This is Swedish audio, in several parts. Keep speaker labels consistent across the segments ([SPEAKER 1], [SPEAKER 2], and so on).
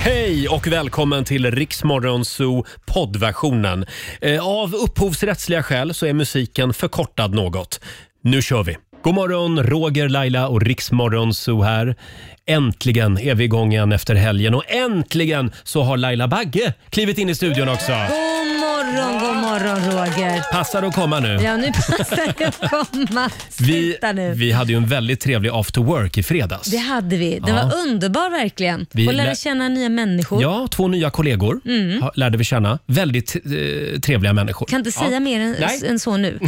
[SPEAKER 1] Hej och välkommen till Riksmorgon Zoo poddversionen. Eh, Av upphovsrättsliga skäl så är musiken förkortad något. Nu kör vi! God morgon, Roger, Laila och Riksmorgon Zoo här. Äntligen är vi igång igen efter helgen och äntligen så har Laila Bagge klivit in i studion också.
[SPEAKER 2] God morgon, god morgon Roger.
[SPEAKER 1] Passar att komma nu.
[SPEAKER 2] Ja, nu passar det att komma.
[SPEAKER 1] Vi,
[SPEAKER 2] Sluta nu.
[SPEAKER 1] vi hade ju en väldigt trevlig after work i fredags.
[SPEAKER 2] Det hade vi. Det
[SPEAKER 1] Ja.
[SPEAKER 2] var underbar verkligen.
[SPEAKER 1] Vi
[SPEAKER 2] och lära
[SPEAKER 1] lä-
[SPEAKER 2] känna nya människor.
[SPEAKER 1] Ja, två nya kollegor ha- lärde vi känna. Väldigt eh, trevliga människor.
[SPEAKER 2] Mm. Kan inte
[SPEAKER 1] ja.
[SPEAKER 2] säga mer än,
[SPEAKER 1] Nej.
[SPEAKER 2] än så nu.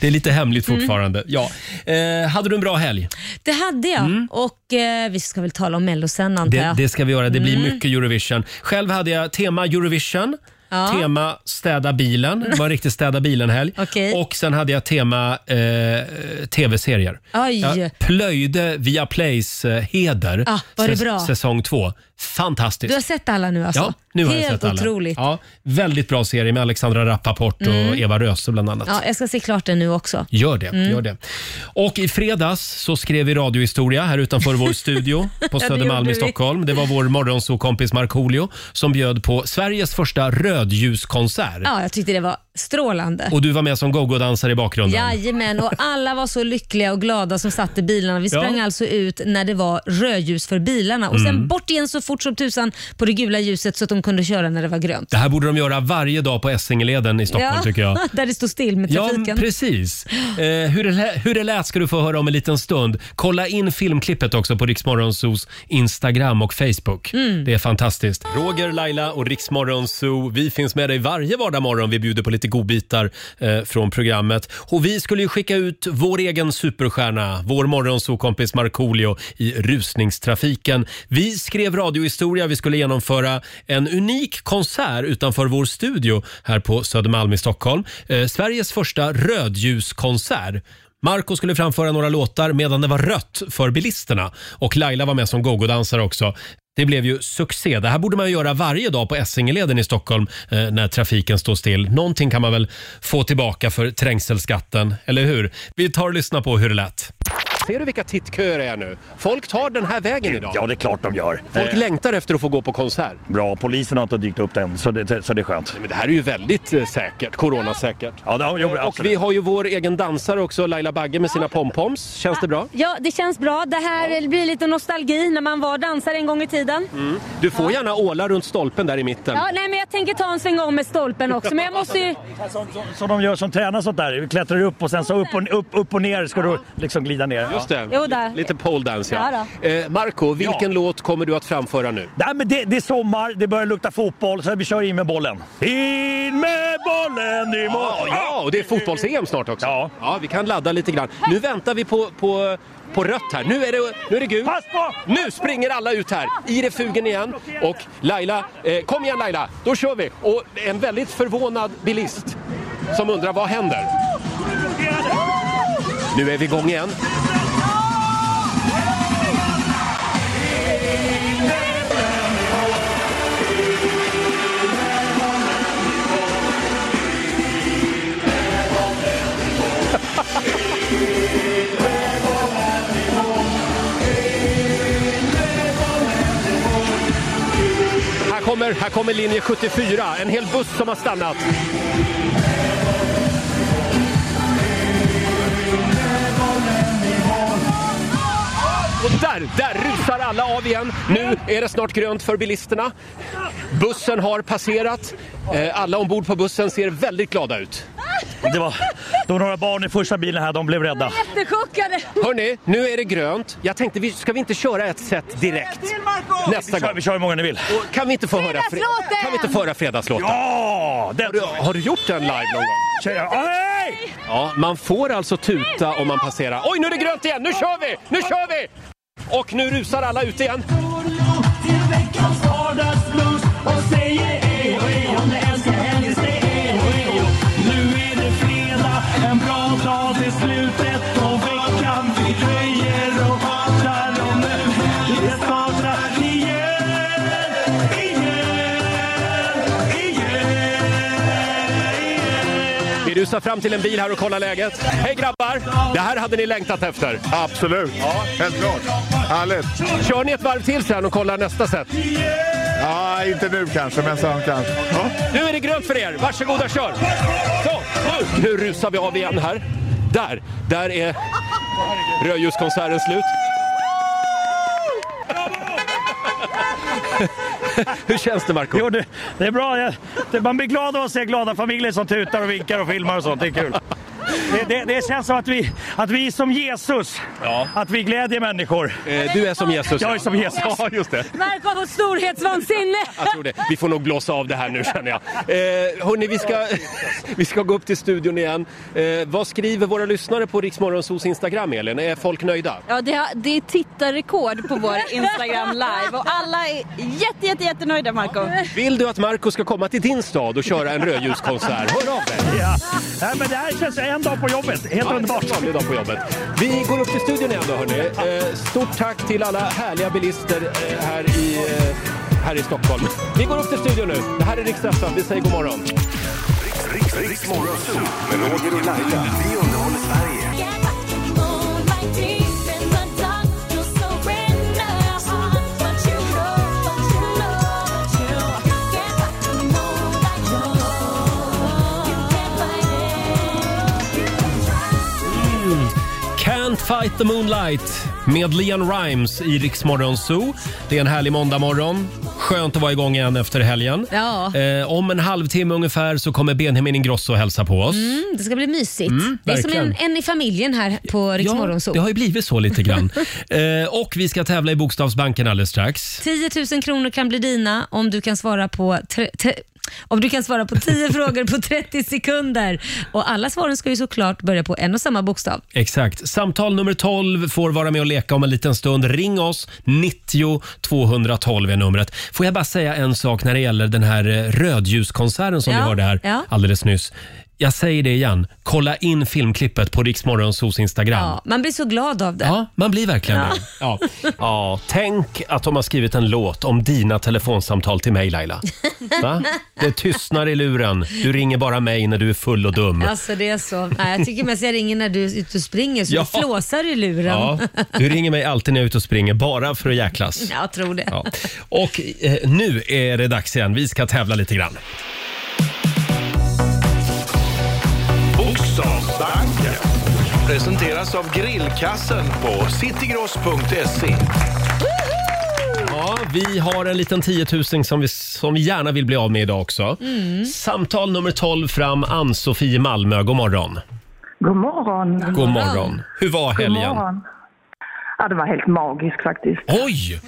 [SPEAKER 1] Det är lite hemligt
[SPEAKER 2] Mm.
[SPEAKER 1] fortfarande. Ja. Eh, hade du en bra helg?
[SPEAKER 2] Det hade jag. Och eh, vi ska väl tala om Mello sen antar
[SPEAKER 1] Mm. Det,
[SPEAKER 2] jag.
[SPEAKER 1] det ska vi göra. Det blir
[SPEAKER 2] Mm.
[SPEAKER 1] mycket Eurovision. Själv hade jag tema Eurovision.
[SPEAKER 2] Ja.
[SPEAKER 1] Tema städa bilen. Det var en riktig städa bilen-helg.
[SPEAKER 2] Okej.
[SPEAKER 1] Och sen hade jag tema eh, tv-serier.
[SPEAKER 2] Oj.
[SPEAKER 1] Jag plöjde via Plays eh, heder
[SPEAKER 2] Ah, var det
[SPEAKER 1] säs-
[SPEAKER 2] bra?
[SPEAKER 1] säsong två. Fantastiskt.
[SPEAKER 2] Du har sett alla nu alltså?
[SPEAKER 1] Ja, nu har
[SPEAKER 2] Helt
[SPEAKER 1] jag sett alla.
[SPEAKER 2] otroligt. Mm. Ja.
[SPEAKER 1] Ja, väldigt bra serie med Alexandra Rappaport och Eva Röse bland annat.
[SPEAKER 2] jag ska se klart den nu också.
[SPEAKER 1] Gör det,
[SPEAKER 2] Mm.
[SPEAKER 1] gör det. Och i fredags så skrev vi radiohistoria här utanför vår studio på
[SPEAKER 2] det
[SPEAKER 1] Södermalm
[SPEAKER 2] gjorde
[SPEAKER 1] i
[SPEAKER 2] vi.
[SPEAKER 1] Stockholm. Det var vår morgonsåkompis Markoolio som bjöd på Sveriges första rödljuskonsert.
[SPEAKER 2] Ja, jag tyckte det var strålande.
[SPEAKER 1] Och du var med som go-go-dansare i bakgrunden.
[SPEAKER 2] Jajamän, och alla var så lyckliga och glada som satt i bilarna. Vi
[SPEAKER 1] Ja.
[SPEAKER 2] sprang alltså ut när det var rödljus för bilarna och
[SPEAKER 1] Mm.
[SPEAKER 2] sen bort igen så fort som tusan på det gula ljuset så att de kunde köra när det var grönt.
[SPEAKER 1] Det här borde de göra varje dag på Essingeleden i Stockholm tycker jag.
[SPEAKER 2] Där det står still med
[SPEAKER 1] Ja,
[SPEAKER 2] trafiken.
[SPEAKER 1] precis. Eh, hur, det lä- hur det lät ska du få höra om en liten stund. Kolla in filmklippet också på Riksmorgonsos Instagram och Facebook.
[SPEAKER 2] Mm.
[SPEAKER 1] Det är fantastiskt. Roger, Laila och Riksmorgonso, vi finns med dig varje vardagsmorgon. Vi bjuder på lite godbitar eh, från programmet. Och vi skulle ju skicka ut vår egen superstjärna, vår morgonsokompis Markoolio i rusningstrafiken. Vi skrev radiohistoria. Vi skulle genomföra en unik konsert utanför vår studio här på Södermalm i Stockholm. Eh, Sveriges första rödljuskonsert. Marco skulle framföra några låtar medan det var rött för bilisterna och Laila var med som gogo-dansare också. Det blev ju succé. Det här borde man ju göra varje dag på Essingeleden i Stockholm eh, när trafiken står still. Någonting kan man väl få tillbaka för trängselskatten, eller hur? Vi tar och lyssnar på hur det lät. Ser du vilka tittköer det är nu? Folk tar den här vägen idag.
[SPEAKER 3] Ja, det är klart de gör.
[SPEAKER 1] Folk
[SPEAKER 3] Eh,
[SPEAKER 1] längtar efter att få gå på konsert.
[SPEAKER 3] Bra, polisen har inte dykt upp än, så det, så det är skönt.
[SPEAKER 1] Men det här är ju väldigt eh, säkert, coronasäkert.
[SPEAKER 3] Ja, det har jag,
[SPEAKER 1] Och vi
[SPEAKER 3] absolut.
[SPEAKER 1] har ju vår egen dansare också, Laila Bagge med sina pompoms. Känns det bra?
[SPEAKER 2] Ja, det känns bra. Det här blir lite nostalgi när man var dansare en gång i tiden.
[SPEAKER 1] Du får gärna åla runt stolpen där i mitten.
[SPEAKER 2] Ja, nej, men jag tänker ta en sväng om med stolpen också, men jag måste ju...
[SPEAKER 3] Som, som, som de gör som tränar sånt där, klättrar upp och sen så upp och, upp, upp och ner ska du liksom glida ner.
[SPEAKER 1] Just
[SPEAKER 3] Ja.
[SPEAKER 1] det.
[SPEAKER 2] Jo, där.
[SPEAKER 1] Lite pole dance ja.
[SPEAKER 2] Ja,
[SPEAKER 1] Eh, Marco, vilken
[SPEAKER 3] Ja.
[SPEAKER 1] låt kommer du att framföra nu?
[SPEAKER 3] Nej, men det, det är sommar, det börjar lukta fotboll, så vi kör in med bollen. In med bollen i mål!
[SPEAKER 1] Ja, ja, och det är fotbolls-EM snart också.
[SPEAKER 3] Ja.
[SPEAKER 1] ja, vi kan ladda lite grann. Nu väntar vi på, på, på rött här. Nu är det, nu är det gult.
[SPEAKER 3] Pass på!
[SPEAKER 1] Nu springer alla ut här i refugen igen. Och Laila, eh, kom igen Laila, då kör vi. Och en väldigt förvånad bilist som undrar vad händer? Nu är vi igång igen. Här kommer, här kommer linje 74, en hel buss som har stannat. Och där, där rusar alla av igen. Nu är det snart grönt för bilisterna. Bussen har passerat. Eh, Alla ombord på bussen ser väldigt glada ut.
[SPEAKER 3] Det var, det var några barn i första bilen här, de blev rädda.
[SPEAKER 2] Jättechockade!
[SPEAKER 1] Hörni, nu är det grönt. Jag tänkte, vi, ska vi inte köra ett set direkt? Nästa
[SPEAKER 3] Vi kör,
[SPEAKER 1] gång.
[SPEAKER 3] vi kör hur många ni vill.
[SPEAKER 1] Och Kan vi inte få höra, fre-
[SPEAKER 2] Fredagslåten!
[SPEAKER 1] kan vi inte få höra fredagslåten?
[SPEAKER 3] Ja! Den,
[SPEAKER 1] Har du gjort den live någon gång?
[SPEAKER 3] kör jag. Ja, hej!
[SPEAKER 1] Ja, man får alltså tuta om man passerar. Oj, nu är det grönt igen! Nu kör vi! Nu kör vi! Och nu rusar alla ut igen. Vi rusar fram till en bil här och kollar läget. Hej grabbar! Det här hade ni längtat efter.
[SPEAKER 4] Absolut, helt klart. Härligt.
[SPEAKER 1] Kör ni ett varv till sen och kollar nästa set.
[SPEAKER 4] Ja, inte nu kanske, men sen kanske. Ja.
[SPEAKER 1] Nu är det grönt för er. Varsågoda, kör! Så, nu! Nu rusar vi av igen här. Där, där är rödljuskonserten slut. Hur känns det, Marco?
[SPEAKER 3] Jo, det, det är bra. Jag- Det, man blir glad av att se glada familjer som tutar och vinkar och filmar och sånt. Det är kul. Det, det, det känns som att vi, att vi är som Jesus.
[SPEAKER 1] Ja.
[SPEAKER 3] Att vi glädjer människor.
[SPEAKER 1] Eh, Du är som Jesus.
[SPEAKER 3] Jag är som Jesus.
[SPEAKER 1] Ja, just det.
[SPEAKER 2] Marko har fått storhetsvansinne!
[SPEAKER 1] Jag tror det. Vi får nog blåsa av det här nu känner jag. Eh, hörni, vi ska, vi ska gå upp till studion igen. Eh, vad skriver våra lyssnare på Riksmorgonsos Instagram, Elin? Är folk nöjda?
[SPEAKER 5] Ja, det, har, det är tittarrekord på vår Instagram live och alla är jätte, jätte, jättenöjda Marco.
[SPEAKER 1] Vill du att Marco ska komma till din stad och köra en rödljuskonsert? Hör av dig!
[SPEAKER 3] Ja. Nej, men det här känns en dag på jobbet. Helt underbart.
[SPEAKER 1] Ja, en vanlig dag på jobbet. Vi går upp till studion igen då hörni. Eh, stort tack till alla härliga bilister eh, här, i, eh, här i Stockholm. Vi går upp till studion nu. Det här är Rix FM. Vi säger god morgon.
[SPEAKER 6] Riks, Riks Morgonzoo med Roger och Laila. Vi underhåller Sverige.
[SPEAKER 1] Can't fight the moonlight med Leon Rimes i Rix Morgon Zoo. Det är en härlig måndagmorgon. Skönt att vara igång igen efter helgen.
[SPEAKER 2] Ja.
[SPEAKER 1] Eh, om en halvtimme ungefär så kommer Benjamin Ingrosso hälsa på oss.
[SPEAKER 2] Mm, det ska bli mysigt. det är som
[SPEAKER 1] verkligen.
[SPEAKER 2] en, en i familjen här på Rix
[SPEAKER 1] Ja,
[SPEAKER 2] Morgonzoo.
[SPEAKER 1] det har ju blivit så lite grann. eh, och vi ska tävla i Bokstavsbanken alldeles strax.
[SPEAKER 2] 10 000 kronor kan bli dina om du kan svara på tre, te, om du kan svara på 10 frågor på 30 sekunder. Och Alla svaren ska ju såklart börja på en och samma bokstav.
[SPEAKER 1] Exakt. Samtal nummer 12 får vara med och leka om en liten stund. Ring oss. 90 212 är numret. Får jag bara säga en sak när det gäller den här eh, rödljuskonserten som
[SPEAKER 2] Ja,
[SPEAKER 1] vi hörde här
[SPEAKER 2] ja.
[SPEAKER 1] alldeles nyss. Jag säger det igen. Kolla in filmklippet på Riksmorgonsos Instagram.
[SPEAKER 2] Ja,
[SPEAKER 1] Ja.
[SPEAKER 2] man blir så glad av det.
[SPEAKER 1] man blir verkligen
[SPEAKER 2] Ja.
[SPEAKER 1] det. Ja. ja, tänk att de har skrivit en låt om dina telefonsamtal till mig Laila. Va? Det tystnar i luren. Du ringer bara mig när du är full och dum.
[SPEAKER 2] Alltså det är så. Nej, jag tycker mest jag ringer när du är ute och springer så
[SPEAKER 1] Ja.
[SPEAKER 2] du flåsar i luren.
[SPEAKER 1] Ja, du ringer mig alltid när jag är ute och springer, bara för att jäklas.
[SPEAKER 2] Jag tror det.
[SPEAKER 1] Ja. Och eh, nu är det dags igen. Vi ska tävla lite grann.
[SPEAKER 6] Bokstavsbanken presenteras av grillkassen på citygross.se.
[SPEAKER 1] Ja, vi har en liten 10 000 som vi, som vi gärna vill bli av med idag också.
[SPEAKER 2] Mm.
[SPEAKER 1] Samtal nummer 12 fram, Ann-Sofie i Malmö. God morgon.
[SPEAKER 7] God morgon.
[SPEAKER 1] God
[SPEAKER 2] morgon.
[SPEAKER 1] morgon. Hur var
[SPEAKER 7] God
[SPEAKER 1] helgen?
[SPEAKER 7] morgon. Ja, det var helt magiskt faktiskt.
[SPEAKER 1] Oj!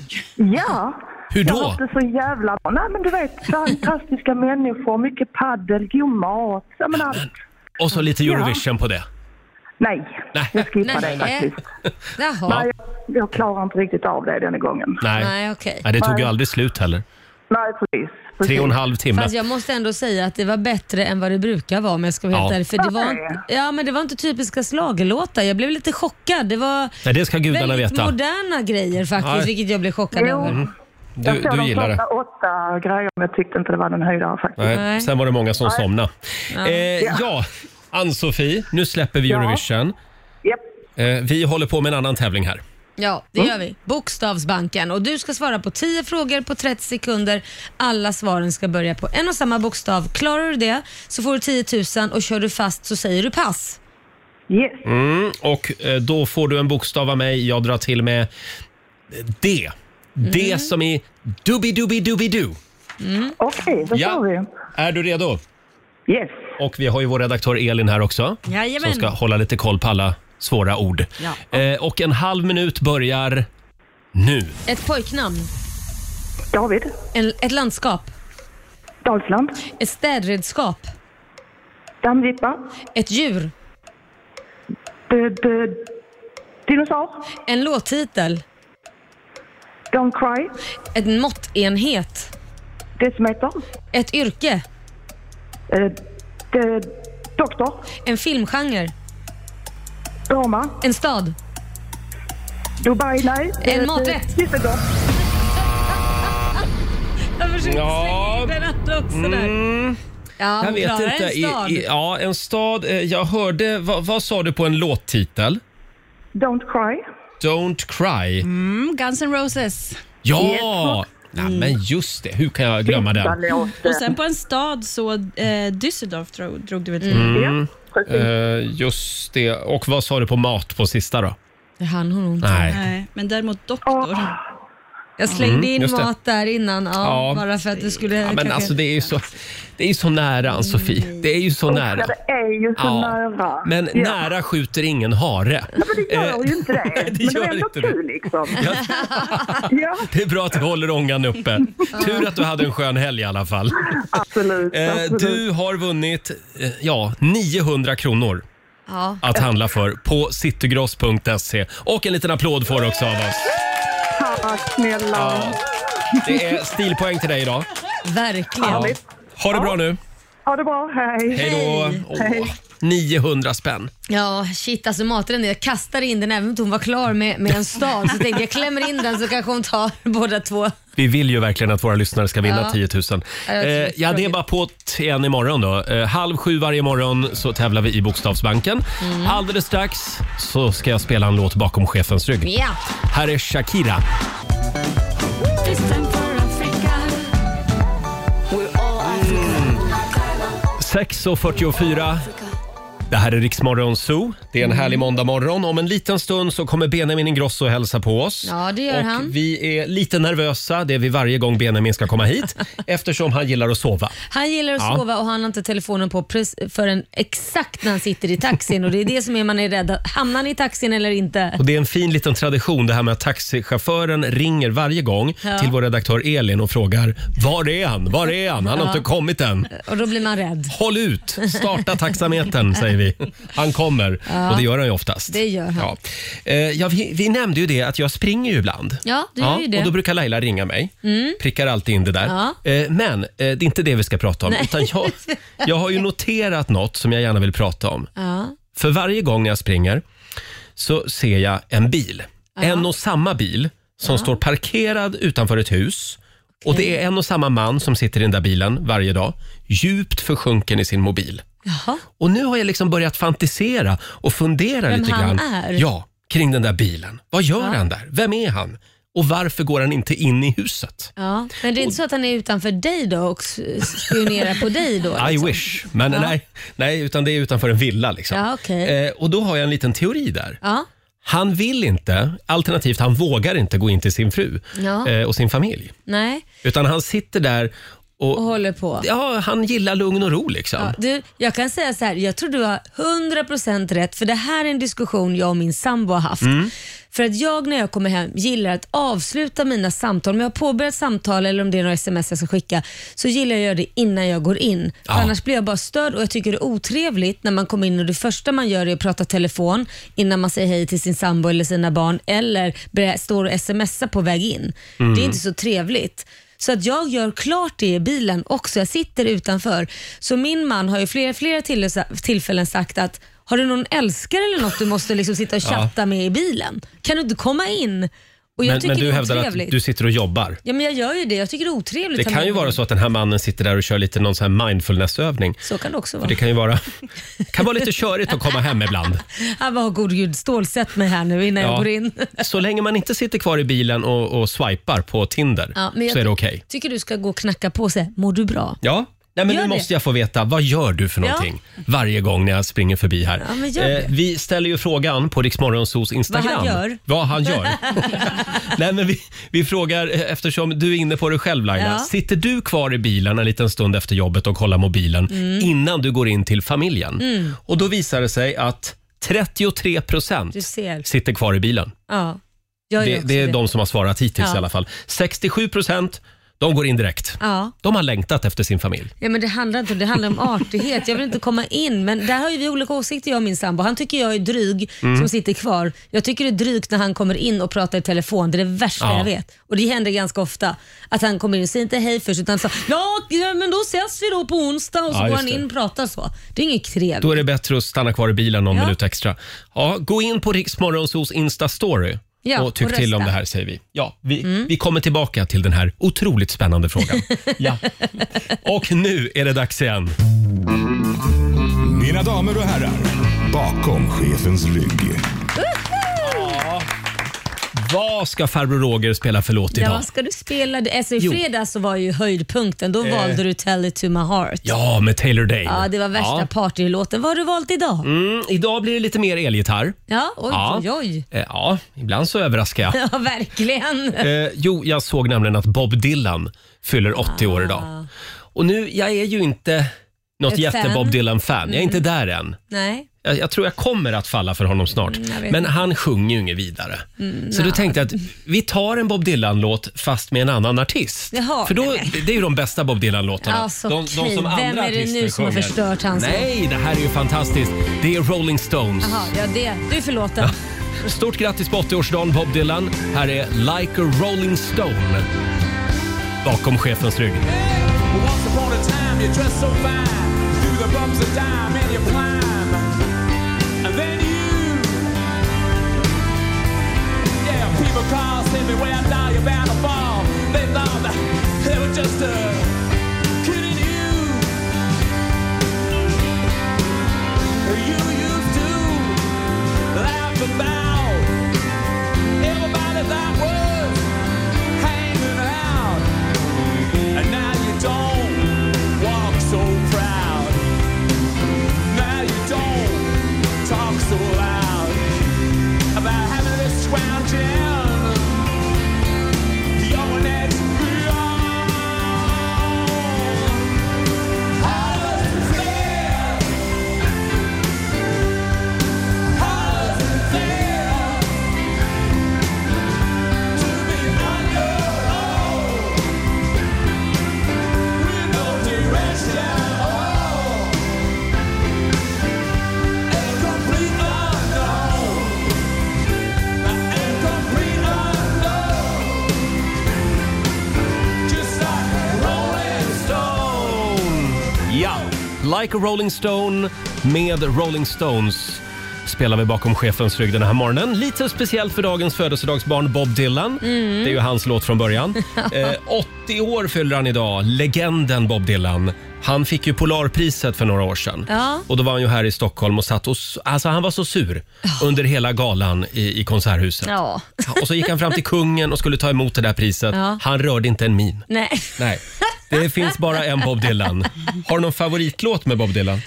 [SPEAKER 7] Ja.
[SPEAKER 1] Hur
[SPEAKER 7] Jag
[SPEAKER 1] då?
[SPEAKER 7] var inte så jävla bra. Nej, men du vet, fantastiska människor, mycket paddel, god mat. Ja, men allt.
[SPEAKER 1] Och så lite Eurovision på det.
[SPEAKER 7] Nej,
[SPEAKER 1] Nej.
[SPEAKER 7] jag skippar
[SPEAKER 2] Nej.
[SPEAKER 7] det faktiskt.
[SPEAKER 2] Jaha.
[SPEAKER 7] Nej, jag, jag klarar inte riktigt av det den gången.
[SPEAKER 1] Nej.
[SPEAKER 2] Nej, okej.
[SPEAKER 1] Nej, det tog ju aldrig slut heller.
[SPEAKER 7] Nej, precis. precis.
[SPEAKER 1] Tre och en halv timme.
[SPEAKER 2] Fast jag måste ändå säga att det var bättre än vad det brukar vara om jag ska vara helt
[SPEAKER 1] Ja.
[SPEAKER 2] ärlig. För det var,
[SPEAKER 7] Nej.
[SPEAKER 2] inte- ja, men det var inte typiska slagelåtar. Jag blev lite chockad. Det var
[SPEAKER 1] Nej, det ska gudarna
[SPEAKER 2] väldigt
[SPEAKER 1] veta.
[SPEAKER 2] moderna grejer faktiskt,
[SPEAKER 1] Nej. Mm.
[SPEAKER 2] vilket jag blev chockad
[SPEAKER 7] Jo,
[SPEAKER 2] över.
[SPEAKER 7] jag
[SPEAKER 1] Du,
[SPEAKER 7] såg
[SPEAKER 1] du
[SPEAKER 7] de
[SPEAKER 1] gillar det.
[SPEAKER 7] första åtta grejer, men jag tyckte inte det var den höjdare faktiskt.
[SPEAKER 1] Nej.
[SPEAKER 2] Nej.
[SPEAKER 1] Sen var det många som somnade. Eh, ja, Ann-Sofie, nu släpper vi
[SPEAKER 7] Ja.
[SPEAKER 1] Eurovision.
[SPEAKER 7] Japp.
[SPEAKER 1] Eh, vi håller på med en annan tävling här.
[SPEAKER 2] Ja, det
[SPEAKER 1] Mm.
[SPEAKER 2] gör vi. Bokstavsbanken. Och Du ska svara på 10 frågor på 30 sekunder. Alla svaren ska börja på en och samma bokstav. Klarar du det så får du 10 000 och kör du fast så säger du pass.
[SPEAKER 7] Yes.
[SPEAKER 1] Mm, och eh, då får du en bokstav av mig. Jag drar till med D. D som i dubi dubi dubi du Mm.
[SPEAKER 7] Okej, då kör vi.
[SPEAKER 1] Är du redo?
[SPEAKER 7] Yes.
[SPEAKER 1] Och vi har ju vår redaktör Elin här också.
[SPEAKER 2] Jajamän.
[SPEAKER 1] Som ska hålla lite koll på alla svåra ord.
[SPEAKER 2] Ja.
[SPEAKER 1] Eh, och en halv minut börjar nu.
[SPEAKER 2] Ett pojknamn,
[SPEAKER 7] David.
[SPEAKER 2] en, ett landskap,
[SPEAKER 7] Dalsland.
[SPEAKER 2] ett städredskap,
[SPEAKER 7] Dammvippa.
[SPEAKER 2] ett djur,
[SPEAKER 7] D- d- Dinosaur.
[SPEAKER 2] en låttitel,
[SPEAKER 7] Don't cry.
[SPEAKER 2] en måttenhet,
[SPEAKER 7] Decimeter.
[SPEAKER 2] ett yrke,
[SPEAKER 7] Eh, d- doktor.
[SPEAKER 2] en filmgenre,
[SPEAKER 7] Drama.
[SPEAKER 2] en stad.
[SPEAKER 7] Dubai. Nej.
[SPEAKER 2] En
[SPEAKER 7] Eh,
[SPEAKER 2] maträtt.
[SPEAKER 7] Düsseldorf.
[SPEAKER 2] Jag försökte
[SPEAKER 1] Ja. Mm.
[SPEAKER 2] slänga in den andra också där. Ja,
[SPEAKER 1] Jag
[SPEAKER 2] hon
[SPEAKER 1] vet
[SPEAKER 2] klarar
[SPEAKER 1] inte.
[SPEAKER 2] en stad.
[SPEAKER 1] I, i, ja, en stad. Eh, jag hörde, vad, vad sa du på en låttitel?
[SPEAKER 7] Don't cry.
[SPEAKER 1] Don't cry.
[SPEAKER 2] Mm.
[SPEAKER 5] Mm, Guns N' Roses.
[SPEAKER 1] Ja! Nej, men just det. Hur kan jag glömma den?
[SPEAKER 7] låten.
[SPEAKER 5] Och sen på en stad så eh, Düsseldorf drog, drog du väl till?
[SPEAKER 7] Ja, precis.
[SPEAKER 1] Mm. Eh, just det. Och vad sa du på mat på sista då?
[SPEAKER 2] Det hann hon ont.
[SPEAKER 1] Nej.
[SPEAKER 5] Nej, men däremot doktor.
[SPEAKER 2] Jag slängde in
[SPEAKER 1] Mm, just det.
[SPEAKER 2] mat där innan, ja,
[SPEAKER 1] Ja.
[SPEAKER 2] bara för att du skulle...
[SPEAKER 1] Ja, men
[SPEAKER 2] kanske-
[SPEAKER 1] alltså det är ju så, det är ju så nära Ann-Sofie. Det är ju så nära.
[SPEAKER 7] Ja, det är ju så
[SPEAKER 1] Ja.
[SPEAKER 7] nära.
[SPEAKER 1] Men
[SPEAKER 7] ja.
[SPEAKER 1] nära skjuter ingen hare. Eh,
[SPEAKER 7] Men det gör ju inte det.
[SPEAKER 1] det
[SPEAKER 7] men det
[SPEAKER 1] gör
[SPEAKER 7] är ändå
[SPEAKER 1] inte det.
[SPEAKER 7] kul liksom. ja,
[SPEAKER 1] Det är bra att du håller ångan uppe. Tur att du hade en skön helg i alla fall.
[SPEAKER 7] absolut.
[SPEAKER 1] Eh,
[SPEAKER 7] absolut.
[SPEAKER 1] du har vunnit eh, ja, 900 kronor
[SPEAKER 2] Ja.
[SPEAKER 1] att handla för på citygross.se. Och en liten applåd får du också av oss.
[SPEAKER 7] Tack snälla. Ja.
[SPEAKER 1] Det är stilpoäng till dig idag.
[SPEAKER 2] Verkligen.
[SPEAKER 1] Ha det bra nu.
[SPEAKER 7] Ha det bra, hej.
[SPEAKER 1] Hej då. Åh, 900 spänn.
[SPEAKER 2] Ja, shit alltså matade Jag kastade in den även om inte hon var klar med, med en stad. Så tänkte jag, jag klämmer in den så kanske hon tar båda två.
[SPEAKER 1] Vi vill ju verkligen att våra lyssnare ska vinna
[SPEAKER 2] Ja.
[SPEAKER 1] 10 000.
[SPEAKER 2] Ja, jag tror det är
[SPEAKER 1] Eh, ja, det är
[SPEAKER 2] tråkigt.
[SPEAKER 1] bara på t- igen imorgon då. Eh, halv sju varje morgon så tävlar vi i Bokstavsbanken.
[SPEAKER 2] Mm.
[SPEAKER 1] Alldeles strax så ska jag spela en låt bakom chefens rygg.
[SPEAKER 2] Ja.
[SPEAKER 1] Här är Shakira. Sex och 44. Det här är Riksmorgon Zoo. Det är
[SPEAKER 2] Mm.
[SPEAKER 1] en härlig måndagmorgon. Om en liten stund så kommer Benjamin Ingrosso hälsa på oss.
[SPEAKER 2] Ja, det gör
[SPEAKER 1] och
[SPEAKER 2] han.
[SPEAKER 1] Vi är lite nervösa, det är vi varje gång Benjamin ska komma hit, eftersom han gillar att sova.
[SPEAKER 2] Han gillar att
[SPEAKER 1] Ja.
[SPEAKER 2] sova och han har inte telefonen på pres- förrän exakt när han sitter i taxin. Och det är det som är man är rädd. Hamnar han i taxin eller inte?
[SPEAKER 1] Och Det är en fin liten tradition det här med att taxichauffören ringer varje gång
[SPEAKER 2] Ja.
[SPEAKER 1] till vår redaktör Elin och frågar Var är han? Var är han? Han har
[SPEAKER 2] Ja.
[SPEAKER 1] inte kommit än.
[SPEAKER 2] Och då blir man rädd.
[SPEAKER 1] Håll ut! Starta taxametern, säger vi. Han kommer. Och det gör han ju oftast.
[SPEAKER 2] det gör han.
[SPEAKER 1] Ja. Eh, ja, vi, vi nämnde ju det att jag springer ju ibland.
[SPEAKER 2] Ja, du gör ju det. Mm.
[SPEAKER 1] Och då brukar Laila ringa mig. Prickar alltid in det där.
[SPEAKER 2] Ja.
[SPEAKER 1] Eh, men eh, det är inte det vi ska prata om. Utan jag, jag har ju noterat något som jag gärna vill prata om.
[SPEAKER 2] Ja.
[SPEAKER 1] För varje gång jag springer så ser jag en bil. En och samma bil som står parkerad utanför ett hus. Och det är en och samma man som sitter i den där bilen varje dag. Djupt försjunken i sin mobil.
[SPEAKER 2] Jaha.
[SPEAKER 1] Och nu har jag liksom börjat fantisera och fundera
[SPEAKER 2] Vem
[SPEAKER 1] lite
[SPEAKER 2] han
[SPEAKER 1] grann.
[SPEAKER 2] är?
[SPEAKER 1] Ja, kring den där bilen. Vad gör han där? Vem är han? Och varför går han inte in i huset?
[SPEAKER 2] Ja. Men det är inte så att han är utanför dig då och s- spionerar på dig då?
[SPEAKER 1] I
[SPEAKER 2] liksom?
[SPEAKER 1] wish. Men nej, nej, utan det är utanför en villa. Liksom.
[SPEAKER 2] Ja, okej.
[SPEAKER 1] eh, och då har jag en liten teori där.
[SPEAKER 2] Ja.
[SPEAKER 1] Han vill inte, alternativt han vågar inte gå in till sin fru
[SPEAKER 2] Ja.
[SPEAKER 1] eh, och sin familj.
[SPEAKER 2] Nej.
[SPEAKER 1] Utan han sitter där och,
[SPEAKER 2] Och håller på.
[SPEAKER 1] ja, han gillar lugn och ro liksom.
[SPEAKER 2] Ja, du, jag kan säga så här, jag tror du har 100% rätt för det här är en diskussion jag och min sambo har haft.
[SPEAKER 1] Mm.
[SPEAKER 2] För att jag när jag kommer hem gillar att avsluta mina samtal. Om jag har påbörjat samtal eller om det är några sms jag ska skicka så gillar jag att göra det innan jag går in. För
[SPEAKER 1] Ja.
[SPEAKER 2] Annars blir jag bara störd och jag tycker det är otrevligt när man kommer in och det första man gör är att prata telefon innan man säger hej till sin sambo eller sina barn eller börjar- står och smsar på väg in. Det är inte så trevligt. Så att jag gör klart det i bilen också. Jag sitter utanför. Så min man har ju flera, flera till- tillfällen sagt att har du någon älskare eller något du måste liksom sitta och chatta med i bilen? Kan du inte komma in? Och jag
[SPEAKER 1] men
[SPEAKER 2] tycker
[SPEAKER 1] men
[SPEAKER 2] det
[SPEAKER 1] du
[SPEAKER 2] är
[SPEAKER 1] hävdar
[SPEAKER 2] otrevligt.
[SPEAKER 1] att du sitter och jobbar.
[SPEAKER 2] Ja, men jag gör ju det. Jag tycker det är otrevligt.
[SPEAKER 1] Det
[SPEAKER 2] att
[SPEAKER 1] kan ju
[SPEAKER 2] man-
[SPEAKER 1] vara så att den här mannen sitter där och kör lite någon sån här mindfulnessövning.
[SPEAKER 2] Så kan det också
[SPEAKER 1] För
[SPEAKER 2] vara.
[SPEAKER 1] det kan ju vara, kan vara lite körigt att komma hem ibland.
[SPEAKER 2] Han bara, god gud, stålsätt mig här nu innan jag går in.
[SPEAKER 1] Så länge man inte sitter kvar i bilen och, och swipar på Tinder
[SPEAKER 2] Ja, men jag
[SPEAKER 1] så är det
[SPEAKER 2] ty-
[SPEAKER 1] okej.
[SPEAKER 2] tycker du ska gå och knacka på och säga, mår du bra?
[SPEAKER 1] Ja. Nej, men
[SPEAKER 2] Gör
[SPEAKER 1] nu
[SPEAKER 2] det.
[SPEAKER 1] måste jag få veta, vad gör du för
[SPEAKER 2] Ja.
[SPEAKER 1] någonting varje gång när jag springer förbi här? Eh,
[SPEAKER 2] Ja, men gör det.
[SPEAKER 1] vi ställer ju frågan på Riksmorgonsos Instagram.
[SPEAKER 2] Vad han gör.
[SPEAKER 1] Vad han gör. Nej, men vi, vi frågar, eh, eftersom du är inne på det själv Laila,
[SPEAKER 2] Ja.
[SPEAKER 1] sitter du kvar i bilen en liten stund efter jobbet och kollar mobilen
[SPEAKER 2] Mm.
[SPEAKER 1] innan du går in till familjen? Och då visar det sig att 33 procent
[SPEAKER 2] Du ser.
[SPEAKER 1] sitter kvar i bilen.
[SPEAKER 2] Ja, jag gör
[SPEAKER 1] Det,
[SPEAKER 2] också
[SPEAKER 1] det är de som har svarat hittills
[SPEAKER 2] Ja.
[SPEAKER 1] i alla fall. 67 procent, de går in direkt.
[SPEAKER 2] Ja.
[SPEAKER 1] De har längtat efter sin familj.
[SPEAKER 2] Ja, men det handlar inte om det, handlar om artighet. Jag vill inte komma in, men där har ju vi olika åsikter jag och min sambo. Han tycker jag är dryg
[SPEAKER 1] Mm.
[SPEAKER 2] som sitter kvar. Jag tycker det är drygt när han kommer in och pratar i telefon. Det är det värsta
[SPEAKER 1] Ja.
[SPEAKER 2] jag vet. Och det händer ganska ofta att han kommer in och säger inte hej först utan så, ja, ja, men då ses vi då på onsdag och så
[SPEAKER 1] Ja,
[SPEAKER 2] går
[SPEAKER 1] just
[SPEAKER 2] han
[SPEAKER 1] det.
[SPEAKER 2] in och pratar så. Det är inget
[SPEAKER 1] Då
[SPEAKER 2] trevligt.
[SPEAKER 1] är det bättre att stanna kvar i bilen någon
[SPEAKER 2] Ja.
[SPEAKER 1] minut extra. Ja, gå in på Riksmorgonsos Insta-story
[SPEAKER 2] Ja,
[SPEAKER 1] och tyck
[SPEAKER 2] och rösta.
[SPEAKER 1] till
[SPEAKER 2] Mm.
[SPEAKER 1] om det här säger vi. Ja, vi, vi kommer tillbaka till den här otroligt spännande frågan. ja. Och nu är det dags igen.
[SPEAKER 6] Mina damer och herrar, bakom chefens rygg.
[SPEAKER 1] Vad ska farbror Roger spela för låt
[SPEAKER 2] Ja,
[SPEAKER 1] idag?
[SPEAKER 2] vad ska du spela? Det- Alltså, I
[SPEAKER 1] typ. Jo. Eh.
[SPEAKER 2] fredags så var ju höjdpunkten, då valde du Tell it to my heart.
[SPEAKER 1] Ja, med Taylor Dane.
[SPEAKER 2] Ja, det var värsta
[SPEAKER 1] Ja.
[SPEAKER 2] partylåten. Vad har du valt idag?
[SPEAKER 1] Mm, idag blir det lite mer elgitarr.
[SPEAKER 2] Ja, oj,
[SPEAKER 1] Ja.
[SPEAKER 2] oj, oj.
[SPEAKER 1] Eh, Ja, ibland så överraskar jag.
[SPEAKER 2] Ja, verkligen.
[SPEAKER 1] Eh, jo, jag såg nämligen att Bob Dylan fyller 80
[SPEAKER 2] Ah.
[SPEAKER 1] år idag. Och nu, jag är ju inte något
[SPEAKER 2] Ett fan. Mm.
[SPEAKER 1] jätte-Bob Dylan-fan. Jag är inte där än.
[SPEAKER 2] Nej.
[SPEAKER 1] Jag, jag tror jag kommer att falla för honom snart.
[SPEAKER 2] Mm, jag vet Mm,
[SPEAKER 1] Men han sjunger ju inget vidare. så då tänkte jag att vi tar en Bob Dylan-låt fast med en annan artist.
[SPEAKER 2] Jaha,
[SPEAKER 1] för då,
[SPEAKER 2] nej, men-
[SPEAKER 1] det- det är ju de bästa Bob Dylan-låtarna.
[SPEAKER 2] Alltså,
[SPEAKER 1] de, de
[SPEAKER 2] okej.
[SPEAKER 1] som andra
[SPEAKER 2] Vem är det
[SPEAKER 1] artister
[SPEAKER 2] nu som har
[SPEAKER 1] sjunger.
[SPEAKER 2] förstört hans
[SPEAKER 1] Nej, det här är ju fantastiskt. Det är Rolling Stones.
[SPEAKER 2] Jaha, ja det. Du är förlåten.
[SPEAKER 1] Stort grattis på 80-årsdagen Bob Dylan. Här är Like a Rolling Stone. Bakom chefens rygg.
[SPEAKER 8] Once upon a time, you dressed so fine. Through the bumps of dime and you climb. And then you. Yeah, people call, send me where I die, you're bound to fall. They thought that they were just uh, kidding you. You used to laugh about everybody that was hanging out. And now you don't walk so proud. Now you don't talk so loud about having this crown gem. You're an ex-beyond. Hollis is there. Hollis is there. To be under oath. With no direction at all. Incomplete unknown. An incomplete unknown. Just like a Rolling Stone.
[SPEAKER 1] Ja, Like a Rolling Stone med Rolling Stones spelar vi bakom chefens rygg den här morgonen. Lite speciellt för dagens födelsedagsbarn Bob Dylan.
[SPEAKER 2] Mm.
[SPEAKER 1] Det är ju hans låt från början. Eh, 80 år fyller han idag, legenden Bob Dylan. Han fick ju Polarpriset för några år sedan.
[SPEAKER 2] Ja.
[SPEAKER 1] Och då var han ju här i Stockholm och satt och... s- Alltså han var så sur under hela galan i, i Konserthuset.
[SPEAKER 2] Ja.
[SPEAKER 1] Och så gick han fram till kungen och skulle ta emot det där priset.
[SPEAKER 2] Ja.
[SPEAKER 1] Han rörde inte en min.
[SPEAKER 2] Nej.
[SPEAKER 1] Nej, det finns bara en Bob Dylan. Har du någon favoritlåt med Bob Dylan?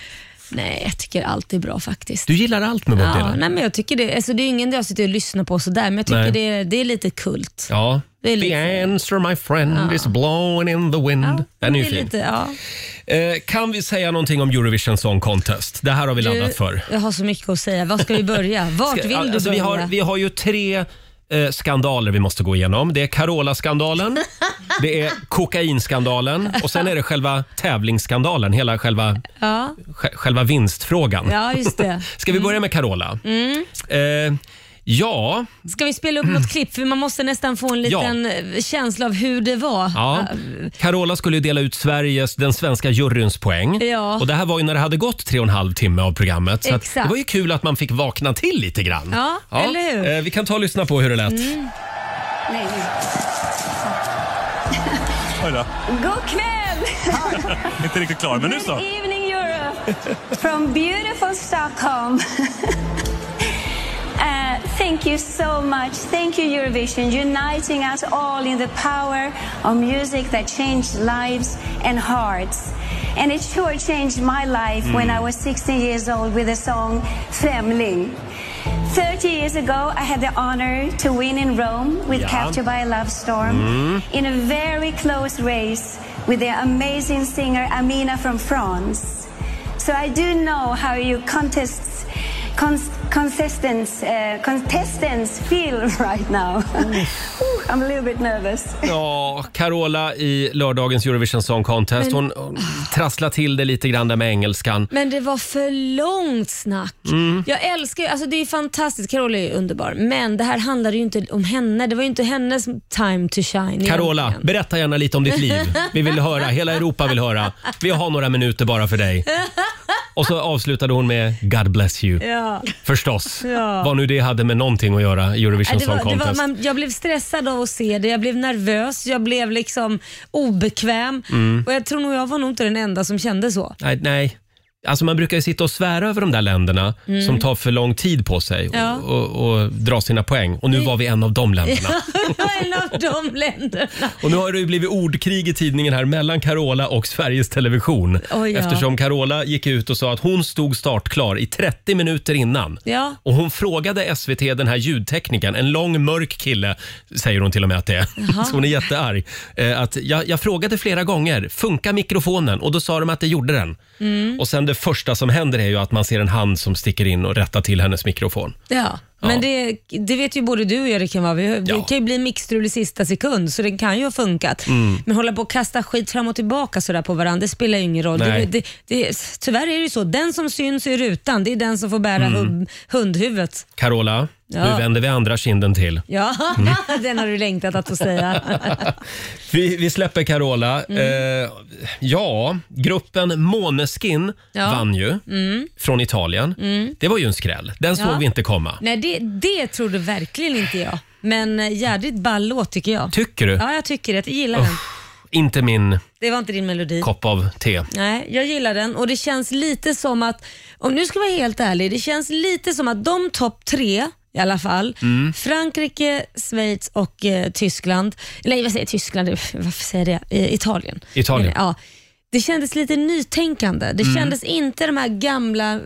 [SPEAKER 2] Nej, jag tycker allt är bra faktiskt.
[SPEAKER 1] Du gillar allt med Bob
[SPEAKER 2] Ja,
[SPEAKER 1] Dylan?
[SPEAKER 2] nej, men jag tycker det, alltså det är ingen jag sitter och lyssnar på sådär, men jag
[SPEAKER 1] Nej.
[SPEAKER 2] tycker det, det är lite kult.
[SPEAKER 1] Ja.
[SPEAKER 2] Det är
[SPEAKER 1] The
[SPEAKER 2] lite-
[SPEAKER 1] answer my friend is blowing in the wind. Den är ju
[SPEAKER 2] det
[SPEAKER 1] fin.
[SPEAKER 2] Lite, ja.
[SPEAKER 1] Eh, kan vi säga någonting om Eurovision Song Contest? Det här har vi
[SPEAKER 2] du,
[SPEAKER 1] landat för.
[SPEAKER 2] jag har så mycket att säga. Var ska vi börja? Vart vill du
[SPEAKER 1] Alltså, vi,
[SPEAKER 2] börja?
[SPEAKER 1] har, vi har ju tre eh, skandaler vi måste gå igenom. Det är Carola-skandalen, det är kokainskandalen och sen är det själva tävlingsskandalen, hela själva,
[SPEAKER 2] ja.
[SPEAKER 1] sj- själva vinstfrågan.
[SPEAKER 2] ja, just det. Mm.
[SPEAKER 1] Ska vi börja med Carola? Eh, ja,
[SPEAKER 2] Ska vi spela upp något klipp? För man måste nästan få en
[SPEAKER 1] Ja.
[SPEAKER 2] liten eh, känsla av hur det var.
[SPEAKER 1] ja. Carola skulle ju dela ut Sveriges, den svenska juryns poäng.
[SPEAKER 2] Ja.
[SPEAKER 1] Och det här var ju när det hade gått tre och en halv timme av programmet. Så att
[SPEAKER 2] Exakt.
[SPEAKER 1] det var ju kul att man fick vakna till lite grann.
[SPEAKER 2] Ja, eller hur? Mm.
[SPEAKER 1] Eh, vi kan ta och lyssna på hur det lät.
[SPEAKER 9] Mm. Nej.
[SPEAKER 10] Oj då.
[SPEAKER 9] God kväll!
[SPEAKER 10] Inte riktigt klar, men nu så.
[SPEAKER 9] Good evening Europe from beautiful Stockholm. Uh, thank you so much. Thank you, Eurovision, uniting us all in the power of music that changed lives and hearts. And it sure changed my life when I was 16 years old with the song Främling. 30 years ago, I had the honor to win in Rome with
[SPEAKER 1] Ja.
[SPEAKER 9] Captured by a Love Storm in a very close race with the amazing singer Amina from France. So I do know how you contests, cons- contestants, uh, contestants feel right now. Ooh, I'm a little bit nervous.
[SPEAKER 1] Ja, Carola i lördagens Eurovision Song Contest. Hon, hon trasslade till det lite grann där med engelskan. Mm.
[SPEAKER 2] Men det var för långt snack. Jag älskar ju, alltså det är fantastiskt, Carola är ju underbar, men det här handlade ju inte om henne. Det var ju inte hennes time to shine.
[SPEAKER 1] Carola,
[SPEAKER 2] egentligen.
[SPEAKER 1] berätta gärna lite om ditt liv. Vi vill höra, hela Europa vill höra. Vi har några minuter bara för dig. Och så avslutade hon med God bless you.
[SPEAKER 2] Ja.
[SPEAKER 1] Förstås.
[SPEAKER 2] Ja.
[SPEAKER 1] Vad nu det hade med någonting att göra i
[SPEAKER 2] Nej,
[SPEAKER 1] Eurovision
[SPEAKER 2] Det var,
[SPEAKER 1] Song
[SPEAKER 2] det var,
[SPEAKER 1] Contest.
[SPEAKER 2] man, jag blev stressad av att se det, jag blev nervös, jag blev
[SPEAKER 1] Mm.
[SPEAKER 2] liksom obekväm och jag tror nog jag var nog inte den enda som kände så.
[SPEAKER 1] Nej, nej. Alltså man brukar ju sitta och svära över de där länderna
[SPEAKER 2] Mm.
[SPEAKER 1] som tar för lång tid på sig och,
[SPEAKER 2] Ja.
[SPEAKER 1] och, och dra sina poäng. Och nu var vi en av de länderna.
[SPEAKER 2] Ja, en av de länderna.
[SPEAKER 1] Och nu har det ju blivit ordkrig i tidningen här mellan Carola och Sveriges Television.
[SPEAKER 2] Oj, ja.
[SPEAKER 1] Eftersom Carola gick ut och sa att hon stod startklar i 30 minuter innan.
[SPEAKER 2] Ja.
[SPEAKER 1] Och hon frågade SVT, den här ljudteknikern, en lång mörk kille säger hon till och med att det är.
[SPEAKER 2] Jaha.
[SPEAKER 1] Så hon är jättearg. Eh, att jag, jag frågade flera gånger, funkar mikrofonen? Och då sa de att det gjorde den.
[SPEAKER 2] Mm.
[SPEAKER 1] Och sen det första som händer är ju att man ser en hand som sticker in och rättar till hennes mikrofon.
[SPEAKER 2] Ja, men Det, det vet ju både du och jag det kan vara. Vi, Det kan ju bli mixtrul i sista sekund, så den kan ju ha funkat.
[SPEAKER 1] Mm.
[SPEAKER 2] Men hålla på och kasta skit fram och tillbaka sådär på varandra, det spelar ju ingen roll. Det,
[SPEAKER 1] Nej.
[SPEAKER 2] det, det, tyvärr är det ju så, den som syns i rutan, det är den som får bära
[SPEAKER 1] Mm.
[SPEAKER 2] hund, hundhuvudet.
[SPEAKER 1] Carola,
[SPEAKER 2] Ja.
[SPEAKER 1] nu vänder vi andra kinden till. Mm.
[SPEAKER 2] Ja, den har du längtat att få säga.
[SPEAKER 1] Vi, vi släpper Carola.
[SPEAKER 2] Mm.
[SPEAKER 1] Eh, ja, gruppen Måneskin
[SPEAKER 2] Ja.
[SPEAKER 1] vann ju
[SPEAKER 2] Mm.
[SPEAKER 1] från Italien.
[SPEAKER 2] Mm.
[SPEAKER 1] Det var ju en skräll. Den
[SPEAKER 2] Ja.
[SPEAKER 1] såg vi inte komma.
[SPEAKER 2] Nej, det, det trodde verkligen inte jag. Men eh, jädrigt ball låt tycker jag.
[SPEAKER 1] Tycker du?
[SPEAKER 2] Ja, jag tycker det. Jag gillar den.
[SPEAKER 1] Uff, inte min
[SPEAKER 2] Det var inte din melodi.
[SPEAKER 1] kopp av te.
[SPEAKER 2] Nej, jag gillar den och det känns lite som att, om nu ska jag vara helt ärlig, det känns lite som att de topp tre i alla fall,
[SPEAKER 11] Mm.
[SPEAKER 2] Frankrike, Schweiz och eh, Tyskland, nej vad säger jag? Tyskland, varför säger jag det? Eh, Italien.
[SPEAKER 1] Italien.
[SPEAKER 2] Ja. Det kändes lite nytänkande. Det
[SPEAKER 1] Mm.
[SPEAKER 2] kändes inte de här gamla eh,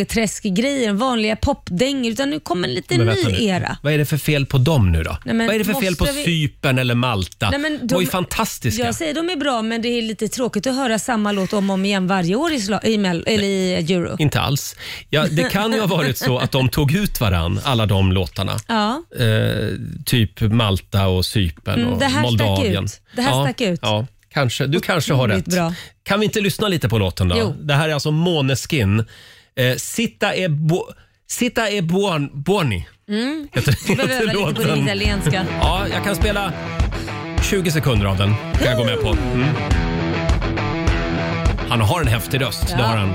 [SPEAKER 2] schlagerträskgrejerna, vanliga popdängor, utan nu kommer en lite
[SPEAKER 1] Men
[SPEAKER 2] ny
[SPEAKER 1] vänta nu.
[SPEAKER 2] era.
[SPEAKER 1] Vad är det för fel på dem nu då?
[SPEAKER 2] Nej, men
[SPEAKER 1] Vad är det för fel på
[SPEAKER 2] måste vi-
[SPEAKER 1] Cypern eller Malta?
[SPEAKER 2] Nej, men
[SPEAKER 1] de var ju fantastiska.
[SPEAKER 2] Jag säger de är bra, men det är lite tråkigt att höra samma låt om och om igen varje år i, sla- i, Mel- eller i Euro.
[SPEAKER 1] Inte alls. Ja, det kan ju ha varit så att de tog ut varann, alla de låtarna.
[SPEAKER 2] Ja.
[SPEAKER 1] Eh, typ Malta och Cypern
[SPEAKER 2] Mm,
[SPEAKER 1] och
[SPEAKER 2] det här stack
[SPEAKER 1] Moldavien.
[SPEAKER 2] ut. Det här
[SPEAKER 1] ja,
[SPEAKER 2] stack ut.
[SPEAKER 1] Ja, kanske. Du kanske har rätt.
[SPEAKER 2] Otroligt bra.
[SPEAKER 1] Kan vi inte lyssna lite på låten då?
[SPEAKER 2] Jo.
[SPEAKER 1] Det här är alltså Måneskin. Eh, Sitta e, bo, sitta e buon, buoni.
[SPEAKER 2] Mm.
[SPEAKER 1] Heter,
[SPEAKER 2] Du behöver öva lite på din italienska.
[SPEAKER 1] Mm. Ja, jag kan spela 20 sekunder av den. kan jag gå med på. Mm. Han har en häftig röst, det
[SPEAKER 12] Ja.
[SPEAKER 1] har han.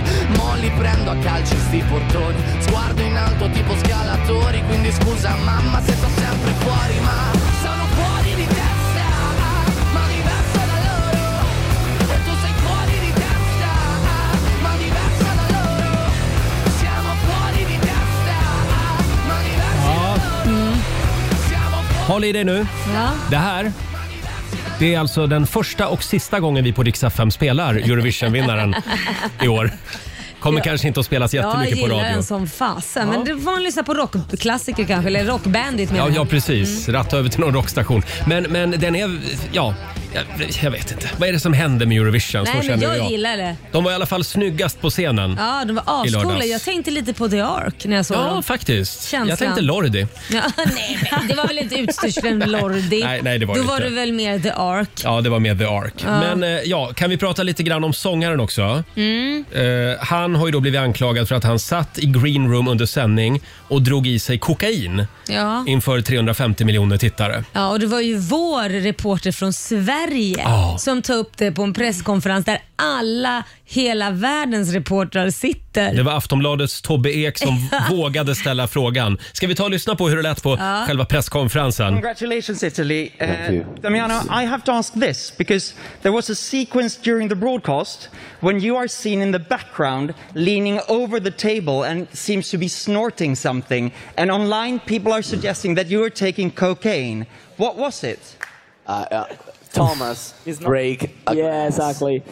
[SPEAKER 12] mo li prendo a calci sti portoni, sguardo in alto tipo scalatori, quindi scusa mamma se sto sempre fuori, ma sono fuori di testa, ma diverso da loro, e tu sei fuori di testa, ma diverso da loro, siamo fuori di testa, ma diverso
[SPEAKER 1] Ja. Håll i dig nu.
[SPEAKER 2] Ja.
[SPEAKER 1] Det här det är alltså den första och sista gången vi på Rix FM spelar Eurovision-vinnaren i år. Kommer
[SPEAKER 2] Ja.
[SPEAKER 1] kanske inte att spelas
[SPEAKER 2] Jag
[SPEAKER 1] jättemycket på
[SPEAKER 2] gillar
[SPEAKER 1] radio.
[SPEAKER 2] den som fasen. Men det får man lyssna på rockklassiker kanske, eller rockbandigt menar
[SPEAKER 1] Ja,
[SPEAKER 2] jag. Mm.
[SPEAKER 1] ja, precis. Ratta över till någon rockstation. Men, men den är... Ja, jag, jag vet inte. Vad är det som händer med Eurovision? Så
[SPEAKER 2] Nej, men
[SPEAKER 1] känner
[SPEAKER 2] jag, gillar det.
[SPEAKER 1] De var i alla fall snyggast på scenen.
[SPEAKER 2] Ja, de var
[SPEAKER 1] I
[SPEAKER 2] ascoola.
[SPEAKER 1] lördags.
[SPEAKER 2] Jag tänkte lite på The Ark när jag såg
[SPEAKER 1] Ja,
[SPEAKER 2] dem.
[SPEAKER 1] faktiskt.
[SPEAKER 2] Känslan.
[SPEAKER 1] Jag tänkte Lordi.
[SPEAKER 2] Ja, nej, men det var väl inte utstyrseln Lordi?
[SPEAKER 1] Nej, nej, det var
[SPEAKER 2] Då
[SPEAKER 1] det
[SPEAKER 2] var
[SPEAKER 1] inte.
[SPEAKER 2] det väl mer The Ark.
[SPEAKER 1] Ja, det var med The Ark.
[SPEAKER 2] Ja.
[SPEAKER 1] Men eh, ja, kan vi prata lite grann om sångaren också?
[SPEAKER 2] Mm.
[SPEAKER 1] Eh, han har ju då blivit anklagad för att han satt i green room under sändning och drog i sig kokain
[SPEAKER 2] Ja.
[SPEAKER 1] inför 350 miljoner tittare.
[SPEAKER 2] Ja, och det var ju vår reporter från Sverige
[SPEAKER 1] Ja.
[SPEAKER 2] som tog upp det på en presskonferens där alla, hela världens reportrar sitter.
[SPEAKER 1] Det var Aftonbladets Tobbe Ek som vågade ställa frågan. Ska vi ta och lyssna på hur det lät på
[SPEAKER 13] Ja.
[SPEAKER 1] själva presskonferensen?
[SPEAKER 13] Congratulations, Italy. Uh,
[SPEAKER 1] Thank you.
[SPEAKER 13] Damiano, I have to ask this because there was a sequence during the broadcast when you are seen in the background leaning over the table and seems to be snorting something. And online, people are suggesting that you were taking cocaine. What was it? Uh, uh,
[SPEAKER 12] Thomas, break a
[SPEAKER 14] Yeah,
[SPEAKER 12] glass.
[SPEAKER 14] exactly.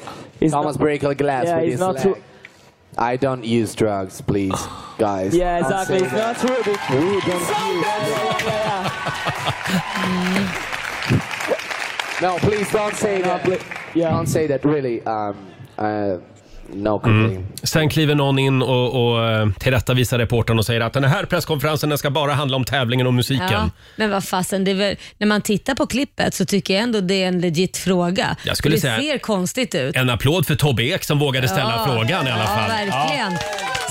[SPEAKER 14] He's
[SPEAKER 12] Thomas,
[SPEAKER 14] not-
[SPEAKER 12] break a glass
[SPEAKER 14] Yeah,
[SPEAKER 12] with
[SPEAKER 14] he's
[SPEAKER 12] his
[SPEAKER 14] not
[SPEAKER 12] leg.
[SPEAKER 14] too-
[SPEAKER 12] I don't use drugs, please, guys.
[SPEAKER 14] Yeah, exactly.
[SPEAKER 12] I'll say
[SPEAKER 14] It's not
[SPEAKER 12] that.
[SPEAKER 14] true.
[SPEAKER 12] We don't use No, please don't say that. Yeah. Don't say that, really. Um, uh, No
[SPEAKER 1] Mm. Sen kliver någon in och, och eh, tillrättavisar reportern och säger att den här presskonferensen den ska bara handla om tävlingen och musiken.
[SPEAKER 2] Ja, men vad fasen, det är väl, när man tittar på klippet så tycker jag ändå det är en legit fråga.
[SPEAKER 1] Jag skulle
[SPEAKER 2] det
[SPEAKER 1] säga-
[SPEAKER 2] ser konstigt ut.
[SPEAKER 1] En applåd för Tobbe Ek som vågade ställa
[SPEAKER 2] Typ. Ja,
[SPEAKER 1] frågan i alla
[SPEAKER 2] Ja,
[SPEAKER 1] fall.
[SPEAKER 2] verkligen.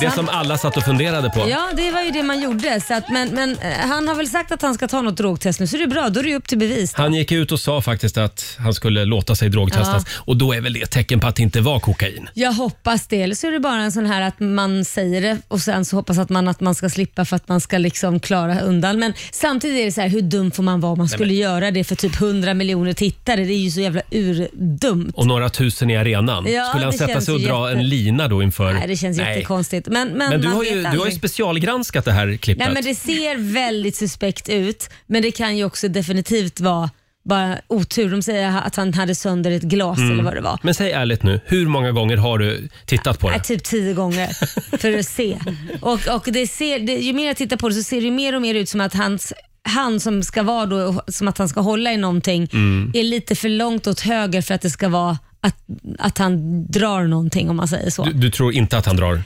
[SPEAKER 1] Det som alla satt och funderade på.
[SPEAKER 2] Ja, det var ju det man gjorde. Så att, men men eh, han har väl sagt att han ska ta något drogtest nu, så det är bra. Då är det ju upp till bevis.
[SPEAKER 1] Han gick ut och sa faktiskt att han skulle låta sig drogtestas
[SPEAKER 2] Ja.
[SPEAKER 1] och då är väl det ett tecken på att det inte var kokain.
[SPEAKER 2] Jag hoppas det, eller så är det bara en sån här att man säger det och sen så hoppas att man att man ska slippa för att man ska liksom klara undan. Men samtidigt är det så här, hur dum får man vara om man
[SPEAKER 1] Nej,
[SPEAKER 2] skulle
[SPEAKER 1] men-
[SPEAKER 2] göra det för typ 100 miljoner tittare? Det är ju så jävla urdumt.
[SPEAKER 1] Och några tusen i arenan.
[SPEAKER 2] Ja,
[SPEAKER 1] skulle han
[SPEAKER 2] det
[SPEAKER 1] sätta
[SPEAKER 2] känns
[SPEAKER 1] sig och
[SPEAKER 2] ju
[SPEAKER 1] dra
[SPEAKER 2] jätte-
[SPEAKER 1] en lina då inför?
[SPEAKER 2] Nej, det känns jättekonstigt. Men, men,
[SPEAKER 1] Men, du,
[SPEAKER 2] man
[SPEAKER 1] har
[SPEAKER 2] vet
[SPEAKER 1] ju, du har ju
[SPEAKER 2] aldrig.
[SPEAKER 1] specialgranskat det här klippet.
[SPEAKER 2] Nej, men det ser väldigt suspekt ut, men det kan ju också definitivt vara bara otur. De säger att han hade sönder ett glas
[SPEAKER 1] Mm.
[SPEAKER 2] eller vad det var.
[SPEAKER 1] Men säg ärligt nu, hur många gånger har du tittat på
[SPEAKER 2] Nej,
[SPEAKER 1] det?
[SPEAKER 2] typ tio gånger för att se. Och, och det ser, det, ju mer jag tittar på det så ser det ju mer och mer ut som att hans han som ska vara då, som att han ska hålla i någonting
[SPEAKER 11] Mm.
[SPEAKER 2] är lite för långt åt höger för att det ska vara att, att han drar någonting om man säger så.
[SPEAKER 1] Du, du tror inte att han drar?
[SPEAKER 2] Nej,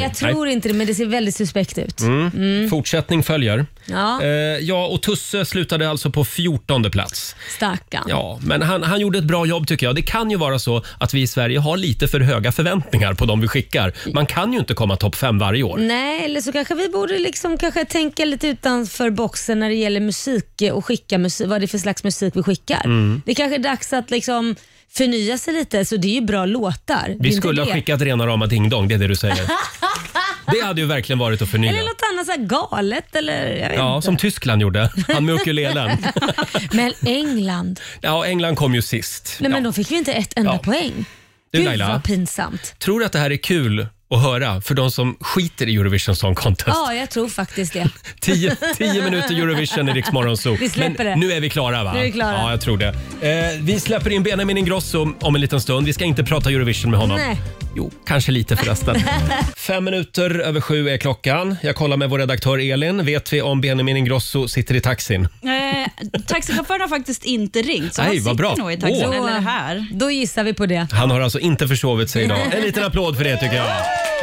[SPEAKER 1] någonting?
[SPEAKER 2] jag tror inte det, men det ser väldigt suspekt ut.
[SPEAKER 1] Mm.
[SPEAKER 2] Mm.
[SPEAKER 1] Fortsättning följer.
[SPEAKER 2] Ja.
[SPEAKER 1] Eh, ja, och Tusse slutade alltså på 14 plats.
[SPEAKER 2] Stackarn.
[SPEAKER 1] Ja, men han, han gjorde ett bra jobb tycker jag. Det kan ju vara så att vi i Sverige har lite för höga förväntningar på de vi skickar. Man kan ju inte komma topp fem varje år.
[SPEAKER 2] Nej, eller så kanske vi borde liksom kanske tänka lite utanför boxen när det gäller musik och skicka musik, vad det är för slags musik vi skickar.
[SPEAKER 1] Mm.
[SPEAKER 2] Det kanske är dags att liksom förnya sig lite, så det är ju bra låtar. Det är
[SPEAKER 1] Vi
[SPEAKER 2] inte
[SPEAKER 1] skulle ha
[SPEAKER 2] det.
[SPEAKER 1] skickat rena rama Ding Dong, det är det du säger. Det hade ju verkligen varit att förnya.
[SPEAKER 2] Eller något annat så här galet eller jag vet
[SPEAKER 1] Ja,
[SPEAKER 2] inte.
[SPEAKER 1] som Tyskland gjorde. Han med ukulelen.
[SPEAKER 2] Men England,
[SPEAKER 1] Ja, England kom ju sist.
[SPEAKER 2] nej men
[SPEAKER 1] ja.
[SPEAKER 2] de fick ju inte ett enda poäng.
[SPEAKER 1] Du,
[SPEAKER 2] Gud
[SPEAKER 1] Laila.
[SPEAKER 2] vad pinsamt.
[SPEAKER 1] Tror du att det här är kul att höra för de som skiter i Eurovision Song Contest?
[SPEAKER 2] Ja, jag tror faktiskt det.
[SPEAKER 1] 10 minuter Eurovision i Rix Morgonzoo.
[SPEAKER 2] Vi släpper
[SPEAKER 1] Men
[SPEAKER 2] det.
[SPEAKER 1] nu är vi klara va?
[SPEAKER 2] Nu är vi klara.
[SPEAKER 1] Ja, jag tror det. Eh, vi släpper in Benjamin Ingrosso om en liten stund. Vi ska inte prata Eurovision med honom.
[SPEAKER 2] Nej.
[SPEAKER 1] Jo, kanske lite förresten. Fem minuter över sju är klockan. Jag kollar med vår redaktör Elin. Vet vi om Benjamin Ingrosso sitter i taxin?
[SPEAKER 11] Eh, taxichauffören har faktiskt inte ringt, så
[SPEAKER 1] Nej,
[SPEAKER 11] han
[SPEAKER 1] vad
[SPEAKER 11] sitter
[SPEAKER 1] bra.
[SPEAKER 11] nog i taxin
[SPEAKER 1] Åh.
[SPEAKER 11] eller här.
[SPEAKER 2] Då gissar vi på det.
[SPEAKER 1] Han har alltså inte försovit sig idag. En liten applåd för det tycker jag.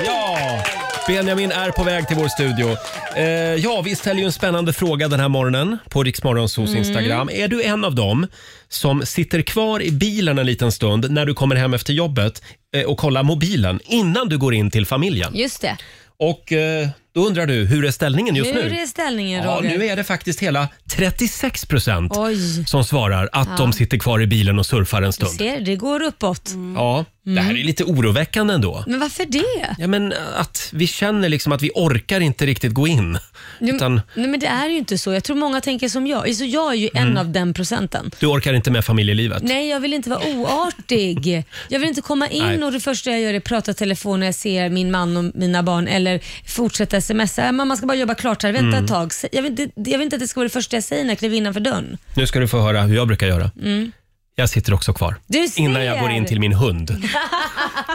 [SPEAKER 1] Ja! Benjamin är på väg till vår studio. Eh, ja, vi ställer ju en spännande fråga den här morgonen på Riksmorgonsos
[SPEAKER 14] Mm.
[SPEAKER 1] Instagram. Är du en av dem som sitter kvar i bilen en liten stund när du kommer hem efter jobbet eh, och kollar mobilen innan du går in till familjen?
[SPEAKER 2] Just det.
[SPEAKER 1] Och eh, då undrar du, hur är ställningen just nu?
[SPEAKER 2] Hur är ställningen
[SPEAKER 1] Ja,
[SPEAKER 2] Roger?
[SPEAKER 1] nu är det faktiskt hela 36 procent
[SPEAKER 2] Oj.
[SPEAKER 1] som svarar att
[SPEAKER 2] Ja.
[SPEAKER 1] de sitter kvar i bilen och surfar en
[SPEAKER 2] Du
[SPEAKER 1] stund.
[SPEAKER 2] ser, det går uppåt.
[SPEAKER 1] Ja, det
[SPEAKER 2] Mm.
[SPEAKER 1] här är lite oroväckande ändå.
[SPEAKER 2] Men varför det?
[SPEAKER 1] Ja, men äh, att vi känner liksom att vi orkar inte riktigt gå in.
[SPEAKER 2] Nej,
[SPEAKER 1] Utan
[SPEAKER 2] nej, men det är ju inte så. Jag tror många tänker som jag. Så jag är ju en
[SPEAKER 1] Mm.
[SPEAKER 2] av den procenten.
[SPEAKER 1] du orkar inte med familjelivet.
[SPEAKER 2] Nej, jag vill inte vara oartig. Jag vill inte komma in
[SPEAKER 1] Nej.
[SPEAKER 2] och det första jag gör är prata i telefon när jag ser min man och mina barn eller fortsätta smsa. Äh, Mamma ska bara jobba klart här, vänta
[SPEAKER 1] Mm.
[SPEAKER 2] ett tag. Så- Jag vill, inte, jag vill inte att det ska vara det första jag säger när jag kliver innanför dörren.
[SPEAKER 1] Nu ska du få höra hur jag brukar göra.
[SPEAKER 2] Mm.
[SPEAKER 1] Jag sitter också kvar.
[SPEAKER 2] Du ser.
[SPEAKER 1] Innan jag går in till min hund.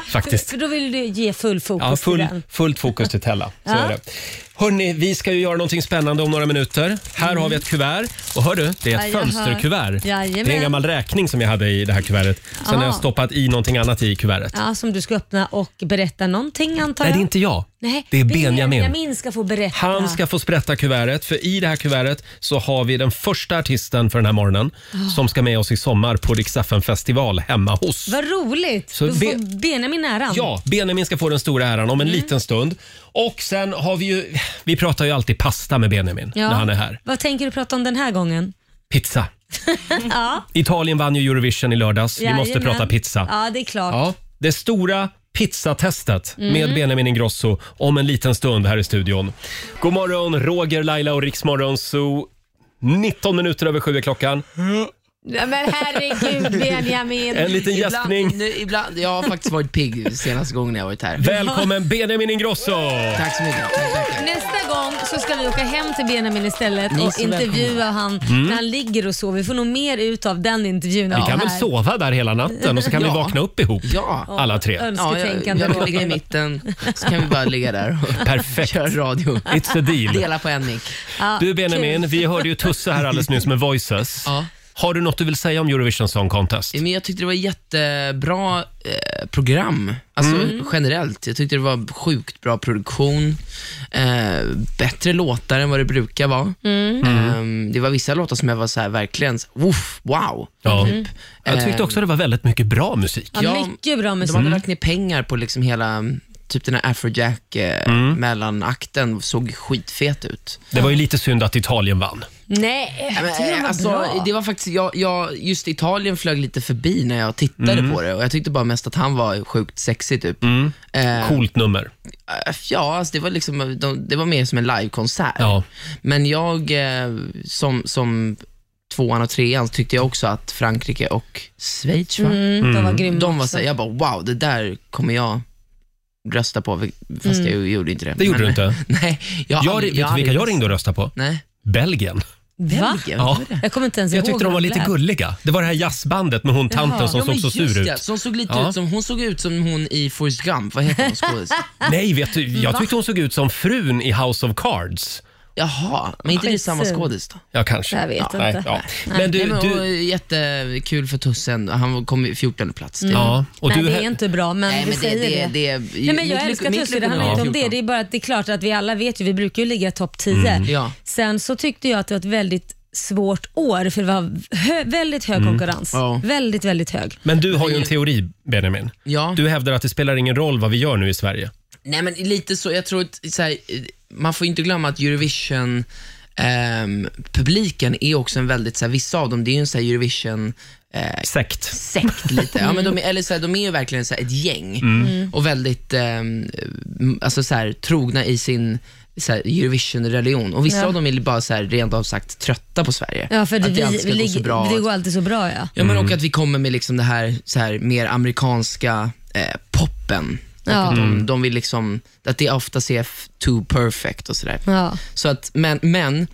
[SPEAKER 1] Faktiskt.
[SPEAKER 2] För då vill du ge full fokus
[SPEAKER 1] Ja,
[SPEAKER 2] till
[SPEAKER 1] full,
[SPEAKER 2] den.
[SPEAKER 1] fullt fokus till Tella. Så
[SPEAKER 2] Ja.
[SPEAKER 1] är det. Hörni, vi ska ju göra någonting spännande om några minuter. Här har vi ett kuvert. Och hör du, det är ett
[SPEAKER 2] Ja, jag hör.
[SPEAKER 1] fönsterkuvert.
[SPEAKER 2] Jajamän.
[SPEAKER 1] Det är en gammal räkning som jag hade i det här kuvertet. Sen har
[SPEAKER 2] Ja.
[SPEAKER 1] jag stoppat i någonting annat i kuvertet.
[SPEAKER 2] Ja, som du ska öppna och berätta någonting antar jag.
[SPEAKER 1] Nej, det är inte jag.
[SPEAKER 2] Nej,
[SPEAKER 1] Det är Benjamin.
[SPEAKER 2] Benjamin ska få berätta.
[SPEAKER 1] Han ska få sprätta kuvertet, för i det här kuvertet så har vi den första artisten för den här morgonen
[SPEAKER 2] Ah.
[SPEAKER 1] som ska med oss i sommar på Rix FM festival hemma hos.
[SPEAKER 2] Vad roligt!
[SPEAKER 1] Så
[SPEAKER 2] Så du
[SPEAKER 1] Be-
[SPEAKER 2] får Benjamin äran.
[SPEAKER 1] Ja, Benjamin ska få den stora äran om en
[SPEAKER 2] Mm.
[SPEAKER 1] liten stund. Och sen har vi ju, vi pratar ju alltid pasta med Benjamin
[SPEAKER 2] Ja.
[SPEAKER 1] när han är här.
[SPEAKER 2] Vad tänker du prata om den här gången?
[SPEAKER 1] Pizza.
[SPEAKER 2] ja.
[SPEAKER 1] Italien vann ju Eurovision i lördags. Vi måste
[SPEAKER 2] Jajamän.
[SPEAKER 1] prata pizza.
[SPEAKER 2] Ja, det är klart.
[SPEAKER 1] Ja, det stora pizzatestet
[SPEAKER 2] Mm.
[SPEAKER 1] med Benjamin Ingrosso om en liten stund här i studion. God morgon, Roger, Laila och Riksmorgon Zoo. 19 minuter över sju är klockan.
[SPEAKER 15] Mm.
[SPEAKER 2] Ja, men herregud Benjamin.
[SPEAKER 1] En liten gäspning.
[SPEAKER 15] Ibland, nu, ibland, jag har faktiskt varit pigg senaste gången jag har varit här.
[SPEAKER 1] Välkommen Benjamin Ingrosso!
[SPEAKER 15] Tack så mycket. Tack, tack.
[SPEAKER 2] Nästa gång så ska vi åka hem till Benjamin istället
[SPEAKER 15] Ni är
[SPEAKER 2] och
[SPEAKER 15] så välkomna.
[SPEAKER 2] intervjua han
[SPEAKER 1] Mm.
[SPEAKER 2] när han ligger och sover. Vi får nog mer ut av den intervjun än
[SPEAKER 1] Vi kan
[SPEAKER 2] det
[SPEAKER 1] väl
[SPEAKER 2] här.
[SPEAKER 1] sova där hela natten och så kan vi
[SPEAKER 15] Ja.
[SPEAKER 1] vakna upp ihop, alla tre.
[SPEAKER 15] Ja, jag,
[SPEAKER 2] Önsketänkande
[SPEAKER 15] jag kan
[SPEAKER 2] Roger.
[SPEAKER 15] ligga i mitten, så kan vi bara ligga där och
[SPEAKER 1] Perfekt.
[SPEAKER 15] köra radio.
[SPEAKER 1] It's a deal.
[SPEAKER 15] Dela på en mick.
[SPEAKER 2] Ja,
[SPEAKER 1] Du Benjamin,
[SPEAKER 2] kul.
[SPEAKER 1] vi hörde ju Tusse här alldeles nyss med Voices. Har du något du vill säga om Eurovision Song Contest?
[SPEAKER 15] Men jag tyckte det var jättebra eh, program, alltså
[SPEAKER 1] Mm.
[SPEAKER 15] generellt. Jag tyckte det var sjukt bra produktion, eh, bättre låtar än vad det brukar vara.
[SPEAKER 2] Mm.
[SPEAKER 15] Ehm, det var vissa låtar som jag var så här verkligen, så- woof, wow. Typ,
[SPEAKER 1] Ja. Jag tyckte
[SPEAKER 15] Eh.
[SPEAKER 1] också det var väldigt mycket bra musik.
[SPEAKER 2] Mm. Ja, mycket bra musik.
[SPEAKER 15] De hade
[SPEAKER 2] Mm.
[SPEAKER 15] lagt ner pengar på liksom hela, typ den här afrojack eh,
[SPEAKER 1] Mm.
[SPEAKER 15] mellanakten, såg skitfet ut.
[SPEAKER 1] Det var ju lite synd att Italien vann.
[SPEAKER 2] Nej, jag tyckte den var
[SPEAKER 15] Alltså,
[SPEAKER 2] bra.
[SPEAKER 15] det var faktiskt, jag, jag, just Italien flög lite förbi när jag tittade
[SPEAKER 1] Mm.
[SPEAKER 15] på det och jag tyckte bara mest att han var sjukt sexig typ. Eh,
[SPEAKER 1] Coolt nummer.
[SPEAKER 15] eh, Ja, alltså, det, var liksom, de- det var mer som en livekonsert. Men jag, eh, som, som tvåan och trean, tyckte jag också att Frankrike och Schweiz va?
[SPEAKER 2] Mm, de var grymma
[SPEAKER 15] De var
[SPEAKER 2] också.
[SPEAKER 15] så, här- jag bara wow, det där kommer jag rösta på, fast
[SPEAKER 2] Mm.
[SPEAKER 15] jag gjorde inte det.
[SPEAKER 1] Det gjorde
[SPEAKER 15] Men-
[SPEAKER 1] du inte?
[SPEAKER 15] Nej. Jag, har
[SPEAKER 1] Jag,
[SPEAKER 15] aldrig-
[SPEAKER 1] vet du
[SPEAKER 15] har
[SPEAKER 1] vilka
[SPEAKER 15] aldrig-
[SPEAKER 1] jag ringde och röstade på?
[SPEAKER 15] Nej.
[SPEAKER 1] Belgien.
[SPEAKER 2] Va?
[SPEAKER 1] Ja.
[SPEAKER 2] Jag kommer inte ens
[SPEAKER 1] Jag
[SPEAKER 2] ihåg
[SPEAKER 1] tyckte de
[SPEAKER 2] hur
[SPEAKER 1] var lite
[SPEAKER 2] lät.
[SPEAKER 1] gulliga. Det var det här jazzbandet med hon tanten som
[SPEAKER 15] Ja,
[SPEAKER 1] såg
[SPEAKER 15] men
[SPEAKER 1] så
[SPEAKER 15] just
[SPEAKER 1] sur ut.
[SPEAKER 15] det, Som såg lite
[SPEAKER 1] Ja.
[SPEAKER 15] ut som, hon såg ut som hon i Forrest Gump. Vad heter hon skådis?
[SPEAKER 1] Nej, vet du, jag
[SPEAKER 15] Va?
[SPEAKER 1] tyckte hon såg ut som frun i House of Cards.
[SPEAKER 15] Jaha, men inte det samma
[SPEAKER 1] Skitsynd.
[SPEAKER 15] skådis då?
[SPEAKER 1] Ja, kanske.
[SPEAKER 15] Jag vet
[SPEAKER 1] ja,
[SPEAKER 15] inte.
[SPEAKER 1] Nej, ja.
[SPEAKER 15] Nej.
[SPEAKER 1] Men
[SPEAKER 15] Nej,
[SPEAKER 1] du,
[SPEAKER 15] men
[SPEAKER 1] du,
[SPEAKER 15] och Jättekul för Tussen. Han kom i 14 plats.
[SPEAKER 2] Mm.
[SPEAKER 15] och
[SPEAKER 2] Nej, det är inte bra, men
[SPEAKER 15] Nej,
[SPEAKER 2] vi
[SPEAKER 15] men det-
[SPEAKER 2] säger det.
[SPEAKER 15] det- det-
[SPEAKER 2] Nej, men jag
[SPEAKER 15] mitt
[SPEAKER 2] älskar
[SPEAKER 15] lyck- mitt
[SPEAKER 2] Tusse, det handlar
[SPEAKER 15] lyckonorm
[SPEAKER 2] inte om
[SPEAKER 15] är
[SPEAKER 2] det.
[SPEAKER 15] 14.
[SPEAKER 2] Det är bara att det är klart att vi alla vet ju, vi brukar ju ligga topp 10.
[SPEAKER 15] Mm. Ja.
[SPEAKER 2] Sen så tyckte jag att det var ett väldigt svårt år, för det var hö- väldigt hög
[SPEAKER 1] Mm.
[SPEAKER 2] konkurrens.
[SPEAKER 1] Ja.
[SPEAKER 2] Väldigt, väldigt hög.
[SPEAKER 1] men du har ju en teori, Benjamin.
[SPEAKER 15] Ja.
[SPEAKER 1] Du hävdar att det spelar ingen roll vad vi gör nu i Sverige.
[SPEAKER 15] Nej, men lite så. Jag tror att så här, man får inte glömma att Eurovision ehm, publiken är också en väldigt, så här, vissa av dem, det är ju en så här Eurovision eh,
[SPEAKER 1] sekt.
[SPEAKER 15] Sekt lite. Ja, men de, är- eller så här, de är ju verkligen så här, ett gäng
[SPEAKER 11] Mm. Mm.
[SPEAKER 15] och väldigt ehm, alltså, så här, trogna i sin så här, Eurovision-religion. Och vissa
[SPEAKER 2] Ja.
[SPEAKER 15] av dem är bara så här, rent av sagt trötta på Sverige.
[SPEAKER 2] Ja, för
[SPEAKER 15] att
[SPEAKER 2] det, vi,
[SPEAKER 15] alltid ska
[SPEAKER 2] vi
[SPEAKER 15] gå
[SPEAKER 2] ligger,
[SPEAKER 15] så bra.
[SPEAKER 2] det går alltid så bra ja.
[SPEAKER 15] Ja, men och att vi kommer med liksom det här, så här mer amerikanska eh, poppen. Och
[SPEAKER 2] Ja.
[SPEAKER 15] Att, de,
[SPEAKER 2] Mm.
[SPEAKER 15] de vill liksom, att det ofta är f- too perfect och sådär.
[SPEAKER 2] Ja.
[SPEAKER 15] Så att, men, men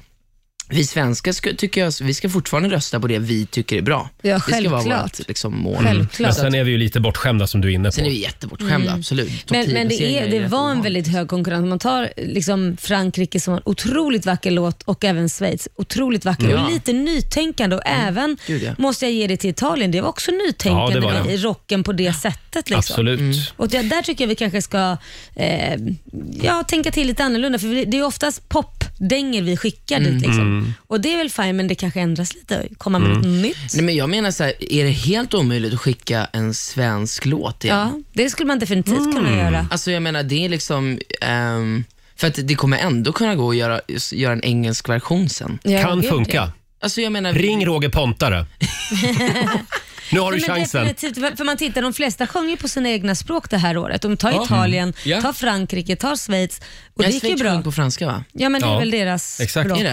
[SPEAKER 15] vi svenskar ska, tycker jag, vi ska fortfarande rösta på det vi tycker är bra.
[SPEAKER 2] Ja,
[SPEAKER 15] det ska vara
[SPEAKER 2] självklart.
[SPEAKER 15] vårt liksom, mål.
[SPEAKER 1] Men
[SPEAKER 15] Så att-
[SPEAKER 1] sen är vi ju lite bortskämda som du är inne på.
[SPEAKER 15] Sen är vi jättebortskämda,
[SPEAKER 2] Mm.
[SPEAKER 15] absolut. Topp
[SPEAKER 2] Men,
[SPEAKER 15] 10
[SPEAKER 2] men det,
[SPEAKER 15] placeringar
[SPEAKER 2] är, det
[SPEAKER 15] rätt
[SPEAKER 2] var en
[SPEAKER 15] ovanligt.
[SPEAKER 2] väldigt hög konkurrens. Om man tar liksom Frankrike som har en otroligt vacker låt och även Schweiz. Otroligt vacker
[SPEAKER 15] Ja.
[SPEAKER 1] Mm.
[SPEAKER 2] och lite nytänkande och även,
[SPEAKER 15] Gud, ja.
[SPEAKER 2] måste jag ge det till Italien, det var också nytänkande
[SPEAKER 1] Ja, det var
[SPEAKER 2] med
[SPEAKER 1] det.
[SPEAKER 2] rocken på det sättet. Liksom.
[SPEAKER 1] Absolut. Mm.
[SPEAKER 2] Och det, där tycker jag vi kanske ska eh, ja, tänka till lite annorlunda för det är oftast popdänger vi skickar
[SPEAKER 15] Mm.
[SPEAKER 2] dit. Liksom.
[SPEAKER 15] Mm.
[SPEAKER 2] Och det är väl fint men det kanske ändras lite, komma med
[SPEAKER 15] Mm.
[SPEAKER 2] något nytt.
[SPEAKER 15] Nej, men jag menar så här, är det helt omöjligt att skicka en svensk låt igen?
[SPEAKER 2] Ja, det skulle man definitivt
[SPEAKER 1] Mm.
[SPEAKER 2] kunna göra.
[SPEAKER 15] Alltså jag menar det är liksom, ehm, för att det kommer ändå kunna gå att göra, göra en engelsk version sen.
[SPEAKER 2] Ja,
[SPEAKER 1] Kan
[SPEAKER 2] gud,
[SPEAKER 1] funka.
[SPEAKER 2] ja.
[SPEAKER 15] Alltså jag menar,
[SPEAKER 1] Ring Roger Pontare. nu har du
[SPEAKER 2] Nej, men
[SPEAKER 1] chansen.
[SPEAKER 2] Definitivt, för man tittar, de flesta sjunger på sina egna språk det här året. De tar
[SPEAKER 15] Ja.
[SPEAKER 2] Italien,
[SPEAKER 15] Mm. Ja.
[SPEAKER 2] tar Frankrike, tar Schweiz. Och
[SPEAKER 15] Ja,
[SPEAKER 2] det gick ju
[SPEAKER 15] Schweiz
[SPEAKER 2] bra.
[SPEAKER 15] sjöng på franska va?
[SPEAKER 2] Ja, men det är väl deras
[SPEAKER 1] Exakt.
[SPEAKER 2] språk.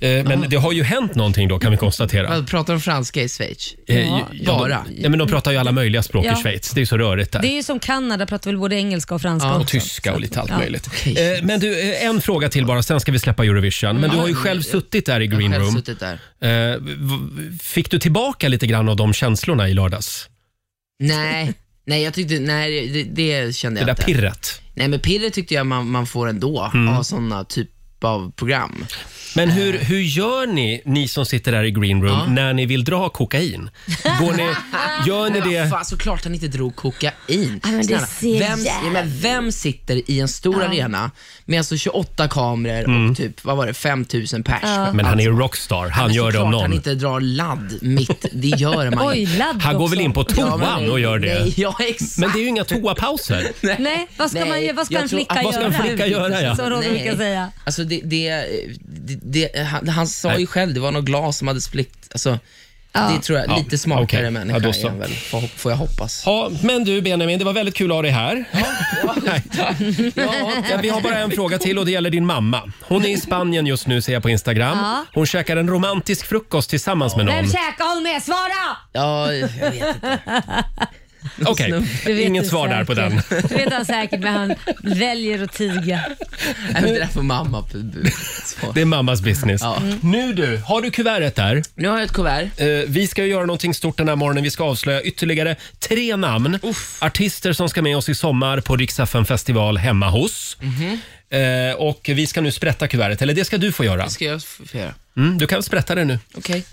[SPEAKER 1] Eh, Men det har ju hänt någonting då kan vi konstatera.
[SPEAKER 15] Vad pratar de franska i Schweiz?
[SPEAKER 1] Eh, ju-
[SPEAKER 15] Ja,
[SPEAKER 1] ja,
[SPEAKER 15] bara.
[SPEAKER 1] De, ja, men de pratar ju alla möjliga språk
[SPEAKER 2] Ja.
[SPEAKER 1] i Schweiz. Det är ju så rörigt där.
[SPEAKER 2] Det är ju som Kanada, pratar väl både engelska och franska
[SPEAKER 1] Ja, och
[SPEAKER 2] också.
[SPEAKER 1] tyska och lite allt
[SPEAKER 2] ja.
[SPEAKER 1] möjligt. Eh, Men du, eh, en fråga till bara, sen ska vi släppa Eurovision. Men du
[SPEAKER 15] Ja,
[SPEAKER 1] har ju
[SPEAKER 15] men-
[SPEAKER 1] själv suttit där i Green
[SPEAKER 15] Jag har själv
[SPEAKER 1] Room.
[SPEAKER 15] suttit där.
[SPEAKER 1] Eh, v- Fick du tillbaka lite grann av de känslorna i lördags?
[SPEAKER 15] Nej, nej jag tyckte, nej det, det kände jag
[SPEAKER 1] Det där
[SPEAKER 15] inte.
[SPEAKER 1] pirret. Mm.
[SPEAKER 15] Nej men pirret tyckte jag man, man får ändå av sådana typ av program.
[SPEAKER 1] Men
[SPEAKER 15] Eh.
[SPEAKER 1] hur, hur gör ni, ni som sitter där i green room, när ni vill dra kokain? Går ni, gör ni det...
[SPEAKER 15] Fan, såklart han inte drog kokain.
[SPEAKER 1] men det
[SPEAKER 15] Snälla,
[SPEAKER 1] ser
[SPEAKER 15] vem, ja,
[SPEAKER 1] jävligt-
[SPEAKER 15] men vem sitter i en stor
[SPEAKER 1] Ja.
[SPEAKER 15] arena med alltså 28 kameror
[SPEAKER 1] Mm.
[SPEAKER 15] och typ, vad var det, 5000 pers?
[SPEAKER 1] Ja. Men han är ju rockstar, han gör det om
[SPEAKER 15] han
[SPEAKER 1] någon.
[SPEAKER 15] inte drar ladd mitt, det gör man
[SPEAKER 2] Oj,
[SPEAKER 15] inte.
[SPEAKER 2] ladd
[SPEAKER 1] Han går väl in på toan och gör det.
[SPEAKER 15] Nej, ja, exakt.
[SPEAKER 1] Men det är ju inga toapauser.
[SPEAKER 2] Nej, vad ska,
[SPEAKER 15] Nej,
[SPEAKER 2] man, göra- vad ska
[SPEAKER 15] jag
[SPEAKER 2] en
[SPEAKER 15] tror-
[SPEAKER 2] flicka
[SPEAKER 15] Vad ska
[SPEAKER 2] göra?
[SPEAKER 15] en flicka göra, ja.
[SPEAKER 2] Som Roger
[SPEAKER 15] Nej.
[SPEAKER 2] brukar säga.
[SPEAKER 15] Alltså det, det, det, det han, han sa ju själv, det var något glas som hade spritt. Alltså,
[SPEAKER 1] Ja.
[SPEAKER 15] Det tror jag,
[SPEAKER 1] Ja,
[SPEAKER 15] lite smartare
[SPEAKER 1] okej.
[SPEAKER 15] människa
[SPEAKER 1] Ja, då
[SPEAKER 15] ja,
[SPEAKER 1] så.
[SPEAKER 15] är han väl, får, får jag hoppas.
[SPEAKER 1] Ja, men du Benjamin, det var väldigt kul att ha dig här. Nej. Ja, vi har bara en fråga till och det gäller din mamma. Hon är i Spanien just nu ser jag på Instagram.
[SPEAKER 2] Ja.
[SPEAKER 1] Hon käkar en romantisk frukost tillsammans med
[SPEAKER 2] Vem
[SPEAKER 1] någon.
[SPEAKER 2] käkar hon med? Svara!
[SPEAKER 15] Ja, jag vet inte.
[SPEAKER 1] Okej,
[SPEAKER 2] Du vet
[SPEAKER 1] inget
[SPEAKER 2] det
[SPEAKER 1] svar där på den.
[SPEAKER 2] säkert. Du vet han säkert, men han väljer att tiga.
[SPEAKER 15] Nej, men det där får mamma svara.
[SPEAKER 1] Det är mammas business.
[SPEAKER 15] Ja.
[SPEAKER 2] Mm.
[SPEAKER 1] Nu du, har du kuvertet där?
[SPEAKER 15] Nu har jag ett kuvert.
[SPEAKER 1] Eh, vi ska ju göra någonting stort den här morgonen. Vi ska avslöja ytterligare tre namn. Artister som ska med oss i sommar på Rix FM festival hemma hos.
[SPEAKER 15] Mhm.
[SPEAKER 1] Eh, och vi ska nu sprätta kuvertet, eller det ska du få göra.
[SPEAKER 15] Ska jag f- få göra?
[SPEAKER 1] Mm, du kan sprätta det nu.
[SPEAKER 15] Okej.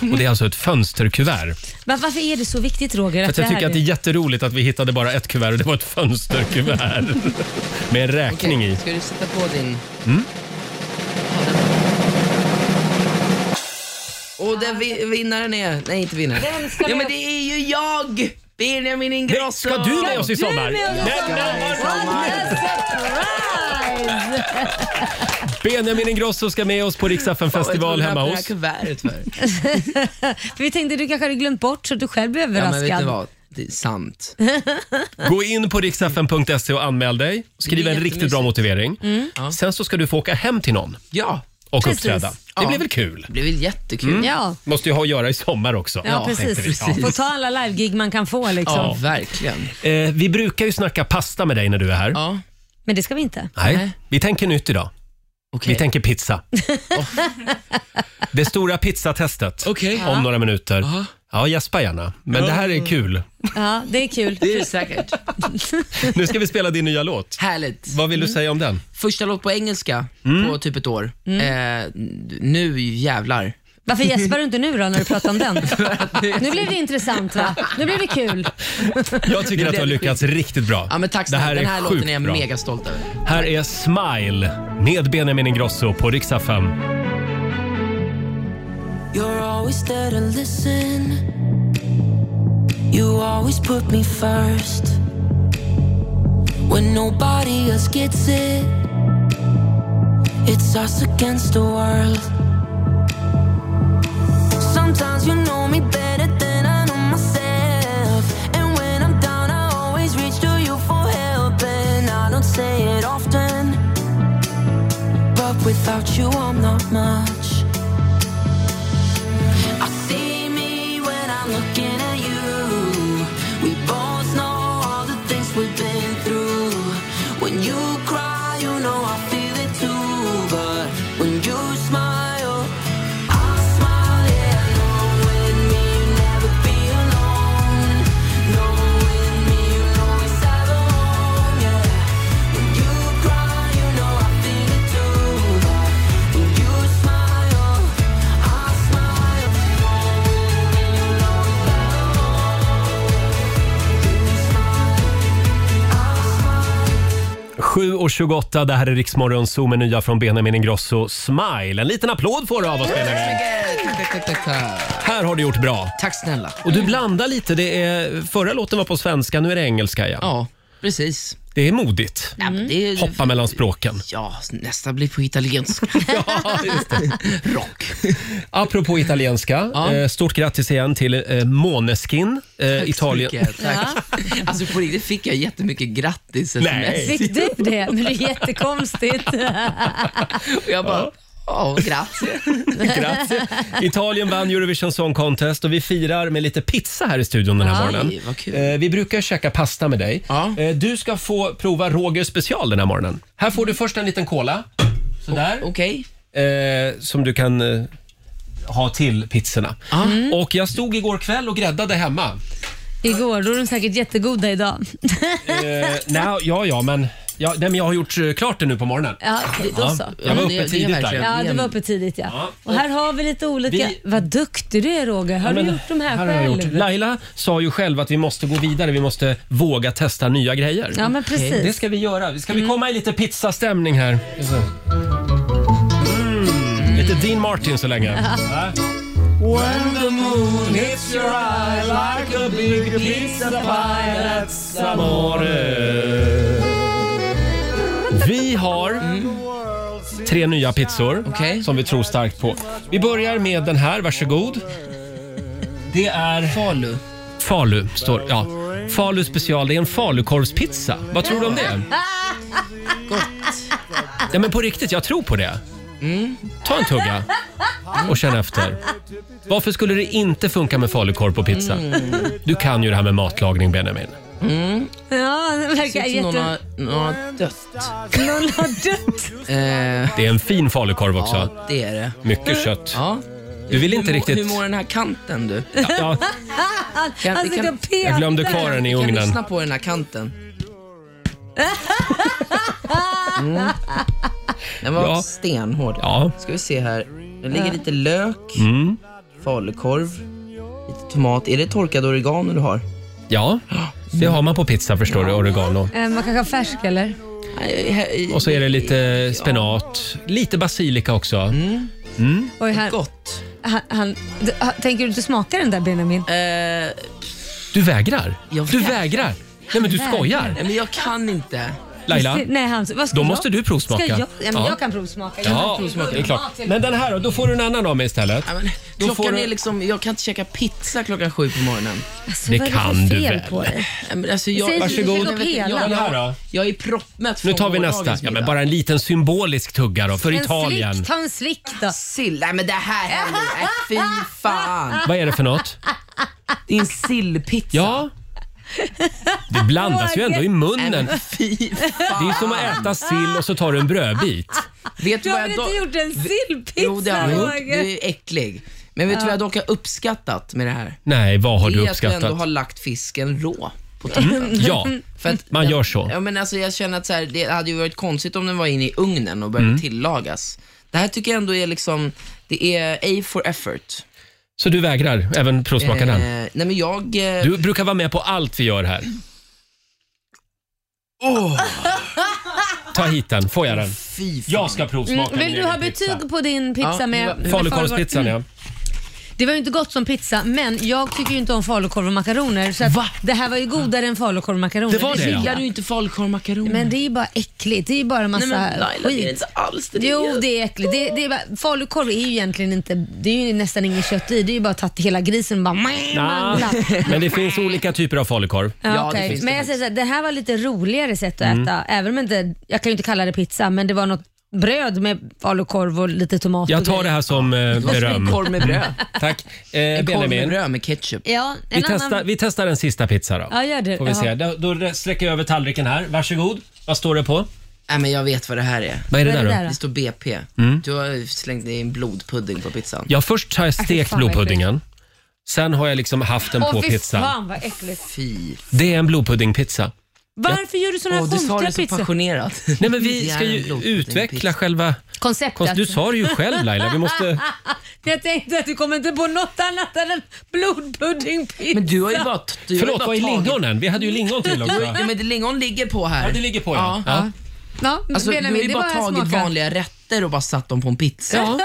[SPEAKER 1] Och det är alltså ett fönsterkuvert.
[SPEAKER 2] Men varför är det så viktigt Roger?
[SPEAKER 1] För att jag
[SPEAKER 2] här
[SPEAKER 1] tycker att det är jätteroligt att vi hittade bara ett kuvert och det var ett fönsterkuvert. Med en räkning i.
[SPEAKER 15] Ska du sätta på din...
[SPEAKER 1] Mm.
[SPEAKER 15] Och där vi, vinnaren är... Nej, inte vinnaren.
[SPEAKER 8] Vem ska
[SPEAKER 15] ja,
[SPEAKER 8] vi-
[SPEAKER 15] men det är ju jag! Benjamin Ingrosso!
[SPEAKER 8] Nej, ska du med oss i Ska sommar? du med oss i
[SPEAKER 15] Denna
[SPEAKER 8] sommar?
[SPEAKER 15] var
[SPEAKER 8] What
[SPEAKER 15] rolig!
[SPEAKER 1] Benjamin Ingrosso ska med oss på Rix FM festival hemma
[SPEAKER 15] Jag
[SPEAKER 1] hos.
[SPEAKER 15] tror jag öppnar det här kuvertet för.
[SPEAKER 2] för vi tänkte att du kanske hade glömt bort så att du själv blev
[SPEAKER 15] Ja, men
[SPEAKER 2] överraskad.
[SPEAKER 15] vet ni vad? Det är sant.
[SPEAKER 1] Gå in på riksfn.se E och anmäl dig. Skriv
[SPEAKER 15] Det är
[SPEAKER 1] en riktigt bra motivering.
[SPEAKER 15] Mm.
[SPEAKER 1] Sen så ska du få åka hem till någon.
[SPEAKER 15] Ja.
[SPEAKER 1] Och
[SPEAKER 15] Precis.
[SPEAKER 1] uppträda. Det
[SPEAKER 15] Ja.
[SPEAKER 1] blir väl kul?
[SPEAKER 15] Det blir väl jättekul.
[SPEAKER 1] Mm.
[SPEAKER 2] Ja.
[SPEAKER 1] Måste ju ha att göra i sommar också.
[SPEAKER 2] Ja, precis.
[SPEAKER 1] tänkte vi. Ja.
[SPEAKER 2] Få ta alla livegig man kan få liksom.
[SPEAKER 1] Ja,
[SPEAKER 15] verkligen.
[SPEAKER 1] Eh, vi brukar ju snacka pasta med dig när du är här.
[SPEAKER 2] Men det ska vi inte.
[SPEAKER 1] Nej, vi tänker nytt idag. Vi tänker pizza.
[SPEAKER 15] Oh.
[SPEAKER 1] Det stora pizzatestet om
[SPEAKER 2] Ja.
[SPEAKER 1] några minuter. Ja, gäspa gärna. Men det här är kul.
[SPEAKER 2] Ja, det är kul.
[SPEAKER 15] Det är säkert.
[SPEAKER 1] Nu ska vi spela din nya låt.
[SPEAKER 15] Härligt. Mm.
[SPEAKER 1] Vad vill du säga om den?
[SPEAKER 15] Första låt på engelska på typ ett år.
[SPEAKER 2] Mm.
[SPEAKER 15] Eh, nu jävlar.
[SPEAKER 2] Varför gäspar du inte nu då när du pratar om den? nu blev det intressant va? Nu blev det kul.
[SPEAKER 1] Jag tycker att du har lyckats riktigt bra.
[SPEAKER 15] Ja, men tack
[SPEAKER 1] det
[SPEAKER 15] snälla.
[SPEAKER 1] här
[SPEAKER 15] Den
[SPEAKER 1] är
[SPEAKER 15] här
[SPEAKER 1] sjukt
[SPEAKER 15] låten är jag
[SPEAKER 1] bra.
[SPEAKER 15] mega stolt över.
[SPEAKER 1] Här är Smile med Benjamin Ingrosso på riksdag 5.
[SPEAKER 8] You're always there to listen. You always put me first. When nobody else gets it, it's us against the world. Sometimes you know me better than I know myself. And when I'm down, I always reach to you for help. And I don't say it often, but without you, I'm not much. I see me when I'm looking at you. We both know all the things we've been through. When you cry, you know I feel it too. But when you smile, I smile, yeah. Knowing me, you'll never be alone. Knowing me, you'll always have a home, yeah. When you cry, you know I feel it too. But when you smile, I smile.
[SPEAKER 1] Sju och 28, det här är Riksmorgon Zoo med nya från Benjamin Ingrosso. Smile! En liten applåd får du av oss Benjamin.
[SPEAKER 15] Tack, tack, tack, tack.
[SPEAKER 1] Här har du gjort bra.
[SPEAKER 15] Tack snälla.
[SPEAKER 1] Och du blandar lite. Det är, förra låten var på svenska, nu är det engelska igen.
[SPEAKER 15] Ja, precis.
[SPEAKER 1] Det är modigt.
[SPEAKER 15] det är-
[SPEAKER 1] Hoppa mellan språken.
[SPEAKER 15] Ja, nästa blir på italienska.
[SPEAKER 1] Apropå italienska,
[SPEAKER 15] Ja.
[SPEAKER 1] eh, stort grattis igen till eh, Måneskin, eh, Italien.
[SPEAKER 15] Mycket, tack. Alltså på riktigt fick jag jättemycket grattis
[SPEAKER 1] Nej.
[SPEAKER 2] Fick du det? Men det är jättekonstigt.
[SPEAKER 15] Och jag bara, ja, grazie.
[SPEAKER 1] Grazie. Italien vann Eurovision Song Contest och vi firar med lite pizza här i studion den här
[SPEAKER 15] Aj,
[SPEAKER 1] morgonen.
[SPEAKER 15] vad kul.
[SPEAKER 1] Eh, Vi brukar käka pasta med dig. Eh, Du ska få prova Roger special den här morgonen. Här får du först en liten cola. Sådär.
[SPEAKER 15] Okej.
[SPEAKER 1] eh, som du kan eh, ha till pizzorna.
[SPEAKER 2] Mm.
[SPEAKER 1] Och jag stod igår kväll och gräddade hemma.
[SPEAKER 2] Igår, då är de säkert jättegoda idag.
[SPEAKER 1] Eh, nej, ja, ja, men, ja, nej, men jag har gjort eh, klart det nu på morgonen.
[SPEAKER 2] Ja, det- då
[SPEAKER 1] Ja,
[SPEAKER 2] så.
[SPEAKER 1] jag var uppe Ja, det- det är tidigt där. verkligen-
[SPEAKER 2] Ja, du var uppe tidigt ja.
[SPEAKER 1] Ja.
[SPEAKER 2] Och här har vi lite olika.
[SPEAKER 1] Vi-
[SPEAKER 2] Vad duktig du är Roger. Har
[SPEAKER 1] Ja, men
[SPEAKER 2] du gjort de här,
[SPEAKER 1] har jag
[SPEAKER 2] själv?
[SPEAKER 1] gjort. Laila sa ju själv att vi måste gå vidare, vi måste våga testa nya grejer.
[SPEAKER 2] Ja, men precis. Mm.
[SPEAKER 1] Det ska vi göra. Ska vi komma i lite pizzastämning här? Mm. Lite Dean Martin så länge. Va?
[SPEAKER 8] When the moon hits your eye like a big pizza pie, that's
[SPEAKER 1] Vi har tre nya pizzor som vi tror starkt på. Vi börjar med den här, varsågod. Det är... Falu. Falu, står ja. Falu special, det är en falukorvspizza. Vad tror du om det? Ja, men på riktigt, jag tror på det. Ta en tugga och känn efter. Varför skulle det inte funka med falukorv på pizza? Du kan ju det här med matlagning, Benjamin.
[SPEAKER 15] Mm.
[SPEAKER 2] Ja, det verkar
[SPEAKER 15] Ser ut som någon
[SPEAKER 2] jätte...
[SPEAKER 15] har, någon har dött.
[SPEAKER 2] Någon har dött.
[SPEAKER 1] Det är en fin falukorv också.
[SPEAKER 15] Eh. Ja, det är det.
[SPEAKER 1] Mycket kött. Du vill inte
[SPEAKER 15] hur, mår-
[SPEAKER 1] riktigt...
[SPEAKER 15] Hur mår den här kanten du?
[SPEAKER 1] Ja, ja.
[SPEAKER 2] Han
[SPEAKER 15] Kan-
[SPEAKER 2] han sitter
[SPEAKER 15] kan-
[SPEAKER 2] och petar.
[SPEAKER 1] Jag glömde kvar den i
[SPEAKER 15] Kan du
[SPEAKER 1] ugnen.
[SPEAKER 15] lyssna
[SPEAKER 2] Mm.
[SPEAKER 15] på den här kanten? Den var
[SPEAKER 1] Ja.
[SPEAKER 15] stenhård.
[SPEAKER 1] Ja. Mm.
[SPEAKER 15] Ska vi se här. Det ligger
[SPEAKER 1] Ja.
[SPEAKER 15] lite lök, falukorv, lite tomat. Är det torkad oregano du har?
[SPEAKER 1] Ja, det har man på pizza förstår du, oregano.
[SPEAKER 2] Eh, Man kanske har färsk eller?
[SPEAKER 1] Och så är det lite spenat, lite basilika också. Mm.
[SPEAKER 2] Oj, här,
[SPEAKER 15] Gott.
[SPEAKER 2] Han, han, d- ha- tänker du inte smaka den där Benjamin?
[SPEAKER 1] Du vägrar? Du vägrar? Nej men du
[SPEAKER 2] Han vägrar.
[SPEAKER 1] skojar?
[SPEAKER 15] Nej, men jag kan inte.
[SPEAKER 1] Laila,
[SPEAKER 2] Nej, han, Alltså, vad ska
[SPEAKER 1] då
[SPEAKER 2] jag?
[SPEAKER 1] måste du provsmaka.
[SPEAKER 2] Ska jag? Ja, men
[SPEAKER 1] Ja.
[SPEAKER 2] Jag kan provsmaka. Jag
[SPEAKER 1] Ja,
[SPEAKER 2] kan provsmaka.
[SPEAKER 1] det är klart. Men den här då, då får du en annan av mig istället. Då får
[SPEAKER 15] Klockan
[SPEAKER 1] du-
[SPEAKER 15] är liksom, jag kan inte käka pizza klockan sju på morgonen.
[SPEAKER 1] Alltså, Det vad är det för kan du fel väl? på dig?
[SPEAKER 15] Nej, men alltså, jag,
[SPEAKER 1] Säg att du ska Varsågod. köpa
[SPEAKER 15] Jag,
[SPEAKER 1] hela.
[SPEAKER 15] jag,
[SPEAKER 1] Den här då?
[SPEAKER 15] jag, är proppmätt från
[SPEAKER 1] Nu tar vi
[SPEAKER 15] gårdagens
[SPEAKER 1] nästa. Ja, men
[SPEAKER 15] middag.
[SPEAKER 1] bara en liten symbolisk tugga då, för
[SPEAKER 15] En
[SPEAKER 1] Italien.
[SPEAKER 2] Ta en slick då.
[SPEAKER 15] Sill, nej men det här händer Nej, Fy fan.
[SPEAKER 1] Vad är det för något?
[SPEAKER 15] Det är en sillpizza.
[SPEAKER 1] Ja. Det blandas ju ändå
[SPEAKER 15] Nej,
[SPEAKER 1] i munnen.
[SPEAKER 15] men fy
[SPEAKER 1] Det är ju som att äta sill och så tar du en brödbit.
[SPEAKER 15] Vet
[SPEAKER 2] Du
[SPEAKER 15] vad
[SPEAKER 2] har väl
[SPEAKER 15] jag
[SPEAKER 2] inte
[SPEAKER 15] då-
[SPEAKER 2] gjort en sillpizza
[SPEAKER 15] Jo, det har jag gjort.
[SPEAKER 2] Roger?
[SPEAKER 15] Du är äcklig. Men vet du
[SPEAKER 2] Ja.
[SPEAKER 15] vad jag dock har uppskattat med det här?
[SPEAKER 1] Nej, vad har
[SPEAKER 15] det
[SPEAKER 1] du
[SPEAKER 15] är att du ändå
[SPEAKER 1] uppskattat?
[SPEAKER 15] har lagt fisken rå. På
[SPEAKER 1] Mm,
[SPEAKER 15] toppen.
[SPEAKER 1] ja.
[SPEAKER 15] För att
[SPEAKER 1] Man gör så.
[SPEAKER 15] Ja, men alltså, jag känner att så här, det hade ju varit konstigt om den var inne i ugnen och började
[SPEAKER 1] Mm.
[SPEAKER 15] tillagas. Det här tycker jag ändå är liksom, det är A for effort.
[SPEAKER 1] Så du vägrar även provsmaka
[SPEAKER 15] Eh,
[SPEAKER 1] den?
[SPEAKER 15] Nej men jag... eh,
[SPEAKER 1] Du brukar vara med på allt vi gör här.
[SPEAKER 15] Åh,
[SPEAKER 1] Ta hit den, får jag den?
[SPEAKER 15] fy fan.
[SPEAKER 1] Jag ska provsmaka
[SPEAKER 2] Mm, vill
[SPEAKER 1] min
[SPEAKER 2] du
[SPEAKER 1] egen
[SPEAKER 2] ha betyg
[SPEAKER 1] pizza.
[SPEAKER 2] på din pizza
[SPEAKER 1] Ja,
[SPEAKER 2] med... med
[SPEAKER 1] Falukorvspizzan ja.
[SPEAKER 2] Det var ju inte gott som pizza, men jag tycker ju inte om falukorv och makaroner. Så att det här var ju godare än falukorv och makaroner.
[SPEAKER 15] Det var det, ja.
[SPEAKER 2] tycker jag.
[SPEAKER 15] Gillar du inte falukorv och makaroner?
[SPEAKER 2] Men det är ju bara äckligt. Det är ju bara massa
[SPEAKER 15] Nej, men Laila, det är
[SPEAKER 2] skit.
[SPEAKER 15] inte alls det.
[SPEAKER 2] Jo, det är äckligt. Det, det är bara, falukorv är ju egentligen inte... Det är ju nästan inget kött i. Det är ju bara att tagit hela grisen och bara
[SPEAKER 1] Nja,
[SPEAKER 2] manglat.
[SPEAKER 1] Men det finns olika typer av falukorv.
[SPEAKER 2] Ja, okej. Men jag säger så här, det här var lite roligare sätt att
[SPEAKER 1] Mm.
[SPEAKER 2] äta. Även om inte, jag kan ju inte kalla det pizza, men det var något bröd med falukorv och lite tomat
[SPEAKER 1] Jag
[SPEAKER 2] och
[SPEAKER 1] tar
[SPEAKER 2] grejer.
[SPEAKER 1] det här som eh,
[SPEAKER 15] som en
[SPEAKER 1] beröm.
[SPEAKER 15] korv med bröd.
[SPEAKER 1] Mm, Tack. Eh,
[SPEAKER 15] En korv med
[SPEAKER 1] Benjamin.
[SPEAKER 15] bröd med ketchup.
[SPEAKER 2] Ja, en
[SPEAKER 1] Vi testar,
[SPEAKER 2] annan...
[SPEAKER 1] vi testar en sista pizza då.
[SPEAKER 2] Ja, gör det.
[SPEAKER 1] Får vi se.
[SPEAKER 2] Jaha.
[SPEAKER 1] Då, då sträcker jag över tallriken här. Varsågod. Vad står det på?
[SPEAKER 15] Nej, men jag vet vad det här är.
[SPEAKER 1] Vad är det Vad är där det då? där då?
[SPEAKER 15] Det står BP.
[SPEAKER 1] Mm.
[SPEAKER 15] Du har slängt i en blodpudding på pizzan.
[SPEAKER 1] Ja, först har
[SPEAKER 2] Alltså,
[SPEAKER 1] jag stekt
[SPEAKER 15] fan vad
[SPEAKER 1] blodpuddingen. Sen har jag liksom haft den
[SPEAKER 2] Åh,
[SPEAKER 1] på
[SPEAKER 2] fy
[SPEAKER 1] pizzan.
[SPEAKER 2] fan vad äckligt.
[SPEAKER 15] Fy.
[SPEAKER 1] Det är en blodpuddingpizza.
[SPEAKER 2] Varför gör du såna här
[SPEAKER 15] Åh, du
[SPEAKER 2] konstiga
[SPEAKER 15] sa det
[SPEAKER 2] pizzor?
[SPEAKER 15] så passionerat.
[SPEAKER 1] Nej, men vi
[SPEAKER 15] Det är
[SPEAKER 1] ska
[SPEAKER 15] en
[SPEAKER 1] ju
[SPEAKER 15] blodpuddingpizza.
[SPEAKER 1] utveckla själva...
[SPEAKER 2] Konceptet.
[SPEAKER 1] Konst- du sa det ju själv, Laila. Vi måste-
[SPEAKER 2] jag tänkte att du kommer inte på något annat än en blodpuddingpizza.
[SPEAKER 15] Men du har ju bara... Du har ju
[SPEAKER 1] Förlåt,
[SPEAKER 15] bara
[SPEAKER 1] var är
[SPEAKER 15] tagit-
[SPEAKER 1] lingonen? Vi hade ju lingon till också.
[SPEAKER 15] Du- Ja, men det lingon ligger på här.
[SPEAKER 1] Ja, det ligger på ja. ja.
[SPEAKER 2] Ja,
[SPEAKER 15] Alltså, du har
[SPEAKER 2] Benjamin,
[SPEAKER 15] ju
[SPEAKER 2] det
[SPEAKER 15] bara
[SPEAKER 2] var jag
[SPEAKER 15] tagit
[SPEAKER 2] smakar.
[SPEAKER 15] vanliga rätter och bara satt dem på en pizza.
[SPEAKER 1] Ja.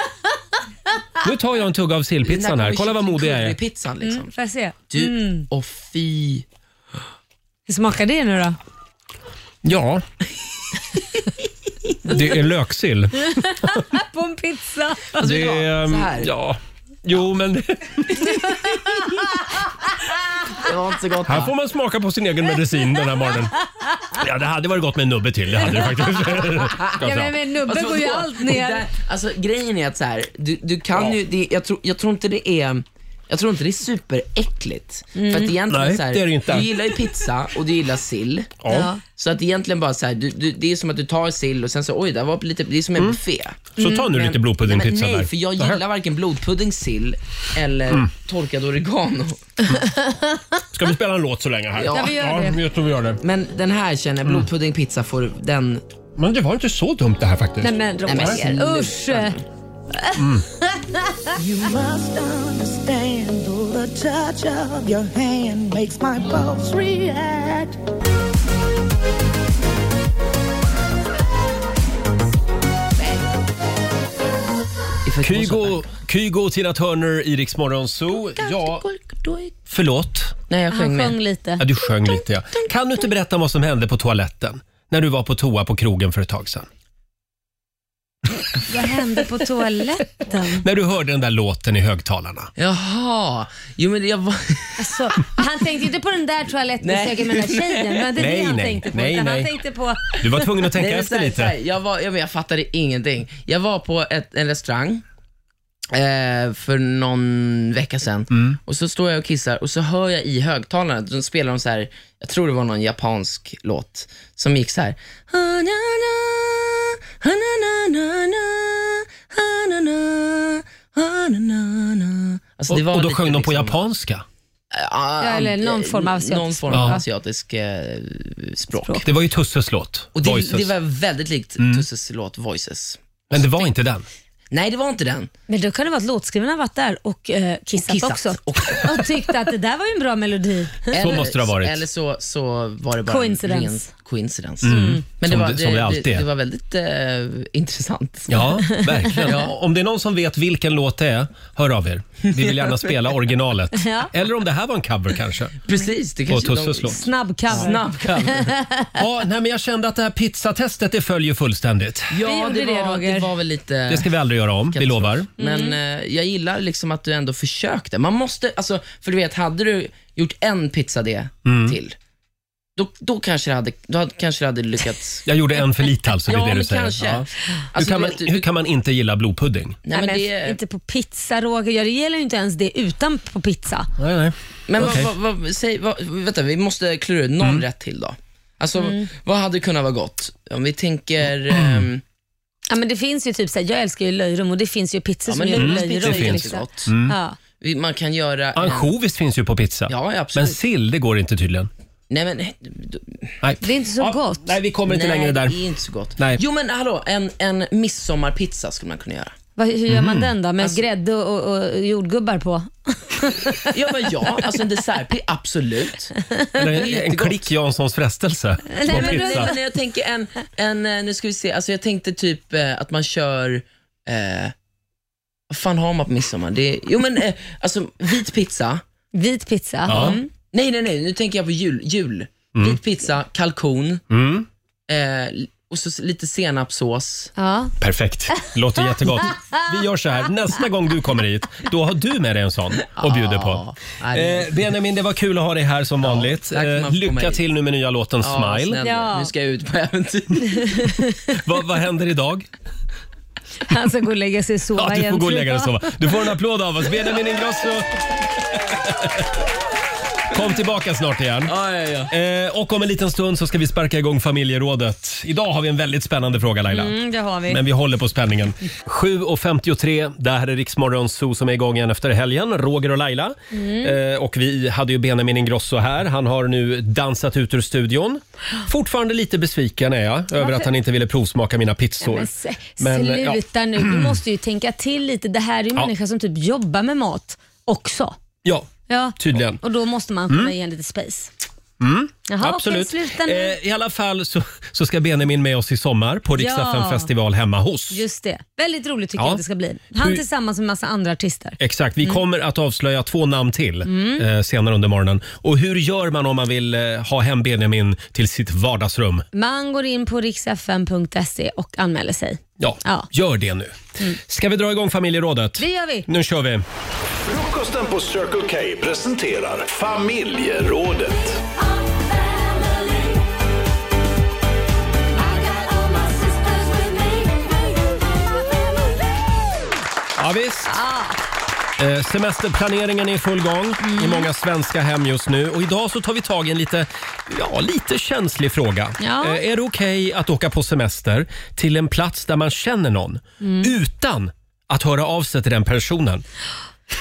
[SPEAKER 1] Nu tar jag en tugga av
[SPEAKER 15] Den
[SPEAKER 1] sillpizzan
[SPEAKER 15] där
[SPEAKER 1] här. Kolla vad modig jag är.
[SPEAKER 15] currypizzan, liksom.
[SPEAKER 2] Mm, får jag se?
[SPEAKER 15] Du,
[SPEAKER 2] Mm.
[SPEAKER 15] och fy.
[SPEAKER 2] Hur smakar det nu då?
[SPEAKER 1] Ja. Det är löksill.
[SPEAKER 15] Alltså,
[SPEAKER 2] på en pizza.
[SPEAKER 1] Det är... ehm, Ja. Jo, men
[SPEAKER 15] Det var inte så gott.
[SPEAKER 1] här
[SPEAKER 15] va?
[SPEAKER 1] får man smaka på sin egen medicin den här morgonen. Ja, det hade varit gott med en nubbe till. Det hade det faktiskt. Ska
[SPEAKER 2] Ja, men,
[SPEAKER 1] fram.
[SPEAKER 2] men nubben går ju
[SPEAKER 15] Alltså, vadå?
[SPEAKER 2] allt
[SPEAKER 15] Det där-
[SPEAKER 2] ner.
[SPEAKER 15] Alltså, grejen är att så här, du, du kan ju, det, jag, tror, jag tror inte det är jag tror inte det är superäckligt.
[SPEAKER 1] Mm.
[SPEAKER 15] För att egentligen
[SPEAKER 1] Nej,
[SPEAKER 15] så här,
[SPEAKER 1] det är det inte.
[SPEAKER 15] Du gillar ju pizza och du gillar sill.
[SPEAKER 1] Ja.
[SPEAKER 15] Så att egentligen bara så här, du, du, det är som att du tar sill och sen så, oj, där var lite, det är som en buffé.
[SPEAKER 1] Mm.
[SPEAKER 15] Mm.
[SPEAKER 1] Så ta nu
[SPEAKER 15] Men-
[SPEAKER 1] lite blodpuddingpizza
[SPEAKER 15] nej, men
[SPEAKER 1] där.
[SPEAKER 15] Nej, för jag
[SPEAKER 1] Så här.
[SPEAKER 15] gillar varken blodpudding, sill eller
[SPEAKER 1] Mm.
[SPEAKER 15] torkad oregano.
[SPEAKER 1] Ska vi spela en låt så länge här?
[SPEAKER 15] Ja. Ja, vi gör det.
[SPEAKER 1] jag tror vi gör det. Mm.
[SPEAKER 15] Men den här känner jag, blodpuddingpizza får den...
[SPEAKER 1] Men det var inte så dumt det här faktiskt. Mm.
[SPEAKER 2] Nej men Roger, usch.
[SPEAKER 14] You must understand the touch of your hand makes my pulse react.
[SPEAKER 1] Kygo, Kygo och Tina Turner i Rix Morgon Zoo. Ja, förlåt.
[SPEAKER 15] Nej, jag
[SPEAKER 2] Han sjöng lite.
[SPEAKER 1] Ja, du sjöng lite ja. Kan du inte berätta vad som hände på toaletten? När du var på toa på krogen för ett tag sedan.
[SPEAKER 2] Vad hände på toaletten?
[SPEAKER 1] När du hörde den där låten i högtalarna.
[SPEAKER 15] Jaha, jo men jag var...
[SPEAKER 2] Alltså, han tänkte inte på den där toalettbesöket med den där tjejen. Men det är det
[SPEAKER 15] Nej,
[SPEAKER 2] han
[SPEAKER 15] nej,
[SPEAKER 2] tänkte på.
[SPEAKER 15] nej,
[SPEAKER 2] utan
[SPEAKER 15] nej.
[SPEAKER 2] Han tänkte på...
[SPEAKER 1] Du var tvungen att tänka
[SPEAKER 15] men
[SPEAKER 1] efter
[SPEAKER 15] så här,
[SPEAKER 1] lite.
[SPEAKER 15] så här, jag, var, jag, men jag fattade ingenting. Jag var på ett, en restaurang eh, för någon vecka sedan
[SPEAKER 1] Mm.
[SPEAKER 15] och så står jag och kissar och så hör jag i högtalarna, de spelar de så här, jag tror det var någon japansk låt som gick så här. Alltså, det
[SPEAKER 1] och,
[SPEAKER 15] var
[SPEAKER 1] och då
[SPEAKER 15] lite
[SPEAKER 1] sjöng de på
[SPEAKER 15] liksom-
[SPEAKER 1] japanska.
[SPEAKER 15] ah,
[SPEAKER 2] Ja, eller
[SPEAKER 15] an-
[SPEAKER 2] någon form av asiatisk
[SPEAKER 15] eh, någon form
[SPEAKER 1] språk.
[SPEAKER 15] av
[SPEAKER 1] Ja.
[SPEAKER 15] asiatisk eh, språk.
[SPEAKER 1] Det var ju Tusses låt,
[SPEAKER 15] Och det,
[SPEAKER 1] Voices.
[SPEAKER 15] det var väldigt likt Tusses låt Voices.
[SPEAKER 1] Mm. Men det var inte den.
[SPEAKER 15] Nej, det var inte den.
[SPEAKER 2] Men då kan det vara att låtskrivarna har varit där och eh, kissat,
[SPEAKER 15] kissat
[SPEAKER 2] också. Och tyckte att det där var ju en bra melodi.
[SPEAKER 15] Eller-
[SPEAKER 1] måste det ha varit.
[SPEAKER 15] Eller så, så var det bara
[SPEAKER 2] Coincidence.
[SPEAKER 15] en ren coincidence.
[SPEAKER 1] Mm.
[SPEAKER 15] Men det
[SPEAKER 1] Som
[SPEAKER 15] var,
[SPEAKER 1] det- som det alltid
[SPEAKER 15] det,
[SPEAKER 1] är.
[SPEAKER 15] det var väldigt eh, intressant.
[SPEAKER 1] Ja, verkligen.
[SPEAKER 15] Ja.
[SPEAKER 1] Om det är någon som vet vilken låt det är, hör av er. Vi vill gärna spela originalet.
[SPEAKER 2] Ja.
[SPEAKER 1] Eller om det här var en cover kanske.
[SPEAKER 15] Precis, det
[SPEAKER 1] På
[SPEAKER 15] kanske de-
[SPEAKER 1] Tusses låt.
[SPEAKER 2] Snabb cover.
[SPEAKER 15] Snabb
[SPEAKER 1] cover. Ja, nej, men jag kände att det här pizzatestet det följer fullständigt.
[SPEAKER 2] Vi
[SPEAKER 15] Ja,
[SPEAKER 2] gjorde
[SPEAKER 15] det
[SPEAKER 2] det,
[SPEAKER 15] var,
[SPEAKER 2] Roger. Mm.
[SPEAKER 15] det var väl lite...
[SPEAKER 1] Det ska vi aldrig göra om, vi lovar.
[SPEAKER 15] Men eh, jag gillar liksom att du ändå försökte. Man måste, alltså, för du vet, hade du gjort en pizza det
[SPEAKER 1] Mm.
[SPEAKER 15] till, då, då kanske det hade, då hade, kanske det hade lyckats.
[SPEAKER 1] Jag gjorde en för lite alltså, det är
[SPEAKER 15] Ja,
[SPEAKER 1] det du
[SPEAKER 15] men
[SPEAKER 1] säger.
[SPEAKER 15] kanske.
[SPEAKER 1] Ja. Hur,
[SPEAKER 15] Alltså,
[SPEAKER 1] kan
[SPEAKER 15] du
[SPEAKER 1] man,
[SPEAKER 15] vet, du-
[SPEAKER 1] hur kan man inte gilla blodpudding?
[SPEAKER 2] Nej, men Inte på pizza, Roger. Ja, det gäller ju inte ens det utan på pizza.
[SPEAKER 1] Nej, nej.
[SPEAKER 15] Men
[SPEAKER 1] Okej. Mm.
[SPEAKER 15] vad, vad, vad, säg, vad, vänta, vi måste klura ut någon rätt till då. Alltså,
[SPEAKER 2] Mm.
[SPEAKER 15] vad hade kunnat vara gott? Om vi tänker... ehm,
[SPEAKER 2] Ja, men det finns ju typ så här, jag älskar ju löjrom och det finns ju pizzor
[SPEAKER 15] ja,
[SPEAKER 2] som
[SPEAKER 15] men
[SPEAKER 2] gör
[SPEAKER 15] mm,
[SPEAKER 2] löjrom.
[SPEAKER 15] det finns
[SPEAKER 2] liksom.
[SPEAKER 15] gott.
[SPEAKER 1] Mm.
[SPEAKER 2] Ja.
[SPEAKER 15] Vi- Man kan göra... en-
[SPEAKER 1] Ansjovis finns ju på pizza.
[SPEAKER 15] Ja, absolut.
[SPEAKER 1] men sill, det går inte tydligen.
[SPEAKER 15] Nej, men... då-
[SPEAKER 1] Nej.
[SPEAKER 2] Det är inte så
[SPEAKER 1] Ja,
[SPEAKER 2] gott.
[SPEAKER 1] Nej, vi kommer inte
[SPEAKER 15] Nej,
[SPEAKER 1] längre
[SPEAKER 15] det är
[SPEAKER 1] där.
[SPEAKER 15] inte så gott.
[SPEAKER 1] Nej.
[SPEAKER 15] Jo men hallå, en, en midsommarpizza skulle man kunna göra.
[SPEAKER 2] Vad- hur gör
[SPEAKER 1] Mhm.
[SPEAKER 2] man den då? Med
[SPEAKER 15] Alltså-
[SPEAKER 2] grädde och, och, och jordgubbar på?
[SPEAKER 15] Ja men ja, alltså en dessertpizza, absolut.
[SPEAKER 1] Eller en
[SPEAKER 15] Jättegott.
[SPEAKER 1] klick Janssons frestelse på
[SPEAKER 15] Nej, men, nej,
[SPEAKER 1] pizza.
[SPEAKER 15] men jag tänker en, en, eh, nu ska vi se, alltså jag tänkte typ eh, att man kör, eh, vad fan har man på midsommar? Det, jo men eh, alltså vit pizza.
[SPEAKER 2] Vit pizza.
[SPEAKER 1] Ja.
[SPEAKER 2] Mm.
[SPEAKER 15] Nej nej nej, nu tänker jag på jul. jul.
[SPEAKER 1] Mm.
[SPEAKER 15] Vit pizza, kalkon
[SPEAKER 1] Mm.
[SPEAKER 15] eh, och så lite senapssås.
[SPEAKER 2] Ja.
[SPEAKER 1] Perfekt. Låter jättegott. Vi gör så här. Nästa gång du kommer hit, då har du med dig en sån och bjuder på.
[SPEAKER 15] Ja, det är-
[SPEAKER 1] Eh, Benjamin, det var kul att ha dig här som vanligt.
[SPEAKER 15] tack för att
[SPEAKER 1] Eh,
[SPEAKER 15] man får komma
[SPEAKER 1] lycka
[SPEAKER 15] hit.
[SPEAKER 1] till nu med nya låten
[SPEAKER 15] Ja,
[SPEAKER 1] Smile.
[SPEAKER 15] snälla,
[SPEAKER 2] Ja.
[SPEAKER 15] Nu ska jag ut på äventyr.
[SPEAKER 1] Vad, vad händer idag?
[SPEAKER 2] Han ska gå och lägga sig och sova
[SPEAKER 1] Ja, du får
[SPEAKER 2] igen.
[SPEAKER 1] gå och lägga dig och sova. Du får en applåd av oss. Benjamin Ingrosso. Kom tillbaka snart igen.
[SPEAKER 15] Ja, ja, ja.
[SPEAKER 1] Eh, och om en liten stund så ska vi sparka igång familjerådet. Idag har vi en väldigt spännande fråga Laila.
[SPEAKER 2] Mm, det har vi.
[SPEAKER 1] Men vi håller på spänningen. 7.53, det här är Riksmorgon Zoo som är igång igen efter helgen. Roger och Laila.
[SPEAKER 2] Mm.
[SPEAKER 1] Eh, och vi hade ju Benjamin Ingrosso här. Han har nu dansat ut ur studion. Fortfarande lite besviken är jag över att han inte ville provsmaka mina pizzor.
[SPEAKER 2] Men, s-
[SPEAKER 1] Men, eh, ja.
[SPEAKER 2] sluta nu, du måste ju tänka till lite. Det här är ju
[SPEAKER 1] Ja.
[SPEAKER 2] människor som typ jobbar med mat också.
[SPEAKER 1] Ja,
[SPEAKER 2] Ja.
[SPEAKER 1] tydligen.
[SPEAKER 2] Och då måste man kunna ge en lite space.
[SPEAKER 1] Mm.
[SPEAKER 2] Jaha,
[SPEAKER 1] Absolut.
[SPEAKER 2] okej, sluta nu.
[SPEAKER 1] Eh, I alla fall så, så ska Benjamin med oss i sommar på
[SPEAKER 2] Ja.
[SPEAKER 1] Riksdagen festival hemma hos.
[SPEAKER 2] Just det. Väldigt roligt tycker
[SPEAKER 1] Ja.
[SPEAKER 2] jag att det ska bli. Han
[SPEAKER 1] Hur-
[SPEAKER 2] tillsammans med massa andra artister.
[SPEAKER 1] Exakt.
[SPEAKER 2] Mm.
[SPEAKER 1] Vi kommer att avslöja två namn till eh, senare under morgonen. Och hur gör man om man vill eh, ha hem Benjamin till sitt vardagsrum?
[SPEAKER 2] Man går in på riksfn.se och anmäler sig.
[SPEAKER 1] Ja,
[SPEAKER 2] Ja. Mm.
[SPEAKER 1] gör det nu. Ska vi dra igång familjerådet?
[SPEAKER 2] Det gör vi.
[SPEAKER 1] Nu kör vi.
[SPEAKER 6] Frukosten på Circle K presenterar Familjerådet.
[SPEAKER 1] Ja, visst. Eh, semesterplaneringen är i full gång
[SPEAKER 2] Mm.
[SPEAKER 1] i många svenska hem just nu. Och idag så tar vi tag i en lite, ja, lite känslig fråga.
[SPEAKER 2] Ja.
[SPEAKER 1] Eh, är det okej att åka på semester till en plats där man känner någon
[SPEAKER 2] Mm.
[SPEAKER 1] utan att höra av sig till den personen?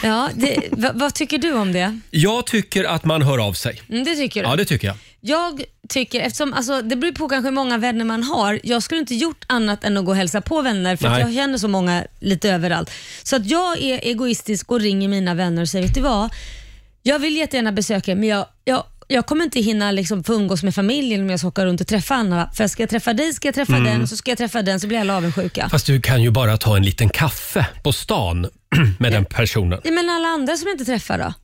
[SPEAKER 2] Ja, det, va, vad tycker du om det?
[SPEAKER 1] Jag tycker att man hör av sig.
[SPEAKER 2] Mm, det tycker du?
[SPEAKER 1] Ja, det tycker jag.
[SPEAKER 2] Jag tycker, eftersom alltså, det beror på kanske hur många vänner man har. Jag skulle inte gjort annat än att gå och hälsa på vänner för att
[SPEAKER 1] Nej.
[SPEAKER 2] jag känner så många lite överallt. Så att jag är egoistisk och ringer mina vänner och säger, vet du vad? Jag vill jättegärna besöka er, men jag, jag, jag kommer inte hinna liksom få umgås med familjen om jag ska åka runt och träffa Anna. För ska jag träffa dig, ska jag träffa
[SPEAKER 1] Mm.
[SPEAKER 2] den, så ska jag träffa den, så blir alla avundsjuka.
[SPEAKER 1] Fast du kan ju bara ta en liten kaffe på stan med den personen.
[SPEAKER 2] Ja, Men alla andra som jag inte träffar då?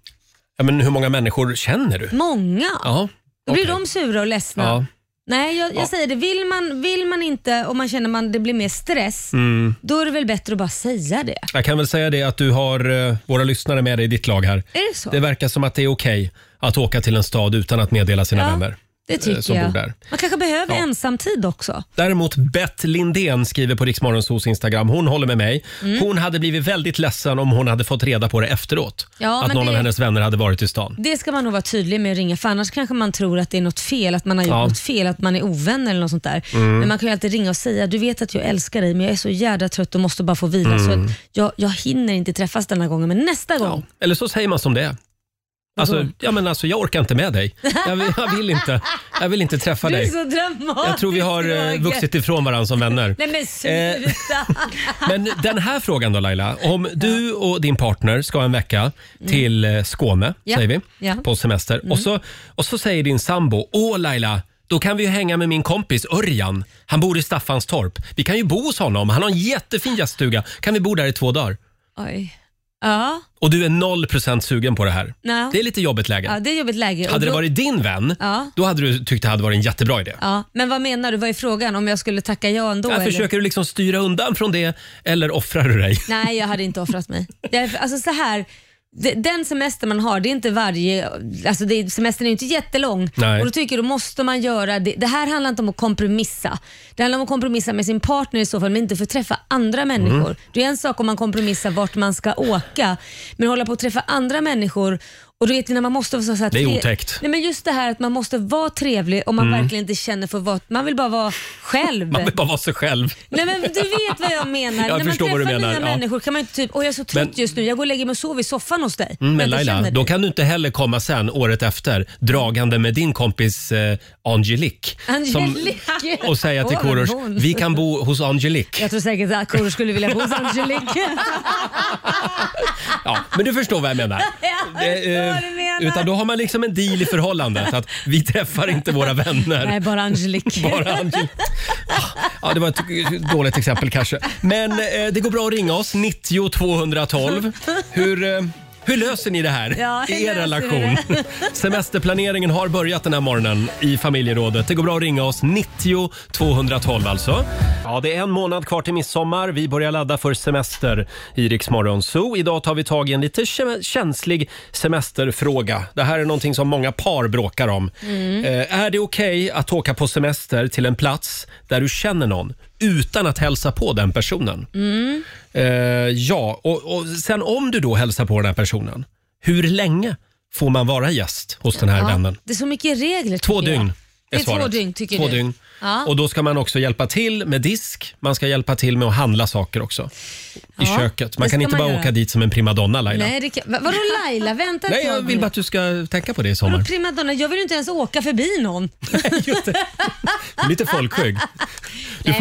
[SPEAKER 1] Ja, men hur många människor känner du?
[SPEAKER 2] Många.
[SPEAKER 1] Ja,
[SPEAKER 2] Då blir
[SPEAKER 1] okej.
[SPEAKER 2] de sura och ledsna.
[SPEAKER 1] Ja.
[SPEAKER 2] Nej, jag, jag
[SPEAKER 1] Ja.
[SPEAKER 2] säger det. Vill man, vill man inte och man känner man det blir mer stress,
[SPEAKER 1] Mm.
[SPEAKER 2] då är det väl bättre att bara säga det.
[SPEAKER 1] Jag kan väl säga det att du har eh, våra lyssnare med dig i ditt lag här.
[SPEAKER 2] Är det så?
[SPEAKER 1] Det verkar som att det är okej att åka till en stad utan att meddela sina
[SPEAKER 2] Ja,
[SPEAKER 1] vänner.
[SPEAKER 2] det
[SPEAKER 1] eh,
[SPEAKER 2] tycker
[SPEAKER 1] som
[SPEAKER 2] jag.
[SPEAKER 1] Bor där.
[SPEAKER 2] Man kanske behöver
[SPEAKER 1] Ja.
[SPEAKER 2] ensamtid också.
[SPEAKER 1] Däremot Bett Lindén skriver på Riksmorgonsos Instagram. Hon håller med mig.
[SPEAKER 2] Mm.
[SPEAKER 1] Hon hade blivit väldigt ledsen om hon hade fått reda på det efteråt.
[SPEAKER 2] Ja,
[SPEAKER 1] att
[SPEAKER 2] men
[SPEAKER 1] någon
[SPEAKER 2] det-
[SPEAKER 1] av hennes vänner hade varit i stan.
[SPEAKER 2] Det ska man nog vara tydlig med att ringa för annars kanske man tror att det är något fel, att man har gjort
[SPEAKER 1] Ja.
[SPEAKER 2] något fel, att man är ovän eller något sånt där.
[SPEAKER 1] Mm.
[SPEAKER 2] Men man kan ju alltid ringa och säga, du vet att jag älskar dig men jag är så jävla trött och måste bara få vila
[SPEAKER 1] Mm.
[SPEAKER 2] så att jag, jag hinner inte träffas denna gången men nästa gång.
[SPEAKER 1] Eller så säger man som det är. Alltså, ja, men alltså, jag orkar inte med dig. Jag vill, jag vill, inte, jag vill inte träffa
[SPEAKER 2] Du är
[SPEAKER 1] dig.
[SPEAKER 2] så dramatisk
[SPEAKER 1] Jag tror vi har eh,
[SPEAKER 2] Roger.
[SPEAKER 1] vuxit ifrån varandra som vänner.
[SPEAKER 2] Nej men
[SPEAKER 1] Eh,
[SPEAKER 2] sluta!
[SPEAKER 1] Men den här frågan då Laila. Om du och din partner ska en vecka till eh, Skåne,
[SPEAKER 2] Mm. Ja.
[SPEAKER 1] säger vi,
[SPEAKER 2] Ja. Mm.
[SPEAKER 1] på semester. Och, så, och så säger din sambo, åh Laila, då kan vi ju hänga med min kompis Örjan. Han bor i Staffanstorp. Vi kan ju bo hos honom. Han har en jättefin gäststuga. Kan vi bo där i två dagar?
[SPEAKER 2] Oj. Ja,
[SPEAKER 1] Och du är 0% sugen på det här.
[SPEAKER 2] Nej.
[SPEAKER 1] Det är lite jobbigt läge.
[SPEAKER 2] ja, det är ett jobbigt läge. Och
[SPEAKER 1] Hade det
[SPEAKER 2] då-
[SPEAKER 1] varit din vän,
[SPEAKER 2] Ja.
[SPEAKER 1] då hade du tyckt det hade varit en jättebra idé.
[SPEAKER 2] Ja, men vad menar du? Vad är frågan? Om jag skulle tacka ja ändå?
[SPEAKER 1] Här
[SPEAKER 2] eller?
[SPEAKER 1] försöker du liksom styra undan från det eller offrar du dig?
[SPEAKER 2] Nej, jag hade inte offrat mig. Jag- Alltså så här, de- den semester man har, det är inte varje... Alltså det, är- semestern är ju inte jättelång.
[SPEAKER 16] Nej.
[SPEAKER 2] Och då tycker jag då måste man göra... Det, det här handlar inte om att kompromissa. Det handlar om att kompromissa med sin partner i så fall, men inte för att träffa andra människor.
[SPEAKER 16] Mm.
[SPEAKER 2] Det är en sak om man kompromissar vart man ska åka, men hålla på att träffa andra människor och du vet när man måste vara så här
[SPEAKER 1] Det är
[SPEAKER 2] tre-
[SPEAKER 1] otäckt.
[SPEAKER 2] Nej, men just det här att man måste vara trevlig om man
[SPEAKER 1] Mm.
[SPEAKER 2] verkligen inte känner för vad... Man vill bara vara själv.
[SPEAKER 1] Man vill bara vara sig själv.
[SPEAKER 2] Nej men du vet vad jag menar.
[SPEAKER 1] Jag
[SPEAKER 2] När
[SPEAKER 1] förstår
[SPEAKER 2] man
[SPEAKER 1] vad du
[SPEAKER 2] träffar
[SPEAKER 1] menar,
[SPEAKER 2] nya
[SPEAKER 1] ja.
[SPEAKER 2] människor kan man inte typ, åh jag är så trött
[SPEAKER 1] Men-
[SPEAKER 2] just nu, jag går och lägger mig och sover i soffan hos dig.
[SPEAKER 1] Mm, men
[SPEAKER 2] Vänta,
[SPEAKER 1] Laila,
[SPEAKER 2] känner
[SPEAKER 1] då
[SPEAKER 2] du?
[SPEAKER 1] kan du inte heller komma sen året efter dragande med din kompis eh, Angelique.
[SPEAKER 2] Angelique!
[SPEAKER 1] och säga till
[SPEAKER 2] Åh, vad
[SPEAKER 1] Korosh,
[SPEAKER 2] hon-
[SPEAKER 1] vi kan bo hos Angelique.
[SPEAKER 2] Jag tror säkert att Korosh skulle vilja bo hos Angelique.
[SPEAKER 1] Ja, men du förstår vad jag menar.
[SPEAKER 2] Ja,
[SPEAKER 1] Eh,
[SPEAKER 2] jag förstår
[SPEAKER 1] eh,
[SPEAKER 2] vad du menar.
[SPEAKER 1] utan då har man liksom en deal i förhållandet att vi träffar inte våra vänner.
[SPEAKER 2] Nej, bara Angelique.
[SPEAKER 1] Bara Angelique. Ja, det var ett dåligt exempel kanske. Men eh, det går bra att ringa oss, 90 212. Hur, eh, hur löser ni det här
[SPEAKER 2] Ja, hur
[SPEAKER 1] i er
[SPEAKER 2] löser
[SPEAKER 1] relation?
[SPEAKER 2] vi det?
[SPEAKER 1] Semesterplaneringen har börjat den här morgonen i familjerådet. Det går bra att ringa oss, 90 212 alltså. Ja, det är en månad kvar till midsommar. Vi börjar ladda för semester i Rix Morgon Zoo. Idag tar vi tag i en lite kä- känslig semesterfråga. Det här är någonting som många par bråkar om.
[SPEAKER 16] Mm.
[SPEAKER 1] Eh, är det okej att åka på semester till en plats där du känner någon utan att hälsa på den personen?
[SPEAKER 16] Mm.
[SPEAKER 1] Eh, ja, och, och sen om du då hälsar på den här personen, hur länge får man vara gäst hos den här
[SPEAKER 2] Ja,
[SPEAKER 1] vännen?
[SPEAKER 2] Det är så mycket regler
[SPEAKER 1] Två
[SPEAKER 2] tycker jag.
[SPEAKER 1] dygn
[SPEAKER 2] Det
[SPEAKER 1] är
[SPEAKER 2] är
[SPEAKER 1] svaret.
[SPEAKER 2] två dygn tycker
[SPEAKER 1] två
[SPEAKER 2] du?
[SPEAKER 1] Dygn.
[SPEAKER 2] Ja.
[SPEAKER 1] Och då ska man också hjälpa till med disk. Man ska hjälpa till med att handla saker också. I
[SPEAKER 2] Ja,
[SPEAKER 1] köket. Man
[SPEAKER 2] det
[SPEAKER 1] kan
[SPEAKER 2] ska
[SPEAKER 1] inte
[SPEAKER 2] man
[SPEAKER 1] bara
[SPEAKER 2] göra.
[SPEAKER 1] åka dit som en primadonna Laila.
[SPEAKER 2] Nej, det kan, va- vadå Laila? Vänta ett
[SPEAKER 1] Nej, jag
[SPEAKER 2] tag
[SPEAKER 1] vill
[SPEAKER 2] nu.
[SPEAKER 1] bara att du ska tänka på det i
[SPEAKER 2] Vadå
[SPEAKER 1] sommar.
[SPEAKER 2] primadonna? Jag vill ju inte ens åka förbi någon.
[SPEAKER 1] Lite folkskygg. Du får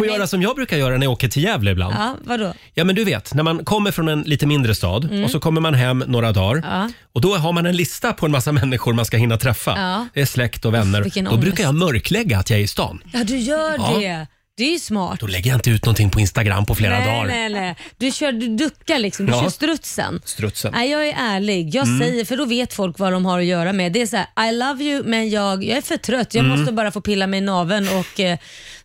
[SPEAKER 2] Nej, men-
[SPEAKER 1] göra som jag brukar göra när jag åker till Gävle ibland.
[SPEAKER 2] Ja, vadå?
[SPEAKER 1] Ja men du vet, när man kommer från en lite mindre stad
[SPEAKER 2] Mm.
[SPEAKER 1] och så kommer man hem några dagar
[SPEAKER 2] Ja.
[SPEAKER 1] och då har man en lista på en massa människor man ska hinna träffa.
[SPEAKER 2] Ja.
[SPEAKER 1] Det är släkt och vänner.
[SPEAKER 2] vilken
[SPEAKER 1] då
[SPEAKER 2] ångest.
[SPEAKER 1] brukar jag mörklägga att jag är i stan.
[SPEAKER 2] Ja, du gör
[SPEAKER 1] Ja.
[SPEAKER 2] det. Det är ju smart.
[SPEAKER 1] Då lägger jag inte ut någonting på Instagram på flera
[SPEAKER 2] nej,
[SPEAKER 1] dagar.
[SPEAKER 2] nej, nej. Du, kör, du duckar liksom. Du
[SPEAKER 1] Ja.
[SPEAKER 2] kör strutsen.
[SPEAKER 1] Strutsen.
[SPEAKER 2] Nej, jag är ärlig. Jag
[SPEAKER 1] Mm.
[SPEAKER 2] säger, för då vet folk vad de har att göra med. Det är så här, I love you, men jag, jag är för trött. Jag
[SPEAKER 1] Mm.
[SPEAKER 2] måste bara få pilla mig i naveln och eh,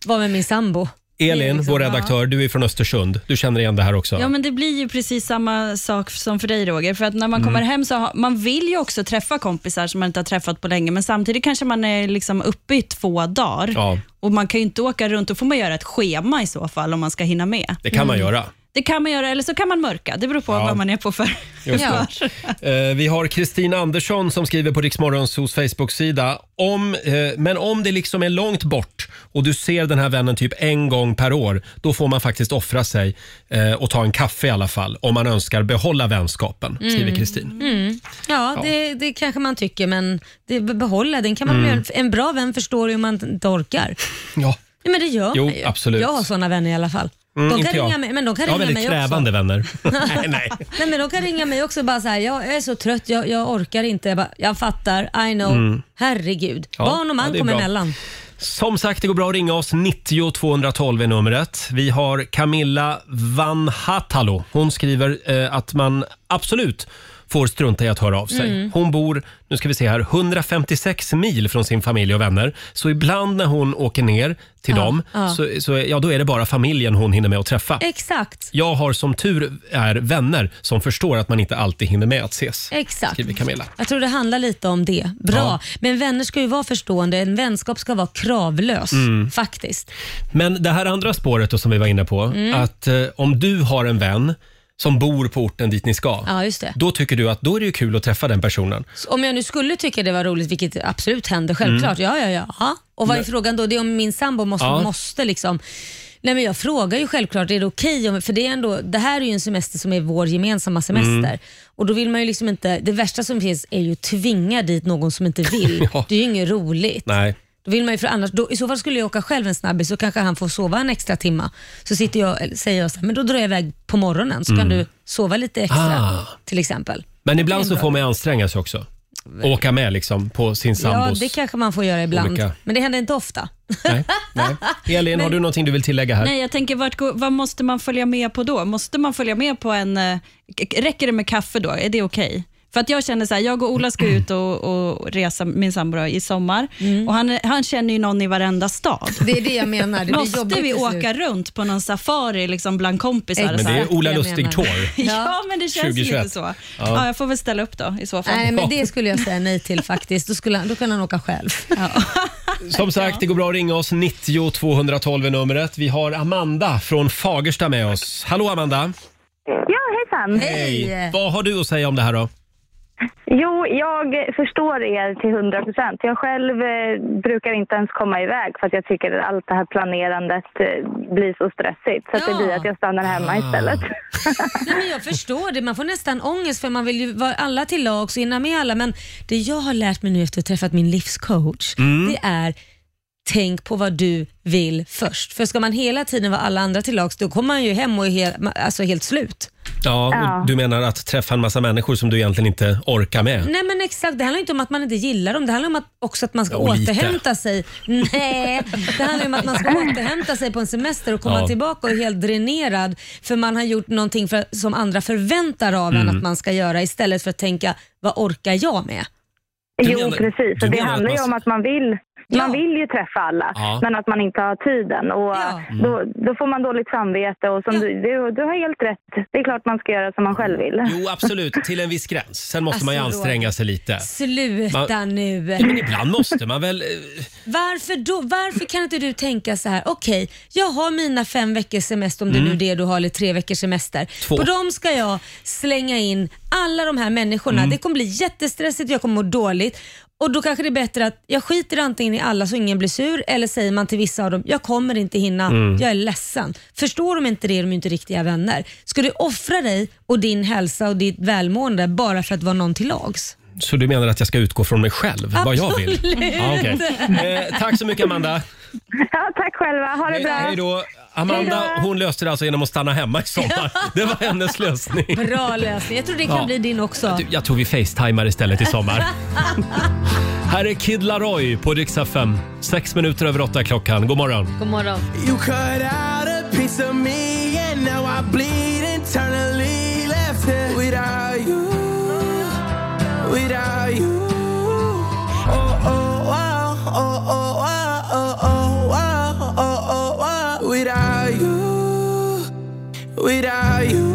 [SPEAKER 2] vara med min sambo.
[SPEAKER 1] Elin, vår redaktör, du är från Östersund. Du känner igen det här också?
[SPEAKER 11] Ja, men det blir ju precis samma sak som för dig Roger, för att när man
[SPEAKER 1] Mm.
[SPEAKER 11] kommer hem så har, man vill ju också träffa kompisar som man inte har träffat på länge, men samtidigt kanske man är liksom uppe i två dagar
[SPEAKER 1] Ja.
[SPEAKER 11] och man kan ju inte åka runt, då får man göra ett schema i så fall om man ska hinna med. Mm.
[SPEAKER 1] Det kan man
[SPEAKER 2] mm.
[SPEAKER 1] göra.
[SPEAKER 11] Det kan man göra, eller så kan man mörka, det beror på
[SPEAKER 1] Ja.
[SPEAKER 11] vad man är på för
[SPEAKER 1] Just det. Eh, vi har Kristina Andersson som skriver på Riksmorgonsos Facebook-sida. Om, eh, men om det liksom är långt bort och du ser den här vännen typ en gång per år, då får man faktiskt offra sig eh, och ta en kaffe i alla fall om man önskar behålla vänskapen, skriver
[SPEAKER 2] Mm.
[SPEAKER 1] Kristin.
[SPEAKER 2] Mm. Ja,
[SPEAKER 1] Ja.
[SPEAKER 2] Det, det kanske man tycker, men det, behålla den. Kan man
[SPEAKER 1] Mm.
[SPEAKER 2] göra. En bra vän förstår ju om man inte orkar.
[SPEAKER 1] Ja.
[SPEAKER 2] Nej, men det gör
[SPEAKER 1] Jo,
[SPEAKER 2] man ju.
[SPEAKER 1] absolut.
[SPEAKER 2] Jag har sådana vänner i alla fall.
[SPEAKER 1] Mm,
[SPEAKER 2] de kan
[SPEAKER 1] inte jag.
[SPEAKER 2] ringa mig, men de kan
[SPEAKER 1] jag har
[SPEAKER 2] ringa
[SPEAKER 1] väldigt
[SPEAKER 2] mig
[SPEAKER 1] krävande
[SPEAKER 2] också.
[SPEAKER 1] vänner. nej, nej.
[SPEAKER 2] Nej, men de kan ringa mig också och bara så här, jag är så trött, jag, jag orkar inte. Jag, bara, jag fattar, I know.
[SPEAKER 1] Mm.
[SPEAKER 2] Herregud.
[SPEAKER 1] Ja,
[SPEAKER 2] Barn och
[SPEAKER 1] ja,
[SPEAKER 2] man
[SPEAKER 1] det är
[SPEAKER 2] kommer
[SPEAKER 1] bra.
[SPEAKER 2] emellan.
[SPEAKER 1] Som sagt, det går bra att ringa oss. 90 212 är numret. Vi har Camilla Vanhatalo. Hon skriver eh, att man absolut får strunta i att höra av sig.
[SPEAKER 16] Mm.
[SPEAKER 1] Hon bor, nu ska vi se här, 156 mil från sin familj och vänner. Så ibland när hon åker ner till
[SPEAKER 2] Ja,
[SPEAKER 1] dem,
[SPEAKER 2] ja.
[SPEAKER 1] Så, så, ja, då är det bara familjen hon hinner med att träffa.
[SPEAKER 2] Exakt.
[SPEAKER 1] Jag har som tur är vänner som förstår att man inte alltid hinner med att ses.
[SPEAKER 2] Exakt.
[SPEAKER 1] Skriver Camilla.
[SPEAKER 2] Jag tror det handlar lite om det. Bra.
[SPEAKER 1] Ja.
[SPEAKER 2] Men vänner ska ju vara förstående. En vänskap ska vara kravlös
[SPEAKER 1] Mm.
[SPEAKER 2] faktiskt.
[SPEAKER 1] Men det här andra spåret då, som vi var inne på,
[SPEAKER 2] Mm.
[SPEAKER 1] att eh, om du har en vän som bor på orten dit ni ska,
[SPEAKER 2] Ja, just det.
[SPEAKER 1] då tycker du att då är det ju kul att träffa den personen.
[SPEAKER 2] Så Om jag nu skulle tycka det var roligt, vilket absolut händer, självklart. Ja, ja, ja. ja. Och vad är
[SPEAKER 1] Men-
[SPEAKER 2] frågan då? Det är om min sambo måste,
[SPEAKER 1] Mm. Ja.
[SPEAKER 2] måste liksom Nej, men jag frågar ju självklart, är det okej? om- För det, är ändå, det här är ju en semester som är vår gemensamma semester.
[SPEAKER 1] Mm.
[SPEAKER 2] Och då vill man ju liksom inte, det värsta som finns är ju att tvinga dit någon som inte vill. Det är ju inget roligt.
[SPEAKER 1] Nej.
[SPEAKER 2] Då vill man ju för annars, då, I så fall skulle jag åka själv en snabbis så kanske han får sova en extra timma. Så sitter jag, eller säger jag så här, men då drar jag iväg på morgonen så
[SPEAKER 1] Mm.
[SPEAKER 2] kan du sova lite extra
[SPEAKER 1] Ah.
[SPEAKER 2] till exempel.
[SPEAKER 1] Men
[SPEAKER 2] Det är
[SPEAKER 1] ibland så
[SPEAKER 2] bra.
[SPEAKER 1] får man ju anstränga sig också. Och åka med liksom på sin
[SPEAKER 2] Ja,
[SPEAKER 1] sambos.
[SPEAKER 2] det kanske man får göra ibland. Ah,
[SPEAKER 1] olika-
[SPEAKER 2] Men det händer inte ofta.
[SPEAKER 1] Elin, har du någonting du vill tillägga här?
[SPEAKER 11] Nej, jag tänker, vart, går- vad måste man följa med på då? Måste man följa med på en... eh, k- Räcker det med kaffe då? Är det okej? För att jag känner så här, jag och Ola ska ut och, och resa, min sambo då, i sommar. Och han, han känner ju någon i varenda stad.
[SPEAKER 2] Mm. Det är det jag menar. Det blir
[SPEAKER 11] Måste
[SPEAKER 2] jobbigt
[SPEAKER 11] vi
[SPEAKER 2] till slut.
[SPEAKER 11] åka runt på någon safari liksom bland kompisar?
[SPEAKER 1] Men
[SPEAKER 11] och så här?
[SPEAKER 1] det är Ola Jag Lustig menar. Tour.
[SPEAKER 11] ja, men det känns
[SPEAKER 1] 2021.
[SPEAKER 11] lite så. Ja.
[SPEAKER 1] Ja.
[SPEAKER 11] jag får väl ställa upp då i så fall.
[SPEAKER 2] Nej, men det skulle jag säga nej till faktiskt. Då, skulle han, då kan han åka själv.
[SPEAKER 1] Som sagt, det går bra att ringa oss. 90 212 är numret. Vi har Amanda från Fagersta med oss. Hallå Amanda!
[SPEAKER 16] Ja, hejsan.
[SPEAKER 1] Vad har du att säga om det här då?
[SPEAKER 16] Jo, jag förstår er till 100 procent. Jag själv eh, brukar inte ens komma iväg för att jag tycker att allt det här planerandet eh, blir så stressigt. Så att det blir att jag stannar
[SPEAKER 1] Ah.
[SPEAKER 16] hemma istället.
[SPEAKER 2] Nej, men jag förstår det. Man får nästan ångest för man vill ju vara alla till lags och hinna med alla. Men det jag har lärt mig nu efter att ha träffat min livscoach,
[SPEAKER 17] Mm.
[SPEAKER 2] det är Tänk på vad du vill först. För ska man hela tiden vara alla andra till lags, då kommer man ju hem och är helt, alltså helt slut.
[SPEAKER 1] Ja, och
[SPEAKER 2] Ja.
[SPEAKER 1] Du menar att träffa en massa människor som du egentligen inte orkar med?
[SPEAKER 2] Nej men exakt, det handlar inte om att man inte gillar dem. Det handlar om att också att man ska
[SPEAKER 1] Jo, lite.
[SPEAKER 2] återhämta sig. Nej, det handlar om att man ska återhämta sig på en semester och komma
[SPEAKER 1] Ja.
[SPEAKER 2] tillbaka och är helt dränerad för man har gjort någonting för, som andra förväntar av en
[SPEAKER 1] Mm.
[SPEAKER 2] att man ska göra istället för att tänka, vad orkar jag med?
[SPEAKER 1] Du
[SPEAKER 16] jo,
[SPEAKER 1] menar-
[SPEAKER 16] precis.
[SPEAKER 1] du
[SPEAKER 16] Och det
[SPEAKER 1] menar att
[SPEAKER 16] handlar ju
[SPEAKER 1] man-
[SPEAKER 16] om att man vill Man vill ju träffa alla,
[SPEAKER 1] Ja.
[SPEAKER 16] men att man inte har tiden. Och eh, då, då får man dåligt samvete. Och som du, du, du har helt rätt. Det är klart man ska göra som man själv vill.
[SPEAKER 1] Jo, absolut. Till en viss gräns. Sen måste man ju
[SPEAKER 2] Alltså,
[SPEAKER 1] anstränga sig lite.
[SPEAKER 2] Sluta
[SPEAKER 1] Man-
[SPEAKER 2] nu.
[SPEAKER 1] Ja, men ibland måste man väl... eh,
[SPEAKER 2] Varför, då, varför kan inte du tänka så här, okej, jag har mina fem veckors semester, om det
[SPEAKER 1] Mm.
[SPEAKER 2] nu är det du har, eller tre veckors semester.
[SPEAKER 1] Två.
[SPEAKER 2] På dem ska jag slänga in alla de här människorna.
[SPEAKER 1] Mm.
[SPEAKER 2] Det kommer bli jättestressigt, jag kommer må dåligt. Och då kanske det är bättre att jag skiter antingen i alla så ingen blir sur, eller säger man till vissa av dem, jag kommer inte hinna,
[SPEAKER 1] Mm.
[SPEAKER 2] jag är ledsen. Förstår de inte det är de ju inte riktiga vänner. Ska du offra dig och din hälsa och ditt välmående bara för att vara någon till lags?
[SPEAKER 1] Så du menar att jag ska utgå från mig själv? Vad jag vill?
[SPEAKER 2] Absolut.
[SPEAKER 1] Ja, okej. eh, tack så mycket Amanda.
[SPEAKER 16] Ja, tack själva. Ha det bra.
[SPEAKER 1] Hej då. Amanda hon löste det alltså genom att stanna hemma i sommar. Det var hennes lösning.
[SPEAKER 2] Bra lösning. Jag tror det kan
[SPEAKER 1] Ja.
[SPEAKER 2] bli din också.
[SPEAKER 1] Du, Jag tror vi facetimar istället i sommar. Här är Kid Laroi på riksdag 5. Sex minuter över åtta är klockan. God morgon.
[SPEAKER 2] God morgon.
[SPEAKER 8] You cut out a piece of me and now I bleed internally left here without you, without you. Oh, oh, wow, oh, oh, wow, oh, oh, wow, oh, oh, wow, without you, without you.